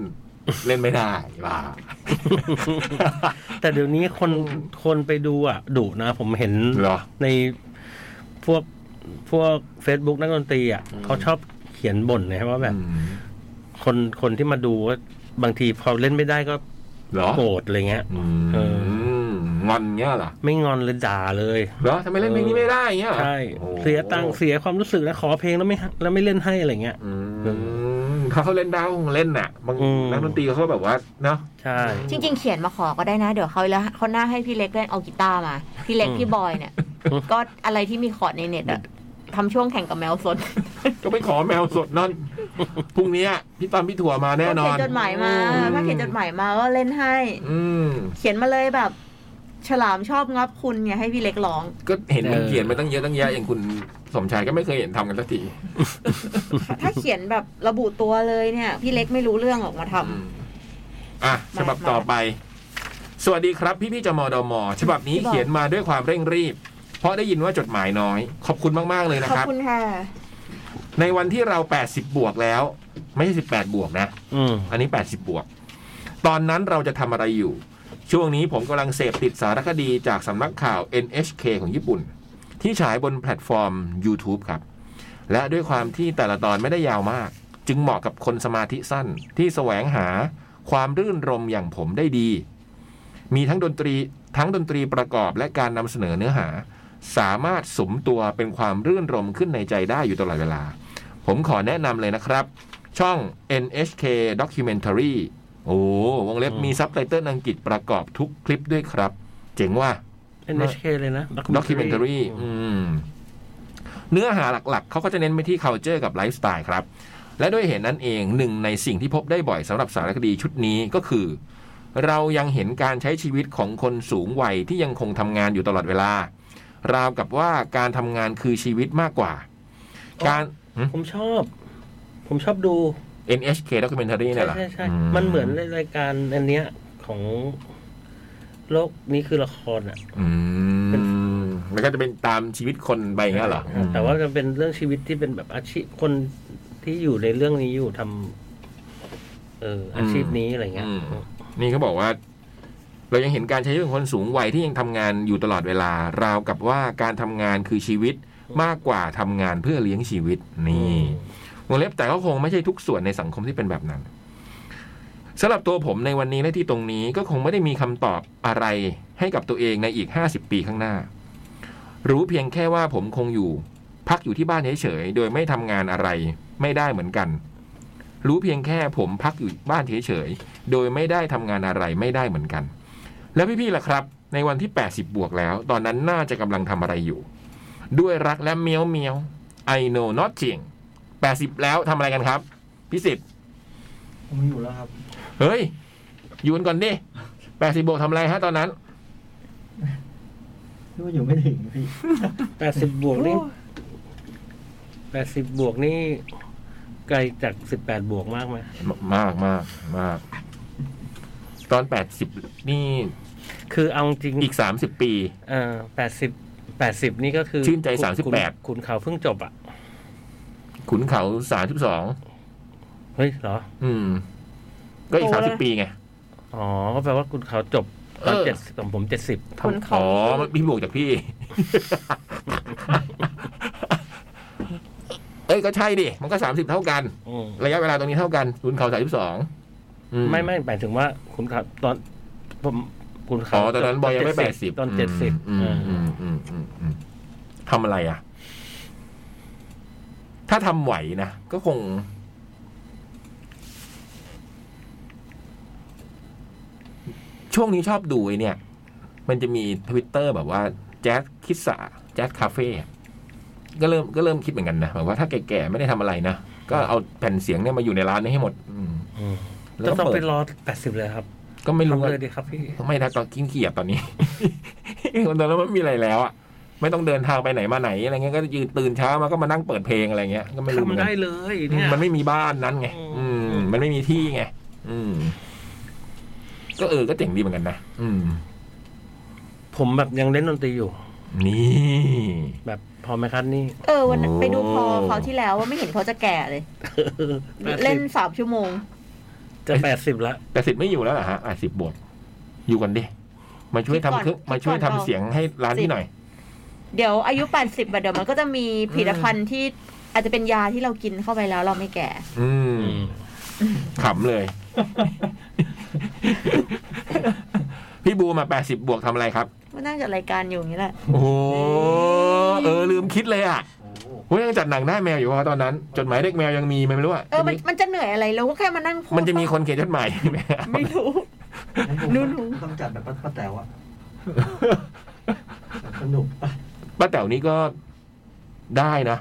[SPEAKER 1] เล่นไม่ ได้บ้า
[SPEAKER 3] แต่เดี๋ยวนี้คน
[SPEAKER 1] อืม
[SPEAKER 3] คนไปดูอ่ะดุนะ ผมเห็น
[SPEAKER 1] เหรอ
[SPEAKER 3] ในพวกพวก Facebook นักดนตรีอ่ะ
[SPEAKER 1] อืม
[SPEAKER 3] เขาชอบเขียนบ่นนะว่าแบบ
[SPEAKER 1] อืม
[SPEAKER 3] คนคนที่มาดูว่าบางทีพอเล่นไม่ได้ก็
[SPEAKER 1] เหรอ
[SPEAKER 3] โกรธอะไรเงี้ย เอ
[SPEAKER 1] มงอนเงี้ยเหรอ
[SPEAKER 3] ไม่งอนเลยด่าเลย
[SPEAKER 1] เหรอทำไมเล่นเพลงนี้ไม่ได้เงี้ยเหรอ
[SPEAKER 3] ใช่
[SPEAKER 1] โอ้โห
[SPEAKER 3] เสียตังค์เสียความรู้สึกแล้วขอเพลงแล้วไม่แล้วไม่เล่นให้อะไรเงี้ย
[SPEAKER 1] อืมเขาเขาเล่นได้เขาคงเล่นน่ะบาง
[SPEAKER 3] อืม
[SPEAKER 1] นักดนตรีเขาก็แบบว่าเนาะ
[SPEAKER 3] ใช่
[SPEAKER 2] จริง ๆ เขียนมาขอก็ได้นะ เดี๋ยวเขาแล้วเขาหน้าให้พี่เล็กเล่นเอากีตาร์มา พี่เล็ก
[SPEAKER 3] อืม
[SPEAKER 2] พี่บอย เนี่ย
[SPEAKER 3] อืม
[SPEAKER 2] ก็อะไรที่มีคอร์ดในเน็ตอะทำช่วงแข่งกับแมวสน
[SPEAKER 1] ก็ไปขอแมวสดนั่ นพรุ่งนี้พี่ตอนพี่ถั่วมาแน่นอน
[SPEAKER 2] เขียนจดหมายมาถ้าเขียนจดหมายมาก็เล่นให้
[SPEAKER 1] อืม
[SPEAKER 2] เขียนมาเลยแบบ ฉลามชอบงับคุณเนี่ยให้พี่เล็กร้อง
[SPEAKER 1] ก็เห็นมัน
[SPEAKER 3] เออ
[SPEAKER 1] เขียนมาตั้งเยอะตั้งแยะอย่างคุณสมชายก็ไม่เคยเห็นทำกันสักที
[SPEAKER 2] ถ้าเขียนแบบระบุตัวเลยเนี่ย พี่เล็กไม่รู้เรื่องหรอกมาทำ
[SPEAKER 1] อืมอ่ะฉบับต่อไป สวัสดีครับ พี่พี่ๆจมดมฉบับนี้
[SPEAKER 2] พี่บอย
[SPEAKER 1] เขียนมาด้วยความเร่งรีบ เพราะได้ยินว่าจดหมายน้อย ขอบคุณมาก ๆ เลยนะ
[SPEAKER 2] ขอบ
[SPEAKER 1] ครับ
[SPEAKER 2] คุณค่ะ
[SPEAKER 1] ในวันที่เรา 80 บวกแล้ว ไม่ใช่18 บวกนะ
[SPEAKER 3] อืม
[SPEAKER 1] อันนี้ 80 บวก ตอนนั้นเราจะทำอะไรอยู่ ช่วงนี้ผมกำลังเสพติดสารคดีจากสำนักข่าว NHK ของญี่ปุ่น ที่ฉายบนแพลตฟอร์ม YouTube ครับ และด้วยความที่แต่ละตอนไม่ได้ยาวมาก จึงเหมาะกับคนสมาธิสั้นที่แสวงหาความรื่นรมอย่างผมได้ดี มีทั้งดนตรีทั้งดนตรีประกอบและการนำเสนอเนื้อหา สามารถสมตัวเป็นความรื่นรมขึ้นในใจได้อยู่ตลอดเวลา ผมขอแนะนำเลยนะครับ ช่อง NHK Documentary โอ้วงเล็บ
[SPEAKER 3] อืม
[SPEAKER 1] มีซับไตเติลอังกฤษประกอบทุกคลิปด้วยครับ เจ๋งว่ะ
[SPEAKER 3] NHK เลยนะ
[SPEAKER 1] ด็อกิเมนทารีเนื้อหาหลักๆ เขาก็จะเน้นไปที่ culture กับไลฟ์สไตล์ครับ และด้วยเหตุนนั้นเองหนึ่งในสิ่งที่พบได้บ่อยสำหรับสารคดีชุดนี้ก็คือ เรายังเห็นการใช้ชีวิตของคนสูงวัยที่ยังคงทำงานอยู่ตลอดเวลา ราวกับว่าการทำงานคือชีวิตมากกว่า การ
[SPEAKER 3] ผมชอบ ผมชอบดู
[SPEAKER 1] NHK documentary เนี่
[SPEAKER 3] ใช่
[SPEAKER 1] ยเหรอ
[SPEAKER 3] ใช่ใช่
[SPEAKER 1] อื
[SPEAKER 3] มันเหมือนรายการอันเนี้ยของโลกนี้คือละครอ่ะ
[SPEAKER 1] อืมแล้วก็จะเป็นตามชีวิตคนไปอย่างเงี้ยเหรออืม
[SPEAKER 3] แต่ว่าจะเป็นเรื่องชีวิตที่เป็นแบบอาชีพคนที่อยู่ในเรื่องนี้อยู่ทำเอออาชีพนี้อะไรเงี้ย
[SPEAKER 1] อืม นี่เขาบอกว่า เรายังเห็นการใช้ชีวิตของคนสูงวัยที่ยังทำงานอยู่ตลอดเวลา ราวกับว่าการทำงานคือชีวิตมากกว่าทำงานเพื่อเลี้ยงชีวิตนี่วงเล็บแต่ก็คงไม่ใช่ทุกส่วนในสังคมที่เป็นแบบนั้นสำหรับตัวผมในวันนี้และที่ตรงนี้ก็คงไม่ได้มีคำตอบอะไรให้กับตัวเองในอีก 50 ปีข้างหน้า รู้เพียงแค่ว่าผมคงอยู่ พักอยู่ที่บ้านเฉยๆโดยไม่ทำงานอะไร ไม่ได้เหมือนกัน รู้เพียงแค่ผมพักอยู่บ้านเฉยๆ โดยไม่ได้ทำงานอะไรไม่ได้เหมือนกัน แล้วพี่ๆล่ะครับ ในวันที่ 80 บวกแล้ว ตอนนั้นน่าจะกำลังทำอะไรอยู่ ด้วยรักและเมียวเมียว I know nothing 80 แล้วทำอะไรกันครับ พิสิทธิ์
[SPEAKER 4] ผมอยู่แล้วครับ
[SPEAKER 1] เฮ้ยยูนก่อนดิ80บวกทำอะไรฮะตอนนั้น
[SPEAKER 4] พี่ว่าอยู่ไม่ถึงพี่
[SPEAKER 3] แปดสิบบวกนี่แปดสิบบวกนี่ไกลจากสิบแปดบวกมากไหม
[SPEAKER 1] มากมากมาก ตอน 80 นี่
[SPEAKER 3] คือเอาจริง
[SPEAKER 1] อีก 30 ปี
[SPEAKER 3] เอ่อแปดสิบแปดสิบนี่ก็คือ
[SPEAKER 1] ชื่นใจ
[SPEAKER 3] คุณคุณ
[SPEAKER 1] 38
[SPEAKER 3] คุณเขาเพิ่งจบอ่ะ
[SPEAKER 1] ขุนเขา32
[SPEAKER 3] เฮ้ยเหรอ
[SPEAKER 1] อืม ก็อีก
[SPEAKER 2] โตแล้ว
[SPEAKER 1] 30 ปีไง
[SPEAKER 3] อ๋อ ก็แปลว่าคุณเขาจบตอน
[SPEAKER 1] เออ
[SPEAKER 3] เจ็ดสิบผมเจ็ดสิบ
[SPEAKER 2] คุณเขา
[SPEAKER 1] อ๋อพี่บวกจากพี่ เอ้ยก็ใช่ดิ มันก็ 30 เท่ากัน
[SPEAKER 3] อืม
[SPEAKER 1] ระยะเวลาตรงนี้เท่ากันขุนเขา32อื
[SPEAKER 3] ไม่ไม่หมายถึงว่าคุณเขาตอนผมคุณเขา
[SPEAKER 1] อ๋อตอนนั้นบอยยังไม่
[SPEAKER 3] 70
[SPEAKER 1] แปดสิบ
[SPEAKER 3] ตอนเจ็ดสิบ
[SPEAKER 1] ทำอะไรอ่ะ ถ้าทำไหวนะ ก็คง ช่วงนี้ชอบดูไอเนี่ย มันจะมีทวิตเตอร์แบบว่าแจ๊สคิดสะแจ๊สคาเฟ่อะก็เริ่มก็เริ่มคิดเหมือนกันนะแบบว่าถ้าแก่ๆ ไม่ได้ทำอะไรนะ ก็เอาแผ่นเสียงเนี่ยมาอยู่ในร้านนี้ให้หมด อืมแล้ว
[SPEAKER 3] จะ
[SPEAKER 1] ก็
[SPEAKER 3] ต้อง
[SPEAKER 1] เปิ
[SPEAKER 3] ไป
[SPEAKER 1] ด
[SPEAKER 3] รอแปดสิบเลยครับ
[SPEAKER 1] ก็ไม่รู้
[SPEAKER 3] ทำ
[SPEAKER 1] ว่า
[SPEAKER 3] เลยดีครับพี่
[SPEAKER 1] ไม่นะตอนกินเขียบตอนนี้ ตอนนั้นไม่มีอะไรแล้วอ่ะไม่ต้องเดินทางไปไหนมาไหนอะไรเงี้ยก็ยืนตื่นเช้ามาก็มานั่งเปิดเพลงอะไรเงี้ยก็ไม่รู้เหมือน
[SPEAKER 3] ทำ
[SPEAKER 1] กั
[SPEAKER 3] ได้
[SPEAKER 1] น
[SPEAKER 3] เลยเนี่ย
[SPEAKER 1] มันไม่มีบ้านนั้นไง
[SPEAKER 3] อื
[SPEAKER 1] อื
[SPEAKER 3] ม
[SPEAKER 1] ม มันไม่มีที่ไงอืม ก็เออก็เจ๋งดีเหมือนกันนะอืม
[SPEAKER 3] ผมแบบยังเล่นดนตรีอยู่
[SPEAKER 1] นี่
[SPEAKER 3] แบบพอไหมครับนี่
[SPEAKER 2] เออวันนั้น
[SPEAKER 1] โอ้
[SPEAKER 2] ไปดูพอเขาวที่แล้วว่าไม่เห็นเขาจะแก่เลย เล่นสามชั่วโมง
[SPEAKER 3] จะแปดสิบละ
[SPEAKER 1] แต่สิทธิ์ไม่อยู่แล้วเหรอฮะอ่ะสิบบท อยู่กันดิมาช่วยทำเครื่อง
[SPEAKER 2] คิดก่อน
[SPEAKER 1] มาช่วย
[SPEAKER 2] คิดก่
[SPEAKER 1] ทำ
[SPEAKER 2] อน
[SPEAKER 1] เสียงให้ร้านที่หน่อย
[SPEAKER 2] เดี๋ยวอายุ 80บาเดี๋ยวมันก็จะมีผลิตภัณฑ์ที่อาจจะเป็นยาที่เรากินเข้าไปแล้วเราไม่แก่
[SPEAKER 1] อืมขำเลย พี่บูมาแปดสิบบวกทำอะไรครับ
[SPEAKER 2] ก็นั่งจัดรายการอยู่อย่างนี้แหละ
[SPEAKER 1] โอ้โหเออลืมคิดเลยอ่ะ
[SPEAKER 4] โอ้โห
[SPEAKER 1] เฮ้ยยังจัดหนังหน้าแมวอยู่ว่าตอนนั้น จดหมายเด็กแมวยังมีไหมไม่รู้อ่ะ
[SPEAKER 2] เออมันมันจะเหนื่อยอะไรเราก็แค่มานั่งพูด
[SPEAKER 1] มันจะมีคนเขียนจดหมาย ไหม
[SPEAKER 2] ไม่รู้
[SPEAKER 4] งั้ผม
[SPEAKER 2] นู่น
[SPEAKER 4] ต้องจัดแบบป้าแต๋วอะแบบสนุกปะ
[SPEAKER 1] ป้าแต๋วนี่ก็ได้นะ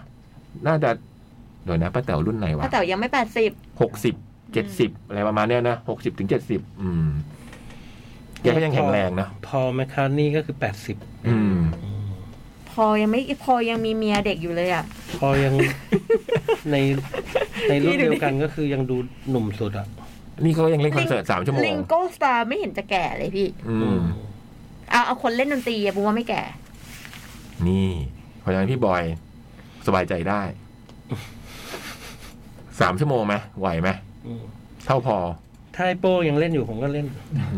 [SPEAKER 1] น่าจะเดี๋ยวนะป้าแต๋วรุ่นไหนวะ
[SPEAKER 2] ป้าแต่ยังไม่แปดสิบ
[SPEAKER 1] หกสิบเจ็ดสิบอะไรประมาณเนี้ยนะหกสิบถึงเจ็ดสิบอืมแกก็ยังแข็งแรงนะ
[SPEAKER 3] พอไหมครับนี่ก็คือแปดสิบ
[SPEAKER 1] อืม
[SPEAKER 2] พอยังไม่พอยังมีเมียเด็กอยู่เลยอ่ะ
[SPEAKER 3] พอ ยัง ในในรุ่นเดียวกันก็คือยังดูหนุ่มสุดอ่ะ
[SPEAKER 1] นี่เขายังเล่นคอนเสิร์ตสามชั่วโมง
[SPEAKER 2] ลิงโกสตาร์ไม่เห็นจะแก่เลยพี่
[SPEAKER 1] อืม
[SPEAKER 2] เอาเอาคนเล่นดนตรีอะบูมว่าไม่แก่
[SPEAKER 1] นี่เพราะฉะนั้นพี่บอยสบายใจ ได้สามชั่วโมงไหมไหวไหม
[SPEAKER 3] อืม
[SPEAKER 1] เท่าพอ
[SPEAKER 3] ถ้าไอโป้ยังเล่นอยู่ผมก็เล่น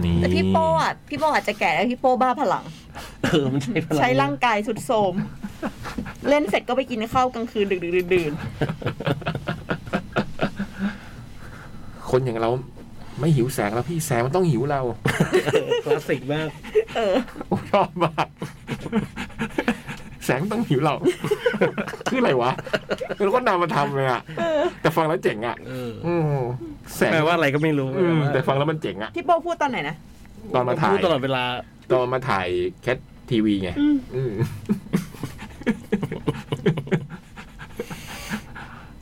[SPEAKER 1] นี่
[SPEAKER 2] แต่พี่โป้อะพี่โป้อาจจะแก่แล้วพี่โป้บ้าพลัง
[SPEAKER 3] เออมันใช้พลัง
[SPEAKER 2] ใช้ร่างกายสุดโทรมเล่นเสร็จก็ไปกินข้าวกลางคืนดึกๆดื่น
[SPEAKER 1] คนอย่างเราไม่หิวแสงแล้วพี่แสงมันต้องหิวเรา
[SPEAKER 3] คลาสสิกมาก
[SPEAKER 2] ๆเออ
[SPEAKER 1] โอ้ชอบมากแสงต้องหิวเรา คืออะไรวะแล้วก็นำมาทำเลยอะแต่ฟังแล้วเจ๋งอะ
[SPEAKER 3] เออ
[SPEAKER 1] อืมแสง
[SPEAKER 3] แปลว่าอะไรก็ไม่รู้
[SPEAKER 1] อืมแต่ฟังแล้วมันเจ๋งอะ
[SPEAKER 2] พี่โป้พูดตอนไหนนะ
[SPEAKER 1] ตอนมาถ่า
[SPEAKER 3] พูด
[SPEAKER 1] ย
[SPEAKER 3] ตลอดเวลา
[SPEAKER 1] ตอนมาถ่ายแคททีวีไงอืม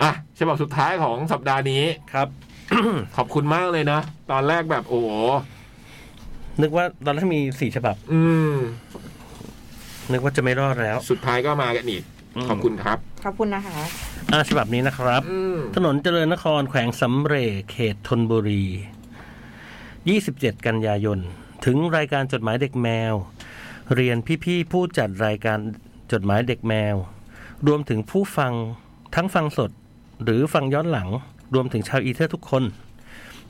[SPEAKER 1] อ่ะฉบับสุดท้ายของสัปดาห์นี้
[SPEAKER 3] ครับ
[SPEAKER 1] ขอบคุณมากเลยนะ ตอนแรกแบบโอ้โห
[SPEAKER 3] นึกว่าตอนแรกมีสี่ฉบับ
[SPEAKER 1] อืม
[SPEAKER 3] นึกว่าจะไม่รอดแล้ว
[SPEAKER 1] สุดท้ายก็มากันอีก
[SPEAKER 3] อืม
[SPEAKER 1] ขอบคุณครับ
[SPEAKER 2] ขอบคุณนะคะ
[SPEAKER 3] อ่าฉบับนี้นะครับ
[SPEAKER 1] อืม
[SPEAKER 3] ถนนเจริญนครแขวงสำเรจเขตธนบุรี 27 กันยายน ถึงรายการจดหมายเด็กแมว เรียนพี่ๆผู้จัดรายการจดหมายเด็กแมว รวมถึงผู้ฟังทั้งฟังสด หรือฟังย้อนหลัง รวมถึงชาวอีเทอร์ทุกคน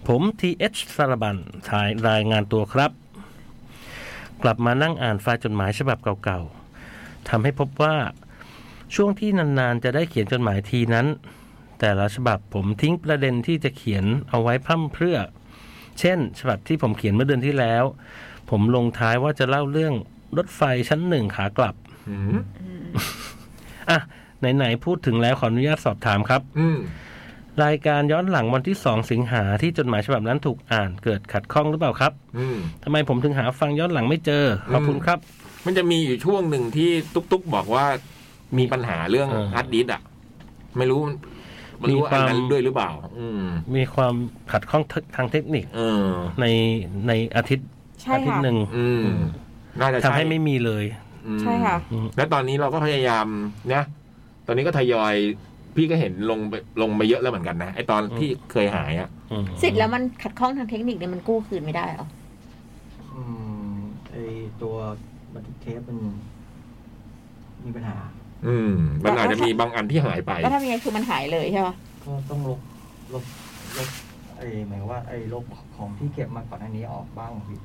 [SPEAKER 3] ผมทีเอชสารบันถ่ายรายงานตัวครับ กลับมานั่งอ่านไฟล์จดหมายฉบับเก่าๆทำให้พบว่าช่วงที่นานๆจะได้เขียนจดหมายทีนั้น แต่ละฉบับผมทิ้งประเด็นที่จะเขียนเอาไว้พร่ำเพรื่อ เช่น ฉบับที่ผมเขียนเมื่อเดือนที่แล้ว ผมลงท้ายว่าจะเล่าเรื่องรถไฟชั้นหนึ่งขากลับ
[SPEAKER 1] อืม
[SPEAKER 3] อ่ะ ไหน ๆ พูดถึงแล้วขออนุญาตสอบถามครับ
[SPEAKER 1] อืม
[SPEAKER 3] รายการย้อนหลังวันที่ 2 สิงหาที่จดหมายฉบับนั้นถูกอ่านเกิดขัดข้องหรือเปล่าครับ
[SPEAKER 1] อืม
[SPEAKER 3] ทำไมผมถึงหาฟังย้อนหลังไม่เจอ ขอบคุณครับ
[SPEAKER 1] มันจะมีอยู่ช่วงหนึ่งที่ตุ๊กตุ๊กบอกว่ามีปัญหาเรื่อง
[SPEAKER 3] เออ
[SPEAKER 1] ฮาร์ดดิสก์อ่ะ ไม่รู้มันรู้ว่า
[SPEAKER 3] มีค
[SPEAKER 1] อั
[SPEAKER 3] วาน ม
[SPEAKER 1] นั้นด้วยหรือเปล่า อืม
[SPEAKER 3] มีความขัดข้องทางเทคนิค
[SPEAKER 1] เออ
[SPEAKER 3] ในในอาทิตย์
[SPEAKER 2] ใช่
[SPEAKER 3] อาทิต
[SPEAKER 2] ค่ะ
[SPEAKER 3] ย์หนึ่ง
[SPEAKER 1] อืม น่าจะ
[SPEAKER 3] ทำ
[SPEAKER 1] ใช่
[SPEAKER 3] ให้ไม่มีเลย
[SPEAKER 1] อืม
[SPEAKER 2] ใช่ค่ะ
[SPEAKER 3] อืม
[SPEAKER 1] แล้วตอนนี้เราก็พยายามนะ ตอนนี้ก็ทยอย พี่ก็เห็นลงไปลงมาเยอะแล้วเหมือนกันนะไอตอนที่เคยหายอะ
[SPEAKER 3] อืม
[SPEAKER 2] สิทธิ์แล้วมันขัดข้องทางเทคนิคเนี่ยมันกู้คืนไม่ได้หรอ
[SPEAKER 4] อืมไอตัวบันทึกเทปมันมีปัญหา
[SPEAKER 1] อืม มันอาจจะมีบางอันที่หายไป
[SPEAKER 2] แล้วทำยังไงคือมันหายเลยใช่ปะ
[SPEAKER 4] ก็ต้องลบลบลบไอหมายว่าไอลบของที่เก็บมาก่อนอันนี้ออกบ้างพี่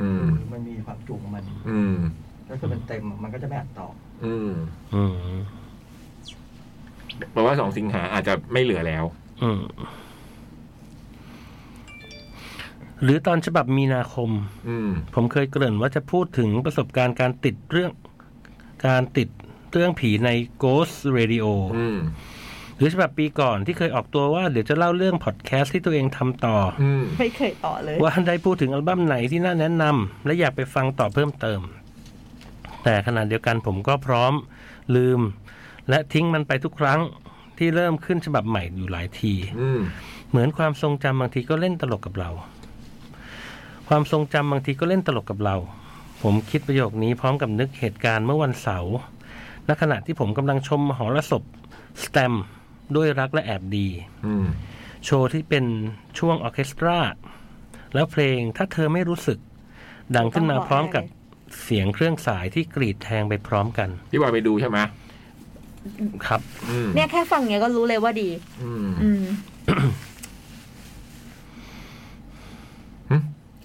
[SPEAKER 1] อืม
[SPEAKER 4] มันมีความจุของมัน
[SPEAKER 1] อืม
[SPEAKER 4] ก็คือมันเต็มมันก็จะไม่อัดต่อ
[SPEAKER 1] อืม
[SPEAKER 3] อืม
[SPEAKER 1] แปลว่าสองสิงหาอาจจะไม่เหลือแล้ว
[SPEAKER 3] อืมหรือตอนฉบับมีนาคม
[SPEAKER 1] อืม
[SPEAKER 3] ผมเคยเกริ่นว่าจะพูดถึงประสบการณ์การติดเรื่อง การติดเรื่องผีใน Ghost Radio
[SPEAKER 1] อืม
[SPEAKER 3] หรือฉบับปีก่อนที่เคยออกตัวว่าเดี๋ยวจะเล่าเรื่องพอดแคสต์ที่ตัวเองทำต่อ
[SPEAKER 1] อืม
[SPEAKER 2] ไม่เคยต่อเลย
[SPEAKER 3] ว่าได้พูดถึงอัลบั้มไหนที่น่าแนะนำและอยากไปฟังต่อเพิ่มเติม แต่ขณะเดียวกันผมก็พร้อมลืม และทิ้งมันไปทุกครั้งที่เริ่มขึ้นฉบับใหม่อยู่หลายที
[SPEAKER 1] อืม
[SPEAKER 3] เหมือนความทรงจำบางทีก็เล่นตลกกับเรา ความทรงจำบางทีก็เล่นตลกกับเรา ผมคิดประโยคนี้พร้อมกับนึกเหตุการณ์เมื่อวันเสาร์ณขณะที่ผมกำลังชมมหรสพสแตมด้วยรักและแอบดี
[SPEAKER 1] อืม
[SPEAKER 3] โชว์ที่เป็นช่วงออร์เคสตรา แล้วเพลงถ้าเธอไม่รู้สึก ดังขึ้นมาพร้อมกับเสียงเครื่องสายที่กรีดแทงไปพร้อมกัน
[SPEAKER 1] พี่บอยไปดูใช่ไหม
[SPEAKER 3] ครับ
[SPEAKER 1] อืม
[SPEAKER 2] เนี่ยแค่ฟังเนี้ยก็รู้เลยว่าดี
[SPEAKER 1] อืม
[SPEAKER 2] อืม
[SPEAKER 1] หึ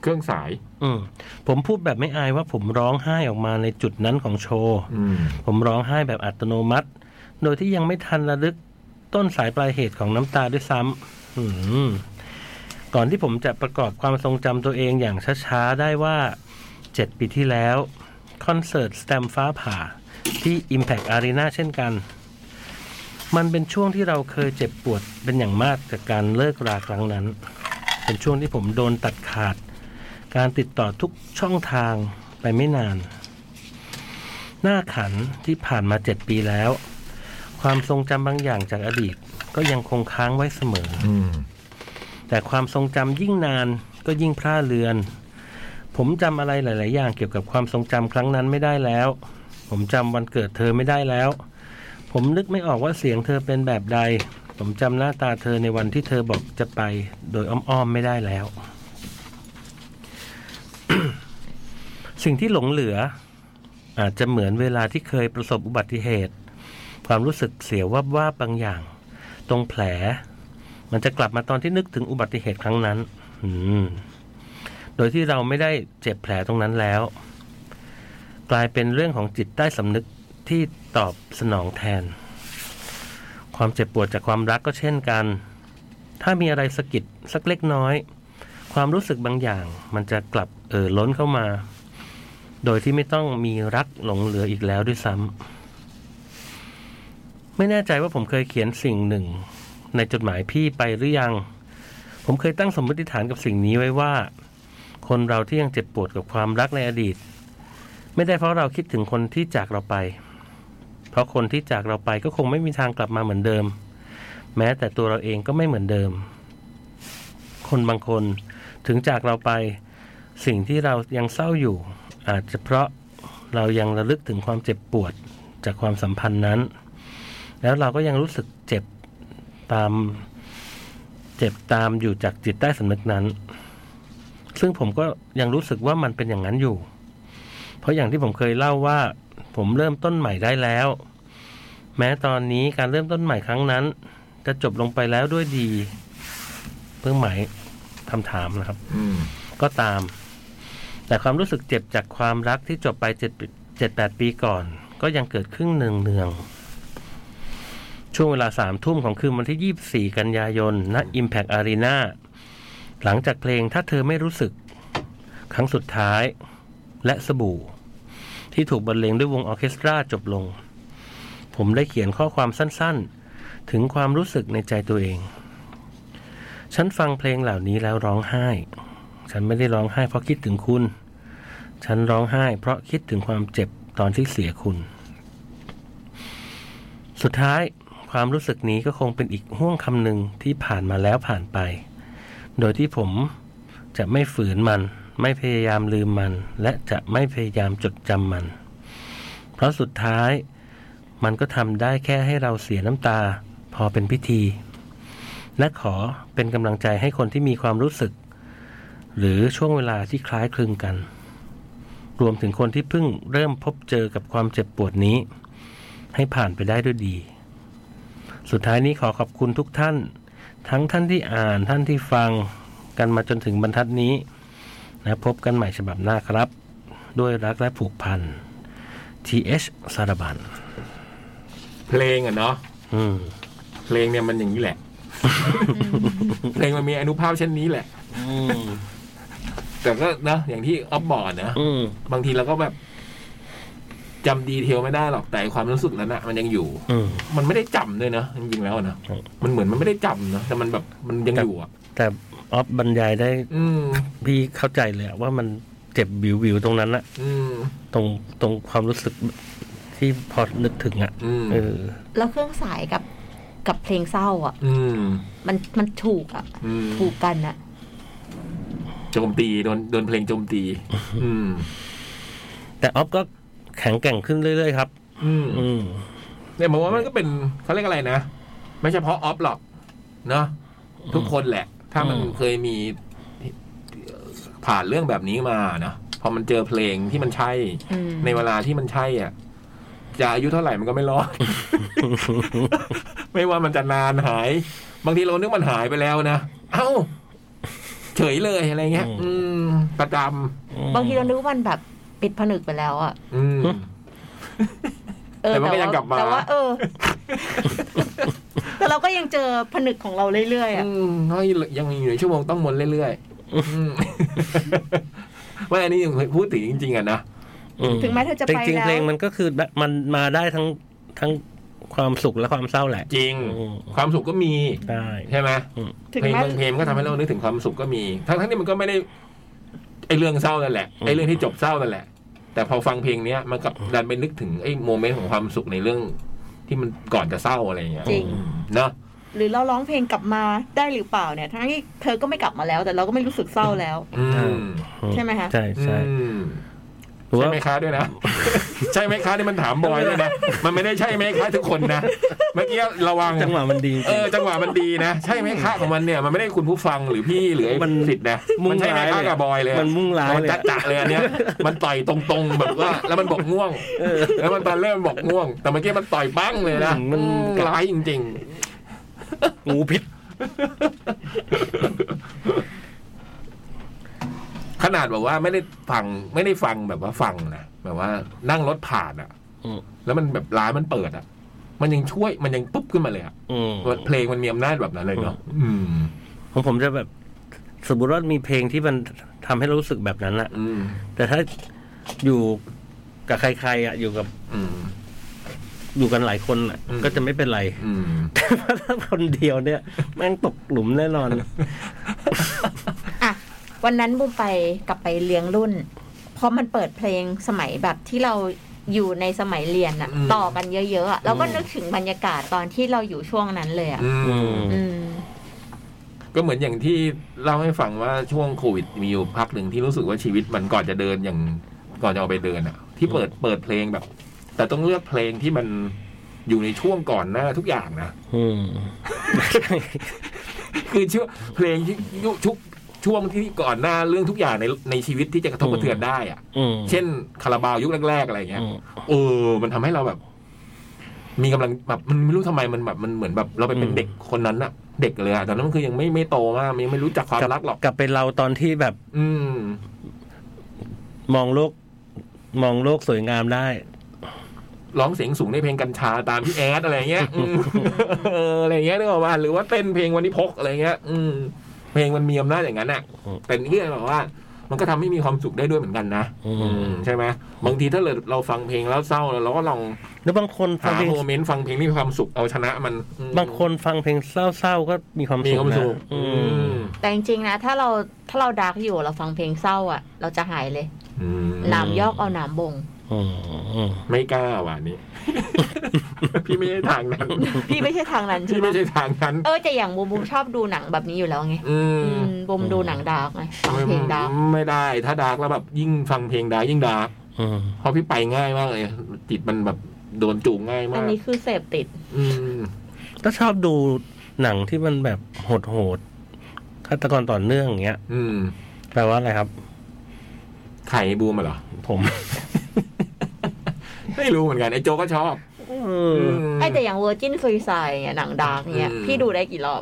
[SPEAKER 1] เครื่องสาย
[SPEAKER 3] อืมผมพูดแบบไม่อายว่าผมร้องไห้ออกมาในจุดนั้นของโชว์
[SPEAKER 1] อืม
[SPEAKER 3] ผมร้องไห้แบบอัตโนมัติ โดยที่ยังไม่ทันระลึกต้นสายปลายเหตุของน้ำตาด้วยซ้ำอืมก่อนที่ผมจะประกอบความทรงจำตัวเองอย่างช้าๆ ได้ว่า 7 ปีที่แล้ว คอนเสิร์ตสแตมฟ้าผ่าที่ Impact Arena เช่นกัน มันเป็นช่วงที่เราเคยเจ็บปวดเป็นอย่างมากจากการเลิกราครั้งนั้น เป็นช่วงที่ผมโดนตัดขาด การติดต่อทุกช่องทางไปไม่นาน หน้าขันที่ผ่านมาเจ็ดปีแล้ว ความทรงจำบางอย่างจากอดีตก็ยังคงค้างไว้เสมอ
[SPEAKER 1] อืม
[SPEAKER 3] แต่ความทรงจำยิ่งนานก็ยิ่งพร่าเรือน ผมจำอะไรหลาย ๆ อย่างเกี่ยวกับความทรงจำครั้งนั้นไม่ได้แล้ว ผมจำวันเกิดเธอไม่ได้แล้ว ผมนึกไม่ออกว่าเสียงเธอเป็นแบบใด ผมจำหน้าตาเธอในวันที่เธอบอกจะไป โดยอ้อม ๆ ไม่ได้แล้ว สิ่งที่หลงเหลือ อาจจะเหมือนเวลาที่เคยประสบอุบัติเหตุ ความรู้สึกเสียววับว่าบบางอย่าง ตรงแผล มันจะกลับมาตอนที่นึกถึงอุบัติเหตุครั้งนั้น อืม โดยที่เราไม่ได้เจ็บแผลตรงนั้นแล้ว กลายเป็นเรื่องของจิตใต้สำนึกที่ตอบสนองแทน ความเจ็บปวดจากความรักก็เช่นกัน ถ้ามีอะไรสะกิดสักเล็กน้อย ความรู้สึกบางอย่าง มันจะกลับเอ่อล้นเข้ามา โดยที่ไม่ต้องมีรักหลงเหลืออีกแล้วด้วยซ้ำไม่แน่ใจว่าผมเคยเขียนสิ่งหนึ่ง ในจดหมายพี่ไปหรือยัง ผมเคยตั้งสมมติฐานกับสิ่งนี้ไว้ว่า คนเราที่ยังเจ็บปวดกับความรักในอดีต ไม่ได้เพราะเราคิดถึงคนที่จากเราไป เพราะคนที่จากเราไปก็คงไม่มีทางกลับมาเหมือนเดิม แม้แต่ตัวเราเองก็ไม่เหมือนเดิม คนบางคนถึงจากเราไป สิ่งที่เรายังเศร้าอยู่ อาจจะเพราะเรายังระลึกถึงความเจ็บปวดจากความสัมพันธ์นั้น แล้วเราก็ยังรู้สึกเจ็บ ตามเจ็บตามอยู่จากจิตใต้สำนึกนั้น ซึ่งผมก็ยังรู้สึกว่ามันเป็นอย่างนั้นอยู่ เพราะอย่างที่ผมเคยเล่าว่า ผมเริ่มต้นใหม่ได้แล้ว แม้ตอนนี้การเริ่มต้นใหม่ครั้งนั้น จะจบลงไปแล้วด้วยดี เพิ่งหมายคำถามนะครับ
[SPEAKER 1] อืม
[SPEAKER 3] ก็ตาม แต่ความรู้สึกเจ็บจากความรักที่จบไปเจ็ดเจ็ดแปดปีก่อน ก็ยังเกิดขึ้นเนืองเนืองๆช่วงเวลาสามทุ่มของคืนวันที่ยี่บสี่กันยายนณ Impact Arena หลังจากเพลงถ้าเธอไม่รู้สึก ครั้งสุดท้าย และสบู่ ที่ถูกบรรเลงด้วยวงออร์เคสตราจบลง ผมได้เขียนข้อความสั้นๆ ถึงความรู้สึกในใจตัวเอง ฉันฟังเพลงเหล่านี้แล้วร้องไห้ ฉันไม่ได้ร้องไห้เพราะคิดถึงคุณ ฉันร้องไห้เพราะคิดถึงความเจ็บตอนที่เสียคุณ สุดท้าย ความรู้สึกนี้ก็คงเป็นอีกห่วงคำหนึ่งที่ผ่านมาแล้วผ่านไป โดยที่ผมจะไม่ฝืนมัน ไม่พยายามลืมมัน และจะไม่พยายามจดจำมัน เพราะสุดท้าย มันก็ทำได้แค่ให้เราเสียน้ำตา พอเป็นพิธี และขอเป็นกำลังใจให้คนที่มีความรู้สึก หรือช่วงเวลาที่คล้ายคลึงกัน รวมถึงคนที่เพิ่งเริ่มพบเจอกับความเจ็บปวดนี้ ให้ผ่านไปได้ด้วยดี สุดท้ายนี้ขอขอบคุณทุกท่าน ทั้งท่านที่อ่านท่านที่ฟังกันมาจนถึงบรรทัดนี้นะพบกันใหม่ฉบับหน้าครับ ด้วยรักและผูกพัน TH สารบัน
[SPEAKER 1] เพลงอ่ะเนาะ
[SPEAKER 3] อืม
[SPEAKER 1] เพลงเนี่ยมันอย่างนี้แหละ เพลงมันมีอนุภาพเช่นนี้แหละ
[SPEAKER 3] อืม
[SPEAKER 1] แต่ก็นะอย่างที่ออฟบอกอะนะ
[SPEAKER 3] อืม
[SPEAKER 1] บางทีเราก็แบบจำดีเทลไม่ได้หรอกแต่ความรู้สึกนั้นอะมันยังอยู่
[SPEAKER 3] อืม
[SPEAKER 1] มันไม่ได้จำด้วยนะจริงๆแล้วอะนะครับ มันเหมือนมันไม่ได้จำนะแต่มันแบบมันยังอยู่อะ
[SPEAKER 3] แต่ออฟบรรยายได้
[SPEAKER 1] อืม
[SPEAKER 3] พี่เข้าใจเลยอะว่ามันเจ็บบิวบิวๆตรงนั้นอะ
[SPEAKER 1] อืม
[SPEAKER 3] ตรงตรงความรู้สึกที่พอนึกถึงอะ
[SPEAKER 1] อืม
[SPEAKER 3] เออ
[SPEAKER 2] แล้วเครื่องสายกับกับเพลงเศร้าอ่ะ
[SPEAKER 1] อืม
[SPEAKER 2] มันมันถูกอ่ะ
[SPEAKER 1] อืม
[SPEAKER 2] ถูกกันอ่ะ
[SPEAKER 1] โจมตีโดนโดนเพลงโจมตี อืม
[SPEAKER 3] แต่ออฟก็แข็งแกร่งขึ้นเรื่อยๆครับ
[SPEAKER 1] อืม
[SPEAKER 3] อืม
[SPEAKER 1] เนี่ยผมว่ามันก็เป็นเขาเรียกอะไรนะ ไม่เฉพาะออฟหรอกเนาะทุกคนแหละ ถ้ามัน
[SPEAKER 3] อืม
[SPEAKER 1] เคยมีผ่านเรื่องแบบนี้มาเนาะพอมันเจอเพลงที่มันใช่
[SPEAKER 2] อืม
[SPEAKER 1] ในเวลาที่มันใช่อ่ะ จะอายุเท่าไหร่มันก็ไม่รอด ไม่ว่ามันจะนานหาย บางทีเรานึกมันหายไปแล้วนะ เอ้า เฉยเลยอะไรเงี้ย
[SPEAKER 3] อืม
[SPEAKER 1] อืม ประจ
[SPEAKER 2] บางทีเรานึกว่ามันแบบปิดผนึกไปแล้วอ่ะ
[SPEAKER 1] ำอืม
[SPEAKER 2] เออ
[SPEAKER 1] แต่มันก็ยังกลับมา
[SPEAKER 2] แต่ว่า เออ แต่เราก็ยังเจอผนึกของเราเรื่อยๆอ่ะ
[SPEAKER 1] อืมน้อยยังอยู่ในชั่วโมงต้องมนเรื่อยๆอื มว่าอันนี้ยังพูดถึงจริงๆอ่ะนะ
[SPEAKER 3] อื
[SPEAKER 2] ถึงแม้เธอจะไป
[SPEAKER 3] จริง
[SPEAKER 2] แล้ว
[SPEAKER 3] ๆเพลงมันก็คือแบบมันมาได้ทั้งทั้งความสุขและความเศร้าแหละ
[SPEAKER 1] จริง
[SPEAKER 3] อืม
[SPEAKER 1] ความสุขก็มี
[SPEAKER 3] ได้
[SPEAKER 1] ใช่ไหม
[SPEAKER 2] ถึง
[SPEAKER 1] เพลง
[SPEAKER 2] แม้
[SPEAKER 1] บางเพลงก็ทำให้เรานึกถึงความสุขก็มี ทั้งทั้งที่มันก็ไม่ได้ไอเรื่องเศร้านั่นแหละไอเรื่องที่จบเศร้านั่นแหละ แต่พอฟังเพลงเนี้ยมันกลับดันไปนึกถึงไอโมเมนต์ของความสุขในเรื่อง ที่มันก่อนจะเศร้าอะไรอย่างเงี้ย
[SPEAKER 2] จริง
[SPEAKER 1] เนาะ
[SPEAKER 2] หรือเราร้องเพลงกลับมาได้หรือเปล่าเนี่ย ทั้งที่เธอก็ไม่กลับมาแล้ว แต่เราก็ไม่รู้สึกเศร้าแล้ว
[SPEAKER 1] อืม
[SPEAKER 2] ใช่ไหมคะ
[SPEAKER 3] ใช่ใช่
[SPEAKER 1] อืม
[SPEAKER 3] หรือว่า
[SPEAKER 1] ใช่ไหมคะด้วยนะ ใช่ไหมคะนี่มันถามบอยด้วยนะมันไม่ได้ใช่ไหมคะทุกคนนะเมื่อกี้ระวัง
[SPEAKER 3] จังหวะมันดีจ
[SPEAKER 1] เอ
[SPEAKER 3] ริง
[SPEAKER 1] อจังหวะมันดีนะ ใช่ไหมคะของมันเนี่ยมันไม่ได้คุณผู้ฟังหรือพี่หรือไอ้
[SPEAKER 3] มัน
[SPEAKER 1] สิทธิ์นะ
[SPEAKER 3] มุ่ง
[SPEAKER 1] มันใช่ไหม
[SPEAKER 3] ร้า
[SPEAKER 1] คะ
[SPEAKER 3] ยเลย
[SPEAKER 1] กับบอยเลยอะ
[SPEAKER 3] มันมุ่งร้ายเลยอะ
[SPEAKER 1] มันจัดจะเลยอันเนี้ยมันต่อยตรงๆแบบว่า แล้วมันบอกง่วง
[SPEAKER 3] เออ
[SPEAKER 1] แล้วมันตอนเริ่มบอกง่วง แต่เมื่อกี้มันต่อยปั้งเลยนะ
[SPEAKER 3] มัน
[SPEAKER 1] อืร้ายจริง
[SPEAKER 3] งูพิษ
[SPEAKER 1] ๆ ขนาดแบบว่าไม่ได้ฟังไม่ได้ฟังแบบว่าฟังนะแบบว่านั่งรถผ่านอ่ะ
[SPEAKER 3] อืม
[SPEAKER 1] แล้วมันแบบร้านมันเปิดอ่ะ มันยังช่วยมันยังปุ๊บขึ้นมาเลยอ่ะ
[SPEAKER 3] อืม
[SPEAKER 1] เพลงมันมีอำนาจแบบนั้นเลยเนาะอืม
[SPEAKER 3] ของผมจะแบบ สมมติว่ามีเพลงที่มันทำให้เรารู้สึกแบบนั้นอะ
[SPEAKER 1] อืม
[SPEAKER 3] แต่ถ้าอยู่กับใครๆอะอยู่กับ
[SPEAKER 1] อืม
[SPEAKER 3] อยู่กันหลายคนอะ
[SPEAKER 1] อืม
[SPEAKER 3] ก็จะไม่เป็นไร
[SPEAKER 1] อืม
[SPEAKER 3] แต่ว่าถ้าคนเดียว เนี่ย แม่งตกหลุมแน่นอน
[SPEAKER 2] อ่ะ วันนั้นบุมไปกลับไปเลี้ยงรุ่น เพราะมันเปิดเพลงสมัยแบบที่เราอยู่ในสมัยเรียนอะ
[SPEAKER 1] อืม
[SPEAKER 2] ต่อกันเยอะๆอะเราก็นึกถึงบรรยากาศตอนที่เราอยู่ช่วงนั้นเลยอะ
[SPEAKER 1] อืม
[SPEAKER 3] ม
[SPEAKER 2] อืม
[SPEAKER 1] ก็เหมือนอย่างที่เล่าให้ฟังว่าช่วงโควิดมีอยู่พักหนึ่งที่รู้สึกว่าชีวิตมันก่อนจะเดินอย่างก่อนจะออกไปเดินอะที่เปิดเปิดเพลงแบบ แต่ต้องเลือกเพลงที่มันอยู่ในช่วงก่อนหน้าทุกอย่างนะ
[SPEAKER 3] อืม
[SPEAKER 1] คือช่วงเพลงที่ยุชุกช่วงที่ก่อนหน้าเรื่องทุกอย่างในในชีวิตที่จะกระทบกระเทือนได้อะ
[SPEAKER 3] อืม
[SPEAKER 1] เช่นคาราบาวยุคแรกๆอะไรเงี้ย
[SPEAKER 3] อืม
[SPEAKER 1] เออ มันทำให้เราแบบ มีกำลังแบบมันไม่รู้ทำไมมันแบบมันเหมือนแบบ เราไปเป็น
[SPEAKER 3] อืม
[SPEAKER 1] เด็กคนนั้นอะเด็กเลยอะตอนนั้นมันคือยังไม่ไม่โตมากยังไม่รู้จักความรักหรอก
[SPEAKER 3] กลับไปเราตอนที่แบบ
[SPEAKER 1] อืม
[SPEAKER 3] มองโลก มองโลกสวยงามได้
[SPEAKER 1] ร้องเสียงสูงในเพลงกัญชาตามพี่แอดอะไร เงี้ยอืม เอออะไรเงี้ยนึกออกว่าหรือว่าเต้นเพลงวันนี้พกอะไรเงี้ย อืม เพลงมันมีอำนาจอย่างนั้นอ่ะ
[SPEAKER 3] อืม
[SPEAKER 1] แต่นี่ก็บอกว่า มันก็ทำให้มีความสุขได้ด้วยเหมือนกันนะ
[SPEAKER 3] อืม
[SPEAKER 1] อืมใช่ไหมบางทีถ้าเราเราฟังเพลงแล้วเศร้าเราก็ลอง
[SPEAKER 3] แล้วบางคนฟั
[SPEAKER 1] หาง
[SPEAKER 3] เพลง
[SPEAKER 1] โมเมนต์ฟังเพลงที่มีความสุขเอาชนะมันอืม
[SPEAKER 3] บางคนฟังเพลงเศร้าๆก็มีความ
[SPEAKER 1] มี
[SPEAKER 3] สุข
[SPEAKER 1] ความ
[SPEAKER 3] นะ
[SPEAKER 1] สุข
[SPEAKER 3] อืม
[SPEAKER 2] แต่จริงๆนะถ้าเราถ้าเราดาร์กอยู่เราฟังเพลงเศร้าอะเราจะหายเลย
[SPEAKER 1] อืม
[SPEAKER 2] หนามยอกเอาหนามบง
[SPEAKER 3] อืม
[SPEAKER 1] ไม่กล้าว่ะ อันนี้ พี่ไม่ใช่ทางนั้น
[SPEAKER 2] พี่ไม่ใช่ทางนั้นใช่
[SPEAKER 1] พี่
[SPEAKER 2] ไหม
[SPEAKER 1] ไม่ใช่ทางนั้น
[SPEAKER 2] เออแต่อย่างบูมบูมชอบดูหนังแบบนี้อยู่แล้วไง
[SPEAKER 1] อืม
[SPEAKER 2] อืมบูมดูหนังดาร์กไงฟังเพลงดาร์ก
[SPEAKER 1] ไม่ได้ ถ้าดาร์กแล้วแบบยิ่งฟังเพลงดาร์กยิ่งดาร์ก
[SPEAKER 3] อืม
[SPEAKER 1] เพราะพี่ไปง่ายมากเลย จิตมันแบบโดนจูงง่าย
[SPEAKER 2] อั
[SPEAKER 1] มาน ก
[SPEAKER 2] นี้คือเสพติด
[SPEAKER 1] อืม
[SPEAKER 3] ก็ชอบดูหนังที่มันแบบโหดโหดๆฆาตกรต่อเนื่องอย่างเงี้ย
[SPEAKER 1] อืม
[SPEAKER 3] แปลว่าอะไรครับ
[SPEAKER 1] ไข่บูมอะเหรอ
[SPEAKER 3] ผม
[SPEAKER 1] ไม่รู้เหมือนกัน ไอ้โจก็ชอบอืม
[SPEAKER 2] ไอแต่อย่างเวอร์จิน i รีไซเนี่ยหนังดาร์กเนี่ย
[SPEAKER 1] อืม
[SPEAKER 2] พี่ดูได้กี่รอบ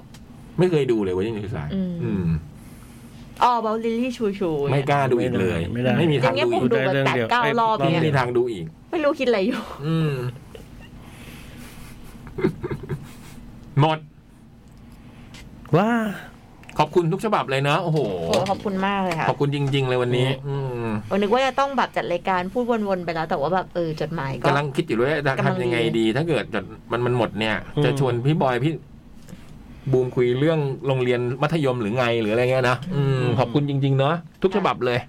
[SPEAKER 1] ไม่เคยดูเลยเวอร์จินนิวสาย
[SPEAKER 2] อืม อ๋อเบลลิลี่ชูชู
[SPEAKER 1] ไม่กล้าดูอีกเลย
[SPEAKER 3] ไม่ได้
[SPEAKER 1] มี
[SPEAKER 2] อ
[SPEAKER 1] ทา
[SPEAKER 2] ย่าง งเงี้ย
[SPEAKER 1] ดู
[SPEAKER 2] ผ
[SPEAKER 1] อี
[SPEAKER 2] ม
[SPEAKER 1] ก
[SPEAKER 2] ดูแบบ
[SPEAKER 3] ได้เรื่อง
[SPEAKER 2] แปด
[SPEAKER 3] เดียว
[SPEAKER 2] เก้า
[SPEAKER 3] เอ้ย
[SPEAKER 2] รอบ
[SPEAKER 3] รอบ
[SPEAKER 2] เนี่
[SPEAKER 1] ไม่มี
[SPEAKER 3] เดี
[SPEAKER 2] ย
[SPEAKER 3] ยว
[SPEAKER 1] ทางดูอีก
[SPEAKER 2] ไม่รู้คิดอะไรอยู่
[SPEAKER 1] อืม หมด
[SPEAKER 3] ว่า
[SPEAKER 1] ขอบคุณทุกฉบับเลยนะ โอ้โห
[SPEAKER 2] โอ้ขอบคุณมากเลยค่ะ
[SPEAKER 1] ขอบคุณจริง ๆ เลยวันนี้ อืม
[SPEAKER 2] เออนึกว่าจะต้องแบบจัดรายการพูดวนๆไปแล้วแต่ว่าแบบเออจดหมายก็
[SPEAKER 1] กำลังคิดอยู่ด้วยจะ
[SPEAKER 2] กำลังดี
[SPEAKER 1] ทำยังไงดี ถ้าเกิดจดมันมันหมดเนี่ย
[SPEAKER 3] อืม
[SPEAKER 1] จะชวนพี่บอยพี่ บูมคุยเรื่องโรงเรียนมัธยมหรือไงหรืออะไรเงี้ยนะอืมขอบคุณจริง ๆ เนาะทุกฉบับเลย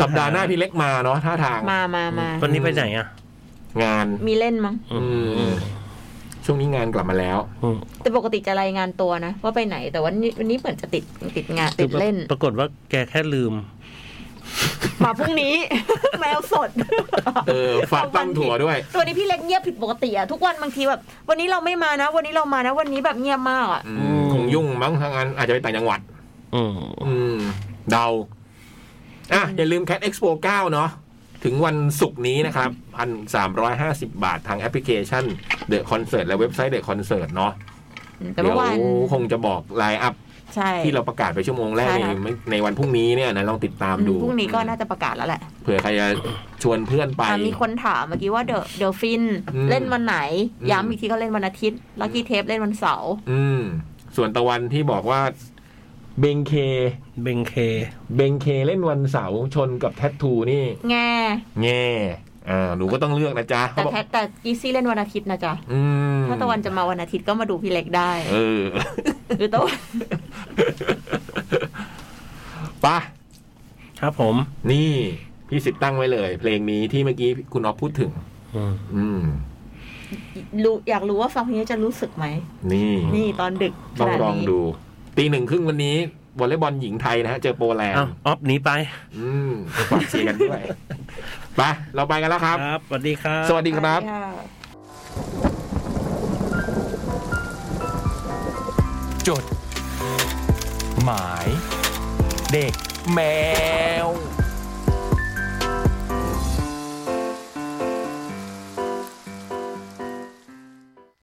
[SPEAKER 1] สัปดาห์หน้าพี่เล็กมาเนาะท่าทาง
[SPEAKER 2] มามามา
[SPEAKER 3] ตอนนี้ไปไหนอ่ะ
[SPEAKER 1] งาน
[SPEAKER 2] มีเล่นมั้ง
[SPEAKER 1] อืม ช่วงนี้งานกลับมาแล้ว
[SPEAKER 3] อืม
[SPEAKER 2] แต่ปกติจะรายงานตัวนะ ว่าไปไหนแต่วันนี้วันนี้เหมือนจะติดติดงานติดเล่น
[SPEAKER 3] ปรากฏว่าแกแค่ลืม
[SPEAKER 2] มาพรุ่งนี้ แมวสด
[SPEAKER 1] เออ ฝากตั้งถั่วด้วย
[SPEAKER 2] ตัวนนี้พี่เล็กเงียบผิดปกติอะทุกวันบางทีแบบ วันนี้เราไม่มานะ วันนี้เรามานะ วันนี้แบบเงียบมากอะ
[SPEAKER 1] อื
[SPEAKER 3] อื
[SPEAKER 1] ม
[SPEAKER 3] ม
[SPEAKER 1] คงยุ่งมั้งทางงานอาจจะไปต่างจังหวัด
[SPEAKER 3] อืม
[SPEAKER 1] อืม เดา อ่ะ อย่าลืม Cat Expo 9 เนาะถึงวันศุกร์นี้นะครับ 1,350 บาททางแอปพลิเคชัน The Concert และเว็บไซต์ The Concert เนาะ
[SPEAKER 2] แต่
[SPEAKER 1] เดี๋
[SPEAKER 2] เมื่
[SPEAKER 1] ยว
[SPEAKER 2] อวาน
[SPEAKER 1] คงจะบอกไลน์อัพ
[SPEAKER 2] ใช่
[SPEAKER 1] ที่เราประกาศไปชั่วโมงแรก
[SPEAKER 2] ใช่
[SPEAKER 1] ใน
[SPEAKER 2] ค่ะ
[SPEAKER 1] ในวันพรุ่งนี้เนี่ยนะลองติดตามดู
[SPEAKER 2] พรุ่งนี้ก็น่าจะประกาศแล้วแหละ
[SPEAKER 1] เผื่อใครจะชวนเพื่อนไป
[SPEAKER 2] อ่ะมีคนถามเมื่อกี้ว่าเดอะเดฟิน
[SPEAKER 1] อืม
[SPEAKER 2] เล่นวันไหน
[SPEAKER 1] อืม
[SPEAKER 2] ย้ำอีกทีก็เล่นวันอาทิตย์ลักกี้เทปเล่นวันเสาร์
[SPEAKER 1] อืม ส่วนตะวันที่บอกว่าเบงเค
[SPEAKER 3] เบงเค
[SPEAKER 1] เบงเคเล่นวันเสาร์ชนกับแทททูนี่
[SPEAKER 2] แง
[SPEAKER 1] แง่อ่าหนูก็ต้องเลือกนะจ๊ะเขา
[SPEAKER 2] แต่
[SPEAKER 1] บอก
[SPEAKER 2] แพทแต่กีซี่เล่นวันอาทิตย์นะจ๊ะ
[SPEAKER 1] อืม
[SPEAKER 2] ถ้าตะวันจะมาวันอาทิตย์ก็มาดูพี่เล็กได้
[SPEAKER 1] เออ
[SPEAKER 2] หรือตะวัน
[SPEAKER 1] ไปะ
[SPEAKER 3] ครับผม
[SPEAKER 1] นี่ พี่สิบตั้งไว้เลย เพลงนี้ที่เมื่อกี้คุณออฟพูดถึง
[SPEAKER 3] อืม
[SPEAKER 1] อืม
[SPEAKER 2] รู้อยากรู้ว่าฟังเพลงนี้จะรู้สึกไหม
[SPEAKER 1] นี่
[SPEAKER 2] นี่ตอนดึกข
[SPEAKER 1] ต้อง
[SPEAKER 2] นาด
[SPEAKER 1] ลอง
[SPEAKER 2] นี้
[SPEAKER 1] ดู ตีหนึ่งครึ่งวันนี้วอลเลย์บอลหญิงไทยนะฮะ เจอโปแลน
[SPEAKER 3] เอ้า
[SPEAKER 1] ด์
[SPEAKER 3] ออฟหนีไป
[SPEAKER 1] อืมฝากเชียร์กัน ด้วย ไป เราไปกันแล้วครับ
[SPEAKER 3] บสวัสดีครับ
[SPEAKER 1] สวัสดีครับ
[SPEAKER 2] บ
[SPEAKER 5] จด หมาย เด็กแมว